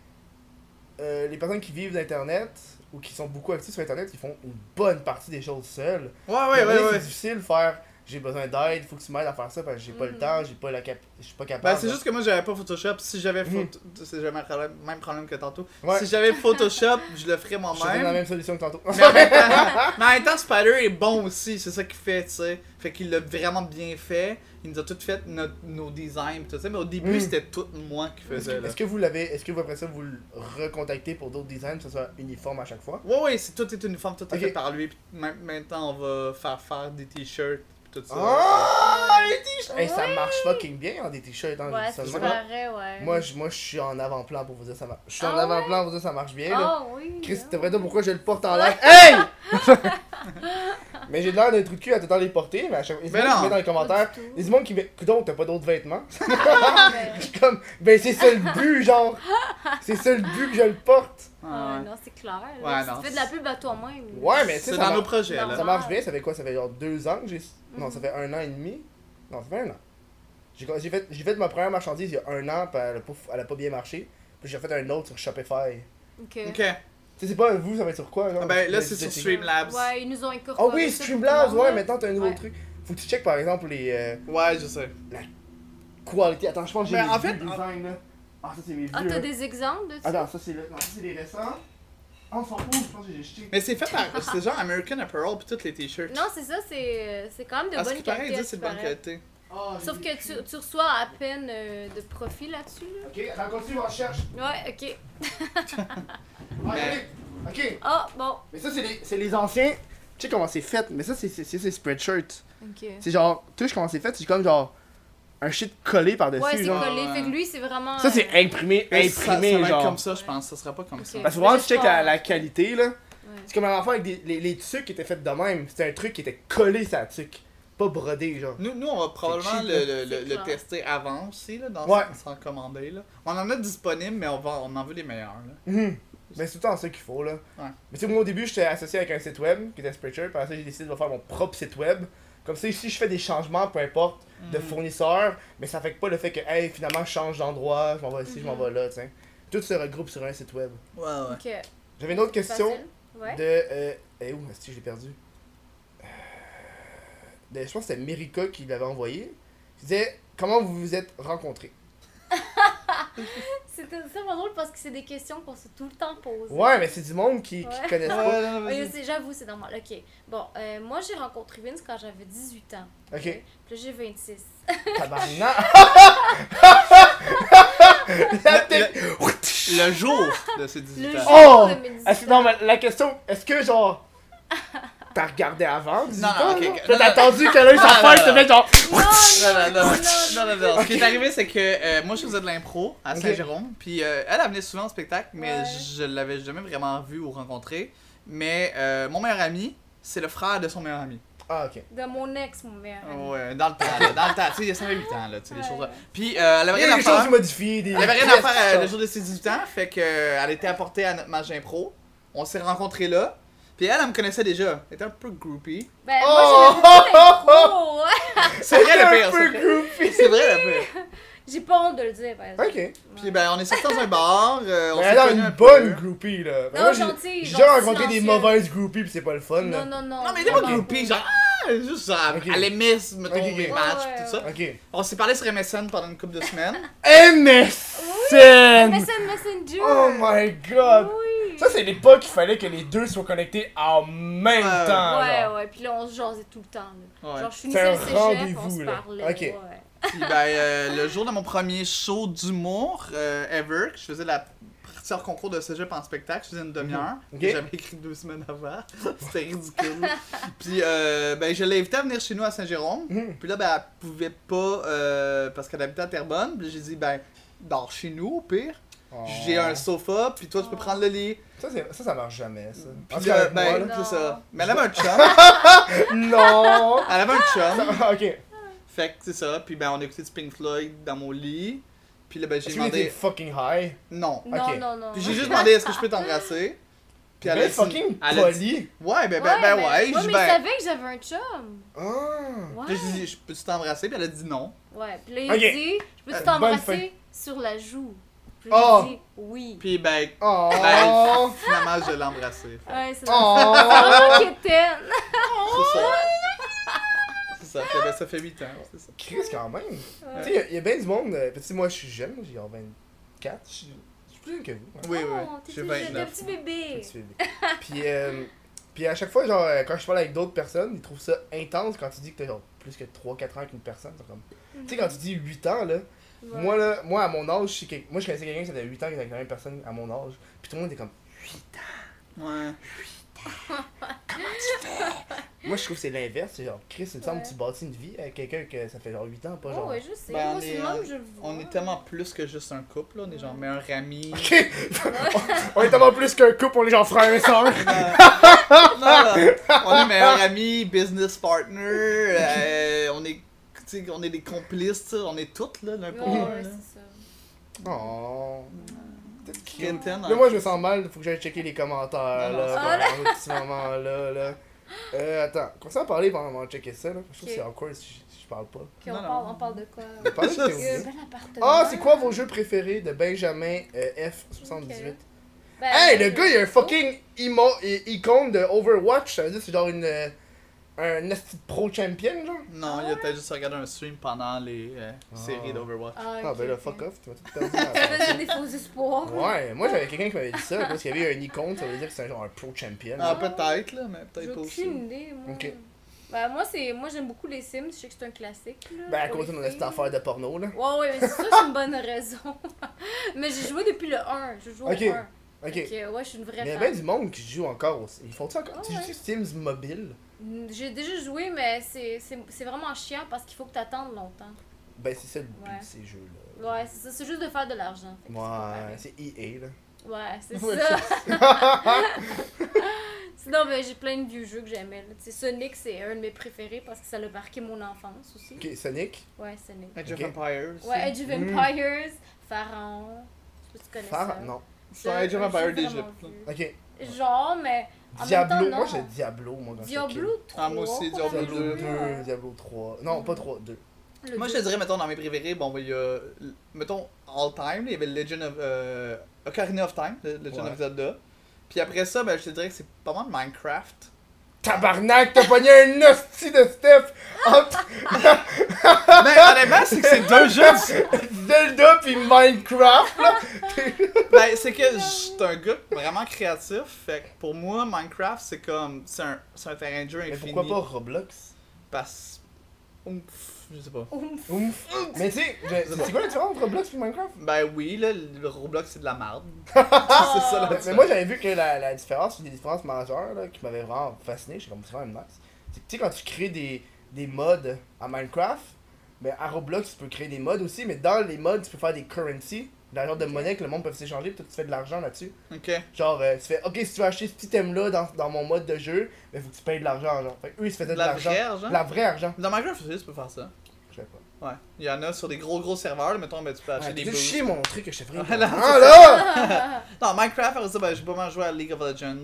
S1: euh, les personnes qui vivent d'Internet ou qui sont beaucoup actives sur Internet, ils font une bonne partie des choses seules.
S3: Ouais,
S1: Mais
S3: ouais, ouais,
S1: C'est
S3: ouais.
S1: difficile de faire j'ai besoin d'aide, faut que tu m'aides à faire ça parce que j'ai pas le
S2: Mhm.
S1: temps, j'ai pas la cap je suis pas capable.
S3: Ben, c'est juste que moi, j'avais pas Photoshop. Si j'avais
S1: Ah, Mhm.
S3: photo... C'est jamais le problème- même problème que tantôt.
S1: Ouais.
S3: Si j'avais Photoshop, je le ferais
S1: je te donne la
S3: moi-même.
S1: même solution que tantôt.
S3: Mais en, même temps, mais en même temps, Spider est bon aussi, c'est ça qu'il fait, tu sais. Fait qu'il l'a vraiment bien fait. Il nous a tout fait notre- nos designs et tout ça. Mais au début,
S1: Mhm.
S3: c'était tout moi qui faisais. Là.
S1: Est-ce que vous l'avez est-ce que vous après ça vous le recontactez pour d'autres designs que ce soit uniforme à chaque fois
S3: Ouais, ouais, c'est tout est uniforme, tout est
S1: Ok.
S3: fait par lui. Puis ma- maintenant, on va faire faire des t-shirts pis tout ça.
S1: Ah les t-shirts Hey, ça
S2: Oui.
S1: marche fucking bien hein, des t-shirts hein,
S2: Ouais,
S1: je
S2: c'est
S1: dis ça de même.
S2: pareil, ouais.
S1: Moi je moi je suis en avant-plan pour vous dire ça marche. Je suis en
S2: Ah ouais?
S1: avant-plan pour vous dire ça marche bien là.
S2: Ah oui.
S1: Chris,
S2: ah
S1: t'es vrai
S2: oui.
S1: pourquoi je le porte en l'air Hey
S3: Ah,
S1: Mais j'ai l'air d'un truc de cul à tout le temps les porter, mais à chaque fois,
S3: Mais non.
S1: je mets dans les commentaires.
S2: Pas du tout.
S1: Il y a du monde qui met Coudon, t'as pas d'autres vêtements
S2: Ah, ben,
S1: Je suis comme, ben c'est ça le but, genre. C'est ça le but que je le porte.
S2: ah,
S3: Ah, ouais.
S2: non, c'est clair. là.
S3: Ouais,
S2: Si
S3: non,
S2: tu fais de la pub à toi-même.
S1: Ouais, mais tu sais,
S3: C'est
S1: ça,
S3: dans
S1: mar-
S3: nos projets,
S2: Non,
S3: là.
S1: ça marche bien. Ça fait quoi Ça fait genre deux ans que j'ai. Non, ça fait un an et demi. Non, ça fait un an. J'ai j'ai fait, j'ai fait ma première marchandise il y a un an, puis elle a pas, elle a pas bien marché. Puis j'ai fait un autre sur Shopify.
S2: Ok.
S3: Ok.
S1: Tu sais, c'est pas vous, ça va être sur quoi, genre
S3: Ah ben, là,
S1: Mais-
S3: c'est sur
S1: mais-
S3: Streamlabs.
S2: Ouais, ils nous ont
S1: Ah
S2: incorporé.
S1: oui,
S2: ça
S1: Streamlabs,
S2: pour
S1: ouais,
S2: nous,
S1: maintenant t'as un nouveau
S2: Ouais.
S1: truc. Faut que tu checkes par exemple les. euh,
S3: Ouais, je sais.
S1: quality. Attends, je pense que j'ai
S2: Ben,
S3: Mais
S1: les
S3: en
S1: vieux
S3: fait, en-
S1: designs, là. Ah, ça c'est mes vieux.
S2: Ah, t'as
S1: hein.
S2: des exemples de ça?
S1: Attends, ça c'est le... non, ça, c'est les récents. Ah, on s'en fout, je pense que j'ai jeté.
S3: Mais c'est fait par. C'est genre American Apparel pis tous les t-shirts.
S2: Non, c'est ça, c'est euh, c'est quand même de
S3: Ah, ce
S2: bonne
S3: qui paraît, il
S2: qualité.
S3: dit
S2: à
S3: que c'est
S2: ce
S3: de bonne
S2: qui
S3: qualité.
S1: Ah,
S2: paraît. Sauf
S1: j'ai-
S2: que tu, tu reçois à peine euh, de profit là-dessus. là.
S1: Ok, attends, continue, on cherche.
S2: Ouais, ok.
S1: Ah,
S3: Mais-
S1: ok. Ok,
S2: Ah, bon.
S1: mais ça c'est les, c'est les anciens. Tu sais comment c'est fait, mais ça c'est c'est- c'est- c'est spreadshirt.
S2: Ok.
S1: C'est genre, tu sais comment c'est fait, c'est comme genre un shit collé par-dessus.
S2: Ouais, c'est
S1: genre. euh,
S2: collé.
S3: ouais.
S2: Fait que lui, c'est vraiment. euh,
S1: Ça c'est imprimé,
S3: Mais ça, ça va
S1: imprimé
S3: être
S1: genre.
S3: comme ça, je pense. Ça sera pas comme ça.
S2: Ok.
S1: Parce que vraiment, tu
S2: Juste
S1: checkes la,
S2: pas-
S1: la qualité là.
S2: Ouais.
S1: C'est comme avant avec des, les, les tucs qui étaient faits de même. C'était un truc qui était collé sur la tuque. Pas brodé genre.
S3: Nous, nous, on va probablement
S1: cheap,
S3: le, le,
S2: C'est hein.
S3: le- le
S2: clair.
S3: tester avant aussi, là, dans,
S1: Ouais.
S3: sans commander. Là. On en a disponible, mais on, va, on en veut des meilleurs. Là.
S1: Mhm. Mais c'est tout le temps ça qu'il faut là.
S3: Ouais.
S1: Mais tu sais, moi au début, j'étais associé avec un site web qui était Spreadshirt. Puis après ça, j'ai décidé de faire mon propre site web. Comme ça, si je fais des changements, peu importe, de fournisseur, mais ça fait pas le fait que, hey, finalement, je change d'endroit, je m'en vais ici, je m'en
S2: Mhm.
S1: vais là, tu sais. Tout se regroupe sur un site web.
S3: Mm. Ouais, ouais.
S2: Ok.
S1: J'avais une autre question
S2: Facile. Ouais.
S1: de. Euh, eh, où est-ce que je l'ai perdu Euh, de- Je pense que c'était Merica qui l'avait envoyé. Qui disait, comment vous vous êtes rencontrés
S2: C'était c'est vraiment drôle parce que c'est des questions qu'on se tout le temps pose.
S1: Ouais, mais c'est du monde qui, qui
S2: Ouais.
S1: connaissent pas.
S3: Ouais, non,
S2: Oui,
S3: vas-y.
S2: c'est- J'avoue, c'est normal. Ok. Bon, euh, moi, j'ai rencontré Vince quand j'avais 18 ans.
S1: Ok,
S2: Puis là, j'ai 26.
S1: tabarnak La tête-
S3: Le jour de ces 18
S2: Le
S3: ans.
S2: jour
S1: Oh!
S2: de mes 18
S1: Est-ce- Non, mais la question, est-ce que genre. T'as regardé avant 18
S3: Non, non,
S1: ans,
S3: ok,
S1: genre?
S3: ok.
S1: T'as
S3: Non, non.
S1: attendu que l'œil
S3: Non,
S1: s'affaire,
S3: non,
S1: te
S3: non.
S1: mets genre.
S2: Non,
S3: Non, non, non,
S2: non, non.
S3: non, non, non. Ce qui est arrivé, c'est que euh, moi, je faisais de l'impro à
S1: Ok.
S3: Saint-Jérôme. Puis euh, elle, elle venait souvent au spectacle, mais
S2: Ouais.
S3: je l'avais jamais vraiment vue ou rencontrée. Mais euh, mon meilleur ami, c'est le frère de son meilleur ami.
S1: Ah, ok.
S2: De mon ex, mon meilleur
S1: Oh,
S2: ami.
S3: Ouais, dans le temps, là, dans le temps. Tu sais, il y a 5-8 ans, là, tu sais, les
S2: Ouais.
S3: choses là. Puis euh, elle avait
S1: Il y
S3: rien
S1: a
S3: à
S1: des
S3: faire.
S1: choses modifiées, des.
S3: Elle avait rien à faire euh, le
S1: Genre.
S3: jour de ses 18 ans, fait que euh, elle était apportée à notre match d'impro. On s'est rencontrés là. Puis elle, elle me connaissait déjà. Elle était un peu groupie.
S2: Ben,
S1: Oh!
S2: moi, j'avais pas l'impro, ouais.
S3: C'est vrai le
S1: Un
S3: pire,
S1: peu
S3: c'est vrai.
S1: groupie.
S3: C'est vrai le pire.
S2: J'ai pas honte de le dire, par exemple.
S1: Oh! Ok.
S3: Puis ben, on est sortis dans un bar. euh, on
S1: Mais
S3: s'est
S1: elle a
S3: connus
S1: une
S3: un
S1: bonne
S3: peu.
S1: groupie là.
S2: Non,
S1: Moi, j'ai-
S2: gentille,
S1: J'ai
S2: genre
S1: rencontré des
S2: silencieuse.
S1: mauvaises groupies pis c'est pas le fun là.
S2: Non, non, non.
S3: Non, mais elle était pas
S2: vraiment
S3: groupie, genre. ah, Juste genre,
S1: Ok.
S3: elle aimait, mettons,
S1: Ok, ok.
S3: mes
S1: Ouais,
S3: matchs,
S2: ouais,
S3: tout ça.
S1: Ok.
S3: On s'est parlé sur MSN pendant une couple de semaines.
S2: pas.
S1: MSN!
S2: MSN Messenger.
S1: Oh my god!
S2: Oui.
S1: Ça, c'est l'époque qu'il fallait que les deux soient connectés en même
S3: Ouais.
S1: temps.
S2: Ouais,
S1: genre.
S2: ouais. Puis là, on se jasait tout le temps. là.
S3: Ouais.
S2: Genre, je
S1: C'est un
S2: finissais le cégep, on
S1: rendez-vous,
S2: se
S1: là.
S2: parlait.
S1: Ok.
S2: Ouais.
S3: Puis ben, euh, le jour de mon premier show d'humour euh, ever, que je faisais la partie hors concours de cégep en spectacle, je faisais une demi-heure,
S1: Mhm.
S3: que
S1: Ok.
S3: j'avais écrit deux semaines avant. C'était ridicule. Puis euh, ben, je l'ai invitée à venir chez nous à Saint-Jérôme.
S1: Mhm.
S3: Puis là, ben, elle pouvait pas, euh, parce qu'elle habitait à Terrebonne. Puis j'ai dit, ben, dors chez nous au pire. J'ai un sofa, puis toi, tu peux
S2: Oh.
S3: prendre le lit.
S1: Oh. Ça, c'est- ça, ça marche jamais, ça. En tout
S3: Puis
S1: cas,
S3: là,
S1: Ah, avec moi,
S3: ben,
S1: là.
S3: c'est
S2: Non.
S3: ça. Mais elle avait un chum.
S1: Non!
S3: Elle avait un chum.
S1: Ah, ok.
S3: Fait que c'est ça, puis ben on écoutait du Pink Floyd dans mon lit. Puis là ben j'ai
S1: Est-ce qu'il était
S3: demandé
S1: fucking high?
S3: non.
S2: Non,
S1: Ok.
S2: non, non.
S3: Puis j'ai juste demandé est-ce que je peux t'embrasser Puis
S1: Mais
S3: a dit-
S1: Ben, fucking
S3: elle a dit-
S1: poli!
S3: Ouais, ben ben ben ouais,
S2: mais-
S3: j'ai
S2: ouais,
S3: dit,
S2: mais il
S3: ben
S2: savait que j'avais un chum.
S1: Ah!
S2: Ouais.
S3: Puis j'ai dit je peux t'embrasser Puis elle a dit non.
S2: Ouais, puis là, il
S1: Ok.
S2: dit Je peux-tu
S1: Euh, bonne
S2: t'embrasser sur la joue Puis là,
S1: Oh.
S2: j'ai dit Oui.
S3: Puis ben
S1: Oh!
S3: finalement je l'ai embrassé.
S2: Ouais, c'est ça.
S1: Oh!
S2: Quétaine.
S3: C'est ça. C'est ça, Fait, ben, ça fait 8 ans, c'est ça.
S1: Chris, quand même! Tu sais, il y a bien du monde. euh, Petit, moi, je suis jeune, j'ai genre 24. Je suis je suis plus jeune que vous. hein.
S3: Oui oui,
S2: Oh, t'es
S3: j'ai
S2: tout jeune, t'es un
S3: 29.
S2: petit bébé.
S1: Petit bébé. Puis, euh, puis à chaque fois, genre, euh, quand je parle avec d'autres personnes, ils trouvent ça intense quand tu dis que t'as genre plus que 3-4 ans avec une personne. Ils sont comme... Tu sais, quand tu dis 8 ans, là,
S2: Ouais.
S1: moi, là, moi, à mon âge, je sais que- moi, je connaissais quelqu'un qui avait 8 ans qui était avec la même personne à mon âge. Puis tout le monde était comme,
S3: Ouais.
S1: moi, je trouve que c'est l'inverse. C'est genre, Chris, il me semble que
S2: Ouais.
S1: tu bâtis une vie avec quelqu'un que ça fait genre 8 ans, pas
S2: Oh,
S1: genre.
S2: ouais, je sais.
S3: Ben, on
S2: moi, c'est
S3: est,
S2: le
S3: euh,
S2: même, je le vois.
S3: On est tellement plus que juste un couple, là. on est genre meilleur ami.
S1: Ok! on est tellement plus qu'un couple, on est genre frères et sœurs.
S3: Non, non. Euh, on est meilleurs amis, business partner, euh, on est tu sais, on est des complices, tu sais, on est toutes là, l'un
S2: Ouais,
S3: pour l'autre.
S2: ouais,
S3: là.
S2: c'est ça.
S1: Oh. Peut-être qu'il y a une
S3: Quétaine,
S1: Là, moi, je me sens mal, faut que j'aille checker les commentaires,
S3: Non, non, c'est
S1: là, pendant ce petit moment-là, là. Euh, attends, commence à parler pendant qu'on checker ça, là. Je trouve que c'est
S2: Ok.
S1: awkward si je, si je parle pas.
S2: Ok, on,
S3: Non, non.
S2: parle, on parle de quoi
S1: Parlez de
S3: Je
S1: théorie.
S2: Euh, Bel appartement.
S1: Ah, c'est quoi vos jeux préférés de Benjamin euh, F78?
S2: Ok. Ben,
S1: Hey, le
S2: euh,
S1: gars, il y a un fucking imo- i- icône de Overwatch, ça veut dire que c'est genre une... euh, un esti de pro champion, genre?
S3: euh, Non, il a peut-être juste regardé un stream pendant les euh, séries d'Overwatch.
S2: Ah,
S1: Ah,
S2: ok,
S1: ben là,
S2: ok.
S1: fuck off, tu m'as tout perdu. dans la
S2: Ça
S1: pensée.
S2: faisait des faux espoirs.
S1: Ouais, moi, j'avais quelqu'un qui m'avait dit ça, parce qu'il y avait un icône, ça veut dire que c'est genre un pro champion.
S3: Ah, peut-être, là, mais
S2: J'ai
S3: peut-être pas aussi.
S2: aucune idée, moi.
S1: Ok.
S2: Ben, moi, c'est... moi j'aime beaucoup les Sims, je sais que c'est un classique. Là,
S1: Ben, à
S2: pour
S1: cause de
S2: les
S1: mon esti
S2: filles.
S1: affaire de porno, là.
S2: Ouais, ouais, mais c'est ça, c'est une bonne raison. mais j'ai joué depuis le 1. Je joue
S1: Ok,
S2: au 1.
S1: Ok.
S2: Fait que, ouais, je suis une vraie
S1: Mais il y a
S2: fan.
S1: bien du monde qui joue encore aussi. Ils font ça encore.
S2: Ah
S1: tu
S2: ouais.
S1: joues Sims mobile
S2: Mm, J'ai déjà joué, mais c'est- c'est c'est vraiment chiant parce qu'il faut que t'attendes longtemps.
S1: Ben, c'est ça le but
S2: Ouais.
S1: de ces jeux-là.
S2: Ouais, c'est ça, c'est juste de faire de l'argent. Fait que c'est pas
S1: Ouais,
S2: pareil.
S1: c'est EA là.
S2: Ouais, c'est
S3: Ouais,
S2: ça. Sinon, ben, j'ai plein de vieux jeux que j'aimais. là. Tu sais, Sonic, c'est un de mes préférés parce que ça a marqué mon enfance aussi.
S1: Ok, Sonic.
S2: Ouais, Sonic.
S3: Age of
S1: Ok.
S3: Empires. aussi.
S2: Ouais, Edge of
S1: Mm.
S2: Empires, Pharaon. Je sais pas si tu connais
S1: Phara-
S2: ça.
S1: Non.
S3: C'est un Age of
S2: un
S3: Empires
S2: jeu
S3: d'Égypte,
S2: vraiment
S1: Ok.
S2: vieux. Genre, mais.
S1: Ah,
S2: En
S1: Diablo.
S2: Même temps,
S1: moi
S2: non.
S1: j'ai Diablo, moi. quand
S2: Diablo 3.
S3: Ah, moi aussi,
S2: qu'on avait
S1: j'étais kid.
S3: Diablo
S1: Diablo
S2: joué,
S1: 2,
S2: ouais.
S1: Diablo 3. Non, pas 3, 2.
S2: Le
S3: Moi, je te
S2: deux.
S3: dirais, mettons, dans mes préférés, bon, ben, il y a. Mettons, All Time, il y avait Legend of. euh, Ocarina of Time, le- Legend
S1: Ouais.
S3: of Zelda. Puis après ça, ben, je te dirais que c'est pas mal Minecraft.
S1: Tabarnak, t'as pogné un hostie de Steph entre
S3: Mais honnêtement, c'est que c'est deux jeux du-
S1: Zelda pis Minecraft là.
S3: Ben, c'est que je suis un gars vraiment créatif. Fait que pour moi, Minecraft, c'est comme. C'est un, c'est un terrain de jeu
S1: Mais
S3: infini.
S1: pourquoi pas Roblox
S3: Parce. Ouf, je sais pas.
S2: Ouf.
S1: Ouf. Mais tu sais, je- c'est quoi la différence entre Roblox pis Minecraft
S3: Ben oui, là, le Roblox, c'est de la merde. c'est
S1: Ah,
S2: Ah,
S3: ça,
S1: Mais-
S3: là.
S1: Mais moi j'avais vu que la, la différence, une des différences majeures là, qui m'avait vraiment fasciné, j'ai comme c'est vraiment nice. C'est que tu sais quand tu crées des, des mods à Minecraft, mais à Roblox tu peux créer des mods aussi, mais dans les mods tu peux faire des currency, l'argent de monnaie que le monde peut s'échanger, puis toi tu fais de l'argent là-dessus.
S3: Ok.
S1: Genre euh, tu fais ok si tu veux acheter cet item là dans, dans mon mode de jeu, mais faut que tu payes de l'argent genre. Fait que eux ils se faisaient
S3: De
S1: de
S3: la
S1: l'argent.
S3: vraie hein? argent.
S1: La vraie argent.
S3: Dans Minecraft aussi, tu peux faire ça.
S1: Je sais pas.
S3: Ouais. Il y en a sur des gros gros serveurs, là, mettons, ben, tu peux acheter
S1: Ouais,
S3: des
S1: tu
S3: boosts.
S1: chier mon truc que je sais vraiment.
S3: Voilà.
S1: Ah là
S3: Non, Minecraft, après ça, ben, j'ai pas mal joué à League of Legends.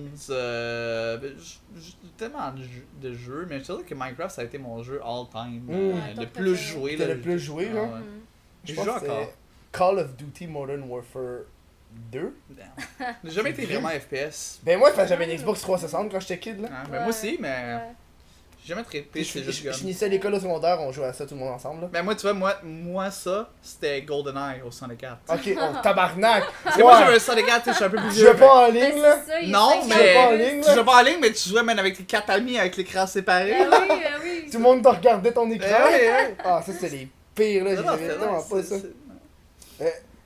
S3: Euh, ben, j- j- tellement de jeux- de jeux, mais je te dirais que Minecraft, ça a été mon jeu all-time.
S1: Mm.
S3: euh,
S2: Ouais, ton
S3: le plus
S2: préféré.
S3: joué.
S1: C'était
S3: là.
S1: le plus joué
S3: Ah,
S1: là.
S3: ouais.
S2: Mhm.
S1: Je
S3: Je
S1: pense
S3: joue
S1: que
S3: encore.
S1: c'est Call of Duty Modern Warfare 2.
S3: Damn. J'ai jamais été vraiment FPS.
S1: Ben moi, parce que j'avais une Xbox 360 quand j'étais kid là.
S3: Hein, ben
S2: Ouais.
S3: moi aussi, mais
S2: Ouais.
S3: j'ai jamais trippé
S1: Je,
S3: ces
S1: je,
S3: jeux de
S1: je
S3: gun.
S1: finissais l'école au secondaire, on jouait à ça tout le monde ensemble là.
S3: Ben moi, tu vois, moi, moi ça, c'était GoldenEye au 104.
S1: Ok, oh, tabarnak!
S3: Parce que moi, j'avais
S1: Ouais,
S3: un 104, tu sais, je suis un peu plus
S1: je vais
S3: vieux.
S1: pas en
S2: Ben,
S1: ligne
S2: c'est
S1: là.
S2: ça, il y a
S3: Non,
S2: cinq
S3: mais-
S1: Je
S2: jeux.
S1: vais pas en ligne
S3: Tu
S1: là.
S3: jouais pas en ligne, mais tu jouais même avec tes quatre amis avec l'écran séparé.
S2: Ben oui, ben oui.
S1: Tout le monde te regardait ton
S3: Eh
S1: écran.
S3: ouais, ouais.
S1: Ah, ça c'est les pire, là.
S3: Non, non,
S1: J'aimais
S3: c'est
S1: vraiment
S3: vrai,
S1: pas
S3: c'est-
S1: ça.
S3: c'est-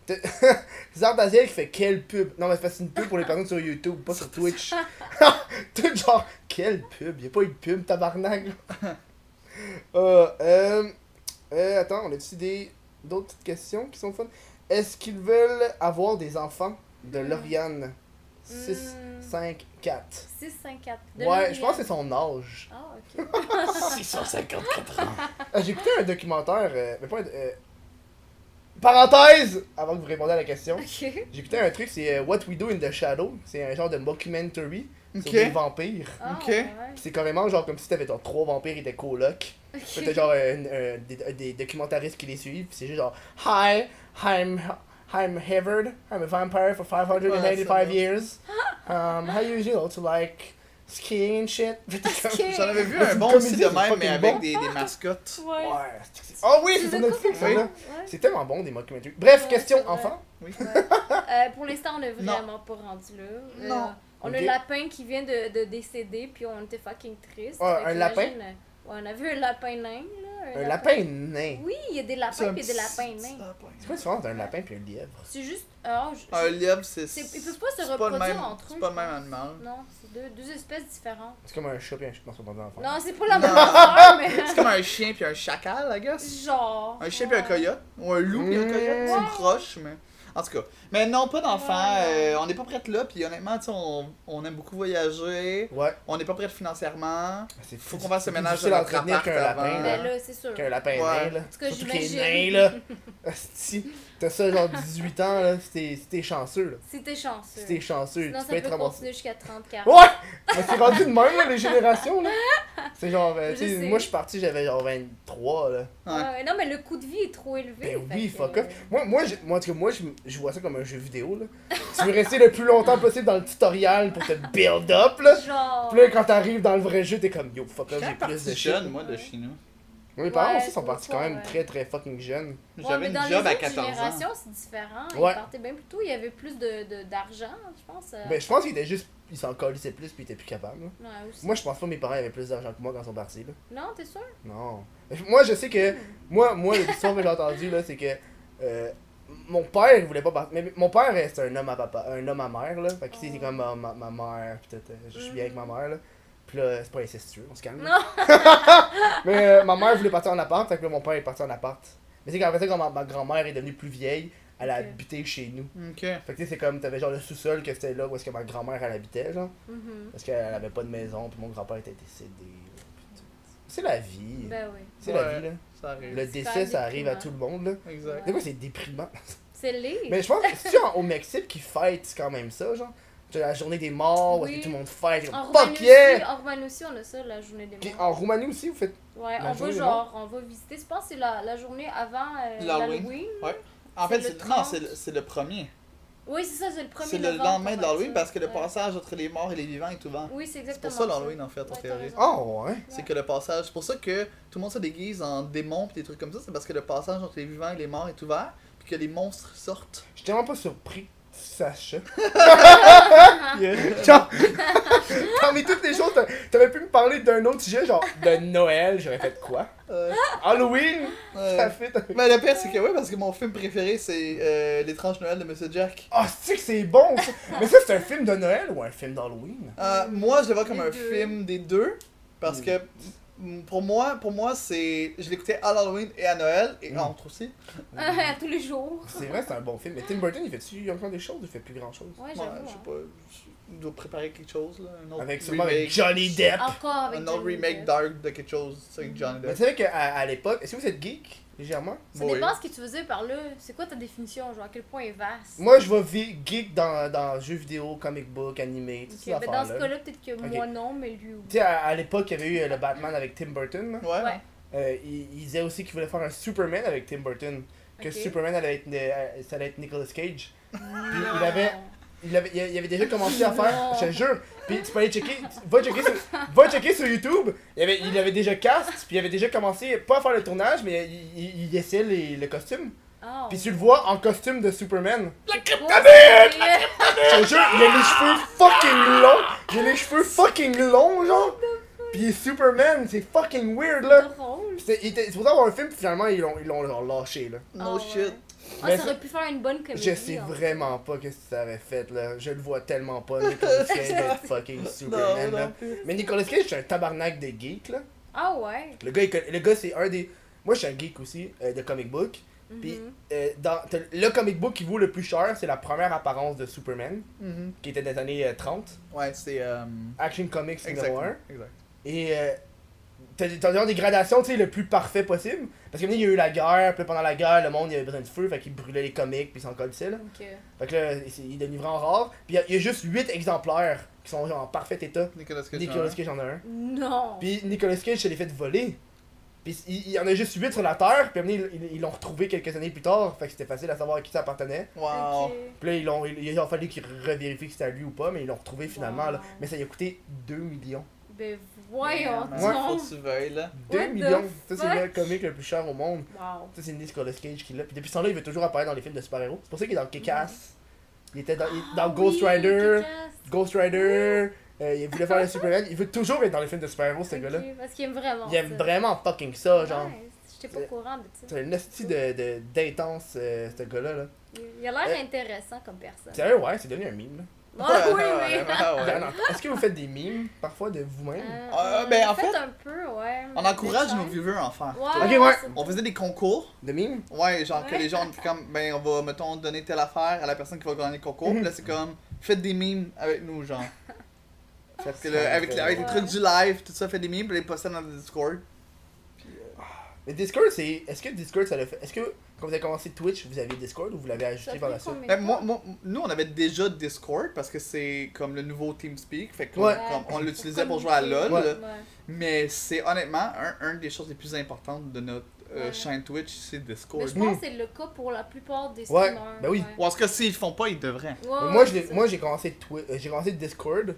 S1: Zardaziel qui fait quelle pub Non, mais c'est parce que c'est une pub pour les personnes sur YouTube, pas sur Twitch. Tout genre, quelle pub Y'a pas eu de pub, tabarnak. là. Euh, euh, euh, attends, on a-tu des- d'autres petites questions qui sont fun Est-ce qu'ils veulent avoir des enfants de Lauriane 6,
S2: Hmm.
S1: 5, 4.
S2: 6, 5, 4.
S1: Ouais, je pense que c'est son âge.
S2: Ah, ok.
S4: 654 ans.
S1: Ah, J'ai écouté un documentaire, euh, mais pas un- euh, Parenthèse Avant que vous répondiez à la question.
S2: Ok.
S1: J'ai écouté un truc, c'est euh, What We Do in the Shadow. C'est un genre de mockumentary
S3: Ok.
S1: sur des vampires.
S2: Ah,
S3: Ok.
S2: ouais.
S1: C'est carrément genre comme si t'avais genre trois vampires et des colocs. Puis T'as genre un- un- des, des documentaristes qui les suivent. Puis c'est juste genre Hi, I'm I'm Havard. I'm a vampire for 585
S3: Ouais, ça va.
S1: years. Um, how usual to like skiing and shit. Puis t'es comme-
S2: Skiing.
S3: J'en avais vu
S1: Mais
S3: un
S1: c'est
S3: bon
S1: comme
S3: aussi
S1: ils
S3: de
S1: disent,
S3: même,
S1: fucking
S3: mais avec
S1: bon.
S3: des, des mascottes.
S2: Ouais.
S1: Ouais. c'est- Ah oui, c'est
S2: Tu
S1: sur
S2: veux
S1: Netflix,
S2: quoi,
S1: ça, là.
S2: ça? Ouais.
S1: C'est tellement bon des documentaries. Bref,
S2: Ouais,
S1: question
S2: c'est vrai.
S1: enfant.
S2: Ouais. Euh, pour l'instant, on est
S3: Non.
S2: vraiment pas rendu là. Euh,
S3: Non.
S2: on
S1: Ok.
S2: a le lapin qui vient de, de décéder, puis on était fucking triste.
S1: Ah,
S2: Fait
S1: un
S2: qu'imagine,
S1: lapin?
S2: euh, Ouais, on a vu un lapin nain, là.
S1: Un lapin nain.
S2: Oui, il y a des lapins, puis il y a des lapins nains.
S1: C'est quoi la différence d'un lapin puis un lièvre
S2: C'est juste. ah, je-
S3: Un
S2: je-
S3: lièvre, c'est.
S2: C'est- ils peuvent pas se
S3: c'est le
S2: reproduire
S3: même-
S2: entre
S3: C'est
S2: eux,
S3: pas
S2: je
S3: le même
S2: pense.
S3: animal.
S2: Non, c'est deux, deux espèces différentes.
S1: C'est comme un chat et un chat dans son enfant.
S2: Non, c'est pas la même affaire,
S3: C'est
S2: mais.
S3: comme un chien puis un chacal, I guess.
S2: Genre.
S3: Un chien puis un
S2: ouais.
S3: coyote. Ou un loup puis un coyote.
S1: Ouais.
S3: C'est proche, mais. En tout cas. Mais non, pas d'enfant.
S2: Ouais.
S3: euh, on n'est pas prête là, puis honnêtement, tu sais, on, on aime beaucoup voyager.
S1: Ouais.
S3: On n'est pas prête financièrement.
S1: C'est
S3: Faut
S1: plus-
S3: qu'on fasse le
S1: plus
S3: ménage de
S1: difficile à
S3: notre
S1: entretenir
S3: appart
S1: qu'un lapin.
S3: avant.
S1: là.
S2: Ben là, c'est sûr.
S1: Qu'un lapin
S3: Ouais.
S1: nain, là.
S2: En tout cas,
S1: Surtout qu'il est
S2: j'imagine.
S1: nain, là. Asti, t'as ça genre 18 ans, là. Si t'es- si t'es chanceux, là.
S2: Si t'es chanceux.
S1: Si t'es chanceux,
S2: Sinon,
S1: tu peux
S2: ça
S1: être
S2: peut
S1: ramassé.
S2: continuer jusqu'à 30 40
S1: Ouais! Mais c'est rendu de même, là, les générations, là. C'est genre, euh,
S2: Je
S1: tu sais,
S2: sais.
S1: moi je suis parti, j'avais genre 23, là.
S3: Ouais.
S2: Ouais, ouais, non, mais le coût de vie est trop élevé.
S1: Ben
S2: fait
S1: oui,
S2: que-
S1: fuck off. Moi, moi, je, moi, en tout cas, moi je, je vois ça comme un jeu vidéo, là. tu veux rester le plus longtemps possible dans le tutoriel pour te build up, là.
S2: Genre.
S1: Puis là, quand t'arrives dans le vrai jeu, t'es comme yo, fuck
S3: Quand
S1: off, j'ai plus de
S3: parti
S1: shit.
S3: jeune, moi, de chez nous.
S1: Mes parents
S2: Ouais,
S1: aussi sont
S2: je
S1: partis
S2: comprends,
S1: quand même
S2: ouais.
S1: très très fucking jeunes.
S2: Ouais,
S3: J'avais
S2: mais
S3: une
S2: dans
S3: job
S2: les
S3: à
S2: autres
S3: 14 ans.
S2: générations, c'est différent.
S1: Ouais.
S2: Ils partaient bien plus tôt. Il y avait plus de, de- d'argent, je pense. euh,
S1: Ben, je pense qu'ils étaient juste. Ils s'en calissaient plus puis ils étaient plus capables. là.
S2: ouais, aussi.
S1: Moi, je pense pas que mes parents avaient plus d'argent que moi quand ils sont partis. Là.
S2: Non, t'es sûr?
S1: Non. Moi, je sais que. Moi, moi l'histoire que j'ai entendue, là, c'est que. euh, mon père, il voulait pas partir. Mais mon père, euh, c'est un homme à papa, un homme à mère, là. Fait que, tu
S2: Oh.
S1: sais, c'est comme oh, ma, ma, ma mère, pis tout, euh, Je suis bien avec ma
S2: Mm.
S1: mère, là. Pis là, c'est pas incestueux, on se calme. là.
S2: Non!
S1: Mais euh, ma mère voulait partir en appart, fait que là, mon père est parti en appart. Mais c'est qu'après ça, quand ma, ma grand-mère est devenue plus vieille, elle a
S2: Ok.
S1: habité chez nous.
S3: Ok.
S1: Fait que tu sais, c'est comme, t'avais genre le sous-sol que c'était là où est-ce que ma grand-mère elle habitait, genre.
S2: Mhm.
S1: Parce qu'elle avait pas de maison, puis mon grand-père était décédé. là, puis tout. C'est la vie.
S2: Ben oui.
S1: c'est
S3: Ouais.
S1: la vie, là.
S3: Ça arrive.
S1: Le
S2: C'est
S1: décès, ça
S2: pas
S1: arrive à
S2: déprimant.
S1: tout le monde, là.
S3: Exact.
S1: Des fois, c'est déprimant.
S2: C'est laid.
S1: Mais je pense que c'est au Mexique qui fête quand même ça, genre. Tu as la journée des morts, où est-ce
S2: Oui.
S1: que tout le monde fête.
S2: En
S1: genre,
S2: Roumanie,
S1: Fuck yeah!
S2: aussi, en Roumanie aussi, on a ça, la journée des
S1: Puis
S2: morts.
S1: en Roumanie aussi, vous faites.
S2: Ouais,
S1: la
S2: on
S1: journée
S2: va
S1: des
S2: genre, on va visiter. Je pense que c'est la, la journée avant euh,
S3: L'Halloween.
S2: l'Halloween.
S3: Ouais. En
S2: C'est
S3: fait,
S2: le
S3: c'est non,
S2: 30.
S3: c'est le- c'est le premier.
S2: Oui, c'est ça, c'est le premier
S3: C'est le
S2: novembre,
S3: lendemain de
S2: on va
S3: l'Halloween
S2: dire.
S3: parce que le
S2: Ouais.
S3: passage entre les morts et les vivants est ouvert.
S2: Oui, c'est
S3: C'est
S2: exactement
S3: pour ça l'Halloween en fait, en
S2: Ouais, t'as
S3: théorie.
S2: raison.
S1: Oh, ouais.
S3: C'est que le passage, c'est pour ça que tout le monde se déguise en démons pis des trucs comme ça, c'est parce que le passage entre les vivants et les morts est ouvert puis que les monstres sortent.
S1: Je suis tellement pas surpris. que tu saches ça.
S3: Yeah.
S1: Genre, parmi toutes les choses, t'a- t'aurais pu me parler d'un autre sujet, genre de Noël, j'aurais fait quoi?
S3: Euh,
S2: Ah!
S1: Halloween?
S3: euh,
S1: Ça fait.
S3: Mais le pire c'est que oui parce que mon film préféré c'est euh, L'étrange Noël de Monsieur Jack.
S1: Ah, c'est que c'est bon ça! Mais ça, c'est un film de Noël ou un film d'Halloween?
S3: Euh, moi je le vois comme
S2: Mm. Les
S3: un
S2: deux.
S3: film des deux parce que mm, pour moi pour moi c'est je l'écoutais à l'Halloween et à Noël et
S1: Mm.
S3: entre aussi.
S2: À tous les jours.
S1: C'est vrai, c'est un bon film. Mais Tim Burton, il fait-tu encore des choses ou il fait plus grand-chose?
S2: Ouais,
S3: Ouais,
S2: j'avoue.
S3: je sais
S2: hein.
S3: pas, je dois préparer quelque chose là, un autre
S1: Avec sûrement avec
S3: remake.
S1: Johnny Depp!
S2: Encore avec
S3: un autre
S2: Johnny
S3: remake
S2: Depp.
S3: dark de quelque chose avec Johnny
S1: Mais
S3: Depp.
S1: tu savais qu'à à, l'époque, est-ce que vous êtes geek, légèrement?
S2: Ça
S3: Oui.
S2: dépend ce que tu veux dire par là. C'est quoi ta définition, genre à quel point est vaste?
S1: Moi, je vais vivre geek dans, dans jeux vidéo, comic book, animé, tout
S2: Ok,
S1: ça.
S2: ben dans ce cas-là, peut-être que
S1: Ok.
S2: moi non, mais lui oui.
S1: Tu sais, à, à l'époque, il y avait eu euh, le Batman avec Tim Burton. là.
S3: Ouais.
S2: Ouais.
S1: Euh, il, il disait aussi qu'il voulait faire un Superman avec Tim Burton. Que
S2: Ok.
S1: Superman allait être, euh, ça allait être Nicolas Cage. Puis
S2: Non.
S1: il avait, il avait, il avait- il avait déjà commencé à faire,
S2: Non.
S1: je te jure. Puis tu peux aller checker, va checker sur, va checker sur YouTube. Il avait, il avait déjà cast, puis il avait déjà commencé, pas à faire le tournage, mais il, il, il essayait les- le costume.
S2: Ah, Oh,
S1: Puis tu le vois en costume de Superman.
S2: la kryptonite!
S1: Je te jure, il a les cheveux fucking longs. Il a les cheveux fucking longs, genre. Puis il est Superman, c'est fucking weird là.
S2: Drôle.
S1: C'était- Il était supposé avoir un film, puis finalement ils l'ont ils l'ont genre lâché là.
S3: No
S2: Ah,
S3: shit.
S2: ouais. Ah,
S1: Mais
S2: ça aurait pu faire une bonne comédie. hein.
S1: Je sais
S2: en fait.
S1: vraiment pas qu'est-ce que ça aurait fait là. Je le vois tellement pas Nicolas Cage être fucking Superman
S3: non,
S1: là.
S3: non Bah, plus.
S1: Mais Nicolas Cage, c'est un tabarnak de geek là.
S2: Ah ouais.
S1: Le gars, il conna- le gars c'est un des. Moi, je suis un geek aussi euh, de comic book. Puis
S2: Mhm.
S1: euh, dans t'as le comic book qui vaut le plus cher, c'est la première apparence de Superman,
S3: Mhm.
S1: qui était des années euh, 30,
S3: Ouais, c'est. euh,
S1: Action Comics numéro 1.
S3: Exact. exact.
S1: Et euh, t'as t'as genre des gradations, tu sais, le plus parfait possible. Parce que il y a eu la guerre, puis là, pendant la guerre, le monde il avait besoin de feu, fait qu'il brûlait les comics, puis ils s'en collissaient là.
S2: Donc, euh,
S1: Fait que là, c'est- il est devenu vraiment rare. Puis il y a- il y, a juste 8 exemplaires qui sont genre en parfait état.
S3: Nicolas Cage.
S1: Nicolas
S3: hein?
S1: Cage en a un.
S2: Non.
S1: Puis Nicolas Cage se les fait voler. Puis il, il y en a juste 8 sur la Terre, puis après, ils ils l'ont retrouvé quelques années plus tard, fait que c'était facile à savoir à qui ça appartenait.
S3: Wow.
S2: Ok.
S1: Puis là, ils l'ont, il, il a fallu qu'ils revérifient que c'était à lui ou pas, mais ils l'ont retrouvé finalement.
S2: Wow.
S1: Là. Mais ça lui a coûté 2 millions.
S2: Ben voyons
S3: Ouais,
S2: donc.
S3: Faut que tu veuilles, là.
S1: 2
S2: What the
S1: millions! Ça, c'est le
S2: fuck?
S1: comique le plus cher au monde.
S2: Wow.
S1: Ça, c'est Nicolas Cage qui l'a. Puis depuis ce temps-là, il veut toujours apparaître dans les films de super-héros. C'est pour ça qu'il est dans Kick-Ass. Il était dans, il- dans
S2: Ah
S1: Ghost
S2: oui,
S1: Rider.
S2: Kick-Ass.
S1: Ghost Rider. euh, il voulait faire le Superman. Il veut toujours être dans les films de super-héros, ce
S2: Ok,
S1: gars-là.
S2: Parce qu'il aime vraiment.
S1: Il aime
S2: ça.
S1: vraiment fucking ça, genre.
S2: Nice. J'étais pas au courant de ça.
S1: C'est un hostie de, de- d'intense, euh, ce gars-là. Là.
S2: Il il a l'air
S1: Euh,
S2: intéressant comme personne.
S1: Sérieux, ouais, c'est devenu un mime. Là.
S2: Ah oui, oui.
S3: Ouais, ouais, ouais.
S1: Ben, non, Est-ce que vous faites des mimes, parfois, de vous-même?
S2: Euh,
S3: Ah,
S2: on
S3: ben,
S2: a
S3: en fait,
S2: un peu, ouais.
S3: On encourage
S2: Des
S3: nos viewers à en faire.
S2: scènes.
S1: Ok, ouais.
S2: c'est-
S3: On faisait des concours.
S1: De mimes?
S3: Ouais, genre que
S2: Ouais.
S3: les gens, puis comme, ben on va, mettons, donner telle affaire à la personne qui va gagner le concours. Puis là, c'est comme, faites des mimes avec nous, genre. Parce que là, avec, avec les trucs du live, tout ça, faites des mimes, puis les postez dans le Discord.
S1: Mais Discord, c'est. Est-ce que Discord, ça le fait. Est-ce que quand vous avez commencé Twitch, vous aviez Discord ou vous l'avez
S2: ça
S1: ajouté
S2: fait
S1: par la suite?
S2: combien de
S3: Ben, moi,
S2: temps?
S3: moi- nous, on avait déjà Discord parce que c'est comme le nouveau TeamSpeak. Fait que
S1: Ouais.
S3: comme, on l'utilisait pour jouer à LoL.
S1: Ouais.
S3: là.
S2: Ouais.
S3: Mais c'est honnêtement, un, un des choses les plus importantes de notre euh,
S2: Ouais.
S3: chaîne Twitch, c'est
S2: Mais
S3: Discord.
S2: je pense que c'est le cas pour la plupart des
S1: Ouais,
S2: streamers.
S1: ben oui.
S3: Ou en tout cas, s'ils le font pas, ils devraient.
S2: Ouais,
S1: Mais
S2: ouais,
S1: moi, je
S2: c'est
S1: l'ai-
S2: ça.
S1: moi, j'ai commencé, Twi- euh, j'ai commencé Discord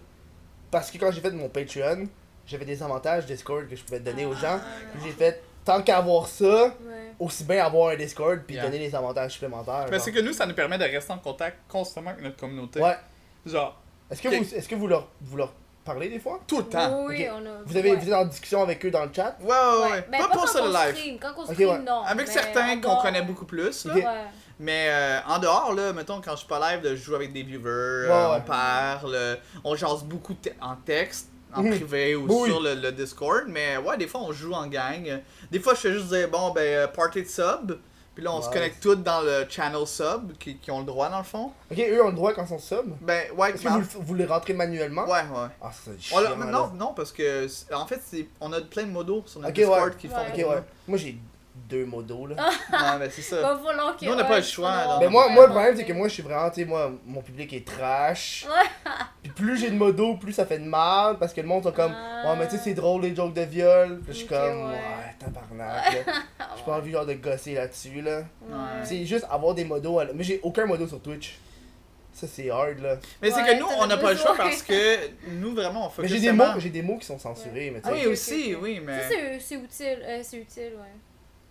S1: parce que quand j'ai fait mon Patreon, j'avais des avantages Discord que je pouvais donner aux gens.
S2: Ah.
S1: Puis j'ai fait, tant qu'à avoir ça,
S2: Ouais.
S1: aussi bien avoir un Discord puis
S3: Yeah.
S1: donner des avantages supplémentaires.
S3: Mais
S1: genre.
S3: c'est que nous, ça nous permet de rester en contact constamment avec notre communauté.
S1: Ouais.
S3: Genre,
S1: Est-ce que,
S3: Ok.
S1: vous, est-ce que vous, leur, vous leur parlez des fois?
S3: tout le temps.
S2: Oui,
S1: Ok.
S2: on a.
S1: Vous avez
S2: ouais.
S1: vous êtes en discussion avec eux dans le chat?
S3: Ouais, ouais, ouais.
S2: Ouais. Ben,
S3: pas, pour ça
S2: quand
S3: le
S2: on
S3: live.
S2: stream, Quand on
S1: Ok,
S2: stream,
S1: ouais.
S2: non.
S3: Avec
S2: mais
S3: certains
S2: en
S3: qu'on
S2: dehors,
S3: connaît
S2: ouais.
S3: beaucoup plus, là.
S1: Ok.
S2: Ouais.
S3: Mais euh, en dehors, là, mettons, quand je suis pas live, là, je joue avec des viewers,
S1: Ouais,
S3: euh,
S1: ouais.
S3: on parle, euh, on jase beaucoup te- en texte, en
S1: Mhm.
S3: privé ou
S1: Oui.
S3: sur le, le Discord. Mais ouais, des fois, on joue en gang. Des fois, je fais juste dire, bon, ben, euh, party de sub. Puis là, on se
S1: Nice.
S3: connecte tous dans le channel sub, qui, qui ont le droit, dans le fond.
S1: Ok, eux ont le droit quand ils sont sub.
S3: Ben, ouais,
S1: Est-ce que
S3: mais
S2: Bah.
S3: en-
S1: vous, le- vous les rentrez manuellement?
S3: ouais, ouais.
S1: Ah, ça, c'est
S3: On
S1: chiant,
S3: l'a-
S1: là.
S3: non, non, parce que, c'est- en fait, c'est- on a plein de modos sur notre
S1: Ok,
S3: Discord
S1: ouais.
S3: qui
S2: Ouais.
S3: font
S1: Ok,
S3: pour
S1: ouais.
S3: nous.
S1: Moi, j'ai deux modos, là.
S2: Ah.
S3: Ouais, ben, c'est ça.
S2: Va falloir que.
S3: Nous, on n'a pas
S2: Bah, ouais,
S3: le choix,
S2: on
S3: là.
S1: Mais
S2: va
S1: moi,
S2: vraiment
S1: moi, le problème, c'est
S2: faire.
S1: que moi, je suis vraiment, tu sais, moi, mon public est trash.
S2: Ouais.
S1: Puis plus j'ai de modos, plus ça fait de mal, parce que le monde sont comme,
S2: Ah.
S1: ouais, mais tu sais, c'est drôle les jokes de viol. Puis je suis
S2: Ok,
S1: comme,
S2: ouais.
S1: ouais, tabarnak, là. J'ai pas envie, genre, de gosser là-dessus, là.
S2: Ouais.
S1: C'est juste avoir des modos. à la- Mais j'ai aucun modo sur Twitch. Ça, c'est hard, là.
S3: Mais c'est que
S2: Ouais,
S3: nous,
S2: t'en
S3: on
S2: as
S3: n'a pas le choix
S2: besoin.
S3: parce que nous, vraiment, on fait
S1: Mais j'ai des mots, j'ai des mots qui sont censurés, mais tu
S3: Oui,
S1: sais.
S2: Ok, ok,
S3: aussi,
S2: ok.
S3: oui, mais.
S2: Ça, c'est c'est utile. euh, C'est utile, ouais.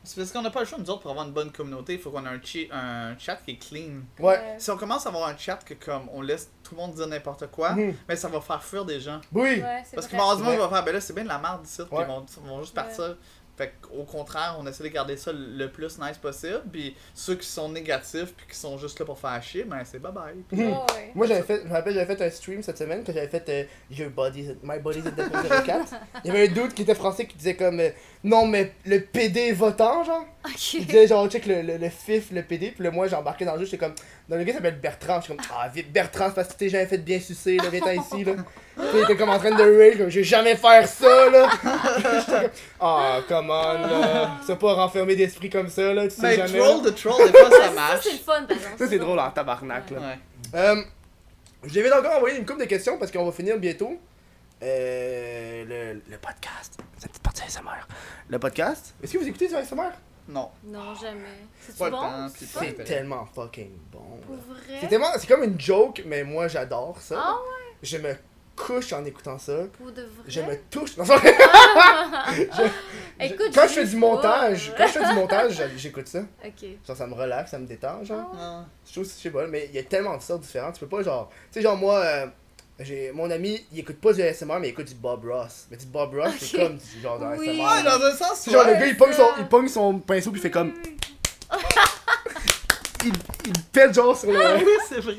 S3: C'est parce qu'on n'a pas le choix, nous autres, pour avoir une bonne communauté, il faut qu'on ait un, chi- un chat qui est clean.
S1: Ouais.
S3: Si on commence à avoir un chat que, comme, on laisse tout le monde dire n'importe quoi,
S1: Mhm.
S3: mais ça va faire fuir des gens.
S1: Oui.
S2: Ouais, c'est
S3: Parce que
S2: vrai.
S3: malheureusement,
S1: Ouais.
S3: ils vont faire, ben là, c'est bien de la merde ici, puis
S1: Ouais.
S3: ils vont, ils vont juste partir. Fait qu'au contraire, on essaie de garder ça le plus nice possible, puis ceux qui sont négatifs, puis qui sont juste là pour faire chier, ben c'est bye bye. Puis-
S1: Mhm.
S2: Ouais, ouais.
S1: Moi, j'avais fait, je me rappelle, j'avais fait un stream cette semaine que j'avais fait euh, Your Bodies, My Body's at the Pool 04. Il y avait un dude qui était français qui disait comme euh, Non, mais le PD est votant, genre. Il
S2: Ok.
S1: disait genre, check le, le, le fif, le PD. Puis là, moi, j'ai embarqué dans le jeu, j'étais comme Non, le gars s'appelle Bertrand. Je suis comme Ah, vite, Bertrand, c'est parce que tu t'es jamais fait de bien sucer, là, viens-t'en ici, là. Puis il était comme en train de rage, comme Je vais jamais faire ça, là. J'étais comme Ah, come on, là. Sois pas renfermé d'esprit comme ça, là. Tu sais
S3: Mais
S1: jamais.
S3: troll de troll, des fois, ça
S2: Ça,
S3: marche.
S2: c'est le fun, par exemple.
S4: Ça, c'est drôle en tabarnak, là.
S3: Ouais.
S1: Euh, je vais encore envoyer une couple de questions parce qu'on va finir bientôt. Euh, le, le podcast. Cette petite partie ASMR. Le podcast. Est-ce que vous écoutez sur ASMR?
S3: Non.
S1: hein.
S2: Non, jamais. C'est
S3: Pas
S2: bon?
S3: le temps,
S2: C'est
S3: puis
S2: fun?
S3: pas-
S1: C'est tellement fucking bon.
S2: Pour vrai?
S1: C'est tellement, c'est comme une joke, mais moi j'adore ça.
S2: Ah ouais,
S1: Je me couche en écoutant ça.
S2: pour de vrai?
S1: Je me touche. Non, c'est vrai. Je-
S2: Écoute,
S1: quand je fais du
S2: juge
S1: montage,
S2: pas.
S1: quand je fais du montage, je- j'écoute ça.
S2: Ok. Ah,
S1: Genre ça me relaxe, ça me détend, genre.
S3: Non.
S1: Je trouve, je sais pas, mais il y a tellement de sortes différentes. Tu peux pas, genre. Tu sais, genre, moi, euh, J'ai, mon ami, il écoute pas du ASMR, mais il écoute du Bob Ross. Mais du Bob Ross, c'est
S2: Ok.
S1: comme du genre de
S2: Oui.
S1: ASMR.
S3: Ouais, dans un sens,
S1: C'est genre, le
S3: ouais.
S1: gars, il pogne, son,
S2: ça.
S1: il pogne son pinceau, puis il fait comme. Il, il pète, genre, sur
S2: Ah.
S1: le.
S3: Oui, c'est vrai.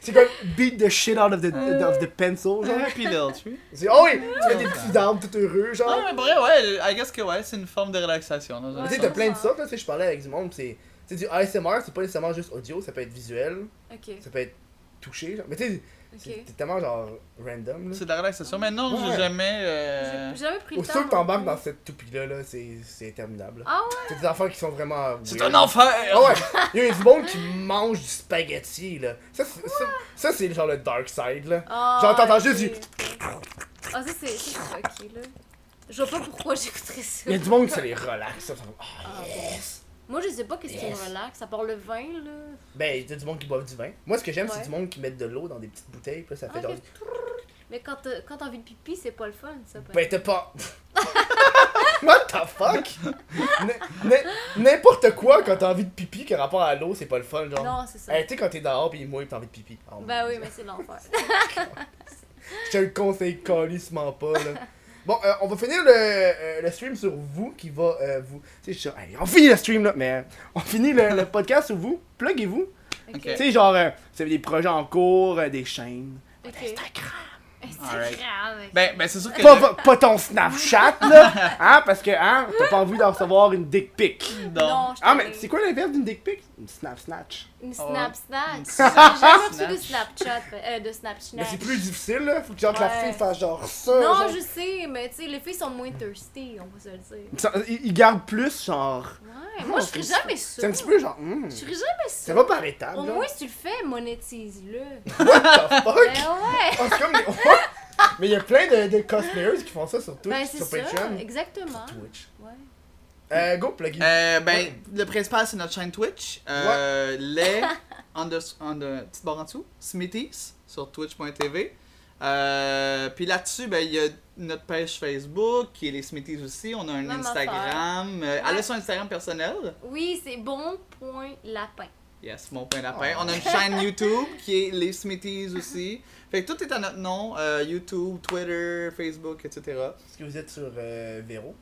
S1: C'est comme beat the shit out of the, of the pencil, genre.
S2: Ah.
S3: Happy Little Tree.
S1: C'est, oh oui, tu fais des petits armes tout heureux, genre.
S2: Ah,
S3: Ouais, Ah, mais vrai, ouais, I guess que ouais, c'est une forme de relaxation. Dans
S1: Mais
S3: un
S2: Ouais.
S1: Tu sais,
S3: sens.
S1: t'as plein de sortes, là, tu sais, je parlais avec du monde, c'est... Tu sais, du ASMR, c'est pas nécessairement juste audio, ça peut être visuel,
S2: Ok,
S1: ça peut être touché, genre. Mais tu sais, c'est
S2: ok.
S1: c'est tellement genre random, là.
S3: C'est de la relaxation. Mais non,
S1: Ouais.
S3: j'ai jamais.
S2: J'ai
S3: euh,
S2: j'ai jamais pris le temps.
S1: Aussitôt que t'embarques dans
S2: non plus.
S1: cette toupie-là, là, c'est c'est interminable. là.
S2: Ah ouais?
S1: C'est des enfants qui sont vraiment...
S3: C'est
S1: weird.
S3: un enfer!
S1: Ah ouais! Il y a du monde qui mange du spaghetti, là. Ça, c'est- ça, ça, c'est genre le dark side, là.
S2: Ah,
S1: Genre, t'entends
S2: ok,
S1: juste du-
S2: ok. Ah, ça, c'est. ça, c'est ok, là. Je vois pas pourquoi j'écouterais ça.
S1: Il y a du monde qui se les relaxe, ça. ça- ah.
S2: Ah, bon. Moi, je sais pas qu'est-ce qui me relaxe, à part le vin, là.
S1: Ben, il y a du monde qui boit du vin. Moi, ce que j'aime, c'est
S2: Ouais.
S1: du monde qui met de l'eau dans des petites bouteilles, puis là, ça fait
S2: Ah,
S1: genre...
S2: que- Mais quand t'as quand t'as envie de pipi, c'est pas le fun, ça. par
S1: Ben t'es pas. What the fuck? N- n- N'importe quoi quand t'as envie de pipi qui a rapport à l'eau, c'est pas le fun, genre.
S2: Non, c'est ça.
S1: Hey, tu sais, quand t'es dehors pis il mouille pis t'as envie de pipi. Oh,
S2: Ben
S1: mon
S2: oui,
S1: Dieu.
S2: mais c'est l'enfer.
S1: Je te le conseille calissement pas, là. Bon, euh, on va finir le, euh, le stream sur vous qui va euh, vous. Tu sais, je suis sûr, hey, on finit le stream là, mais euh, on finit le, le podcast sur vous. Pluguez-vous.
S2: Ok.
S3: Ok.
S1: Tu sais, genre, euh, vous avez des projets en cours, euh, des chaînes.
S2: Ok. C'est
S3: Alright.
S2: grave. mec.
S3: Ben, ben c'est sûr que.
S1: Pas, pas- pas ton Snapchat, là. Hein, parce que, hein, t'as pas envie d'en recevoir une dick pic.
S3: Non.
S2: je
S1: Ah,
S2: t'en
S1: mais
S2: ai-
S1: c'est quoi l'inverse d'une dick pic Une snap snatch.
S2: Une
S3: Ah ouais.
S2: snap snatch.
S3: Une
S2: J'ai jamais reçu de
S3: Snatch.
S2: Snapchat, euh, de
S1: Mais c'est
S2: Snapchat.
S1: plus difficile, là. Faut que genre que la
S2: Ouais.
S1: fille fasse genre ça.
S2: Non,
S1: genre.
S2: je sais, mais tu sais, les filles sont moins thirsty, on va se le dire.
S1: Ça- il il garde plus, genre.
S2: Ouais, moi je ferais
S1: c'est-
S2: jamais ça.
S1: C'est un petit peu genre. hmm,
S2: Je ferais jamais
S1: Ça
S2: ça.
S1: va par étapes,
S2: Au
S1: genre. Ah,
S2: moins, si tu le fais, monétise-le.
S1: What the
S2: ben
S1: fuck
S2: ouais!
S1: Oh, c'est comme des- Mais il y a plein de, de cosplayers qui font ça sur Twitch,
S2: Ben c'est
S1: sur
S2: ça,
S1: Patreon.
S2: exactement.
S1: Twitch.
S2: Ouais.
S1: Euh, go, pluggy.
S3: Euh, ben,
S1: Ouais.
S3: le principal, c'est notre chaîne Twitch. Euh, Les. under, under, petite barre en dessous. Smithies sur twitch.tv. Euh, puis là-dessus, ben, il y a notre page Facebook qui est les Smithies aussi. On a un
S2: Même
S3: Instagram. Euh, Allez sur Instagram personnel.
S2: Oui, c'est bon point lapin.
S3: Yes, mon pain lapin. On a une chaîne YouTube qui est les Smithies aussi. Fait que tout est à notre nom. euh, YouTube, Twitter, Facebook, etc.
S1: Est-ce que vous êtes sur euh, Vero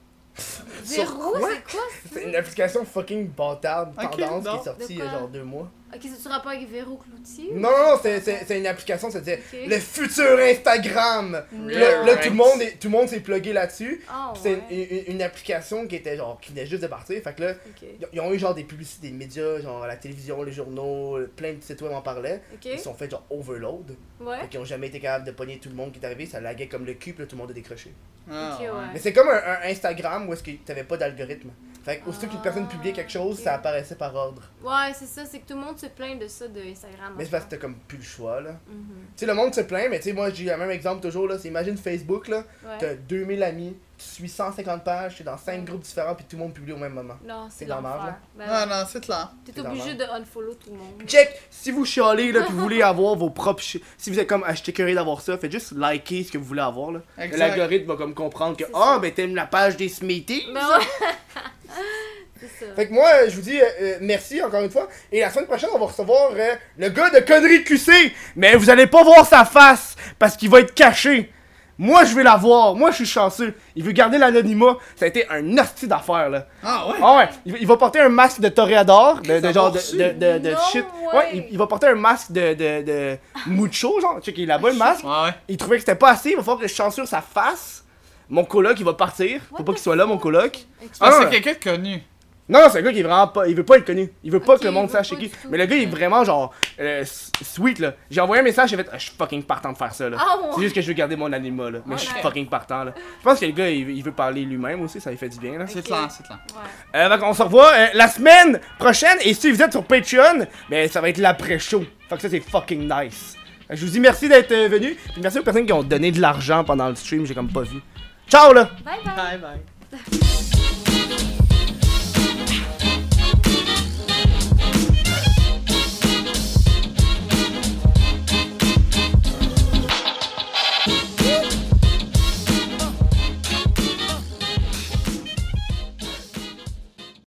S2: Zéro, c'est quoi
S1: C'est une application fucking bâtarde,
S3: Ok,
S1: tendance, qui
S3: non.
S1: est sortie il
S2: De
S1: y a
S2: quoi?
S1: genre deux mois.
S2: Ok, c'est tu rapport avec Véro Cloutier?
S1: Non, non, non, c'est- c'est c'est une application, ça disait
S2: Ok.
S1: le futur Instagram.
S2: Non.
S1: Là, là, tout le monde est- tout le monde s'est plugué là-dessus.
S2: Ah
S1: Puis C'est
S2: ouais.
S1: une, une- une application qui était genre qui venait juste de partir. Fait que là,
S2: Ok.
S1: ils ont- ils ont eu genre des publicités, des médias, genre la télévision, les journaux, plein de sites web en parlaient. Ils se
S2: Ok.
S1: sont fait genre overload.
S2: Ouais.
S1: Fait qu'ils ont jamais été capables de pogner tout le monde qui est arrivé. Ça laguait comme le cul, puis là, tout le monde a décroché.
S3: Ah,
S2: Ok, ouais.
S1: Mais c'est comme un, un Instagram où est-ce que t'avais pas d'algorithme. Fait que aussitôt qu'une
S2: Ah,
S1: personne publiait quelque chose,
S2: ok. Ah,
S1: ça apparaissait par ordre.
S2: Ouais, c'est ça, c'est que tout le monde se plaint de ça de Instagram.
S1: Mais c'est parce que t'as comme plus le choix là.
S2: Mhm.
S1: Tu sais, le monde se plaint, mais tu sais, moi j'ai le même exemple toujours là. C'est imagine Facebook là,
S2: Ouais.
S1: t'as 2000 amis, tu suis 150 pages, t'es dans 5 groupes différents, puis tout le monde publie au même moment.
S2: Non, c'est
S1: C'est de la merde, hein?
S2: l'enfer.
S1: là.
S2: Ben
S3: Ah
S2: ouais.
S3: non, c'est clair.
S2: T'es
S1: C'est
S2: obligé de unfollow tout le monde.
S1: Check! Si vous chialez, là, que vous voulez avoir vos propres. chi- Si vous êtes comme ah, acheté curieux d'avoir ça, faites juste liker ce que vous voulez avoir, là.
S3: Exact.
S1: L'algorithme va comme comprendre que,
S2: C'est
S1: ah,
S2: ça.
S1: ben t'aimes la page des Smithies.
S2: Ben ouais. c'est ça.
S1: Fait que moi, euh, je vous dis euh, euh, merci encore une fois. Et la semaine prochaine, on va recevoir euh, le gars de Conneries QC. Mais vous allez pas voir sa face parce qu'il va être caché. Moi, je vais la voir. Moi, je suis chanceux. Il veut garder l'anonymat. Ça a été un hostie d'affaire, là.
S3: Ah ouais?
S1: Ah ouais, il, va- il va porter un masque de toréador, de, de
S3: Ça
S1: genre
S3: va
S1: de,
S3: reçu.
S1: de, de, de
S2: Non,
S1: shit.
S2: ouais.
S1: il, il va porter un masque de, de, de mucho, genre. Tu sais, qu'il a là-bas le masque.
S3: Ah Ouais, ouais.
S1: Il trouvait que c'était pas assez. Il va falloir que je chanceux sa face. Mon coloc, il va partir. Faut
S2: What
S1: pas
S2: the
S1: qu'il soit là, mon coloc.
S3: Je
S1: Ah, ouais.
S3: pensais que quelqu'un de connu.
S1: Non, non, c'est un gars qui est vraiment pas. Il veut pas être connu. Il veut pas
S2: Ok,
S1: que le monde
S2: il veut
S1: sache
S2: pas
S1: c'est qui.
S2: du tout.
S1: Mais le gars, il est vraiment genre. euh, s- sweet, là. J'ai envoyé un message, j'ai fait. Ah, je suis fucking partant de faire ça, là.
S2: Ah
S1: C'est
S2: ouais.
S1: juste que je veux garder mon anima, là. Mais je suis
S2: Ouais.
S1: fucking partant, là. Je pense que le gars, il, il veut parler lui-même aussi, ça lui fait du bien, là.
S3: C'est
S2: Ok.
S3: clair, c'est clair.
S2: Ouais.
S1: Euh, donc on se revoit euh, la semaine prochaine. Et si vous êtes sur Patreon, ben ça va être l'après-show. Fait que ça, c'est fucking nice. Euh, Je vous dis merci d'être euh, venus. Puis merci aux personnes qui ont donné de l'argent pendant le stream, j'ai comme pas vu. Ciao, là!
S2: Bye bye.
S3: Bye bye.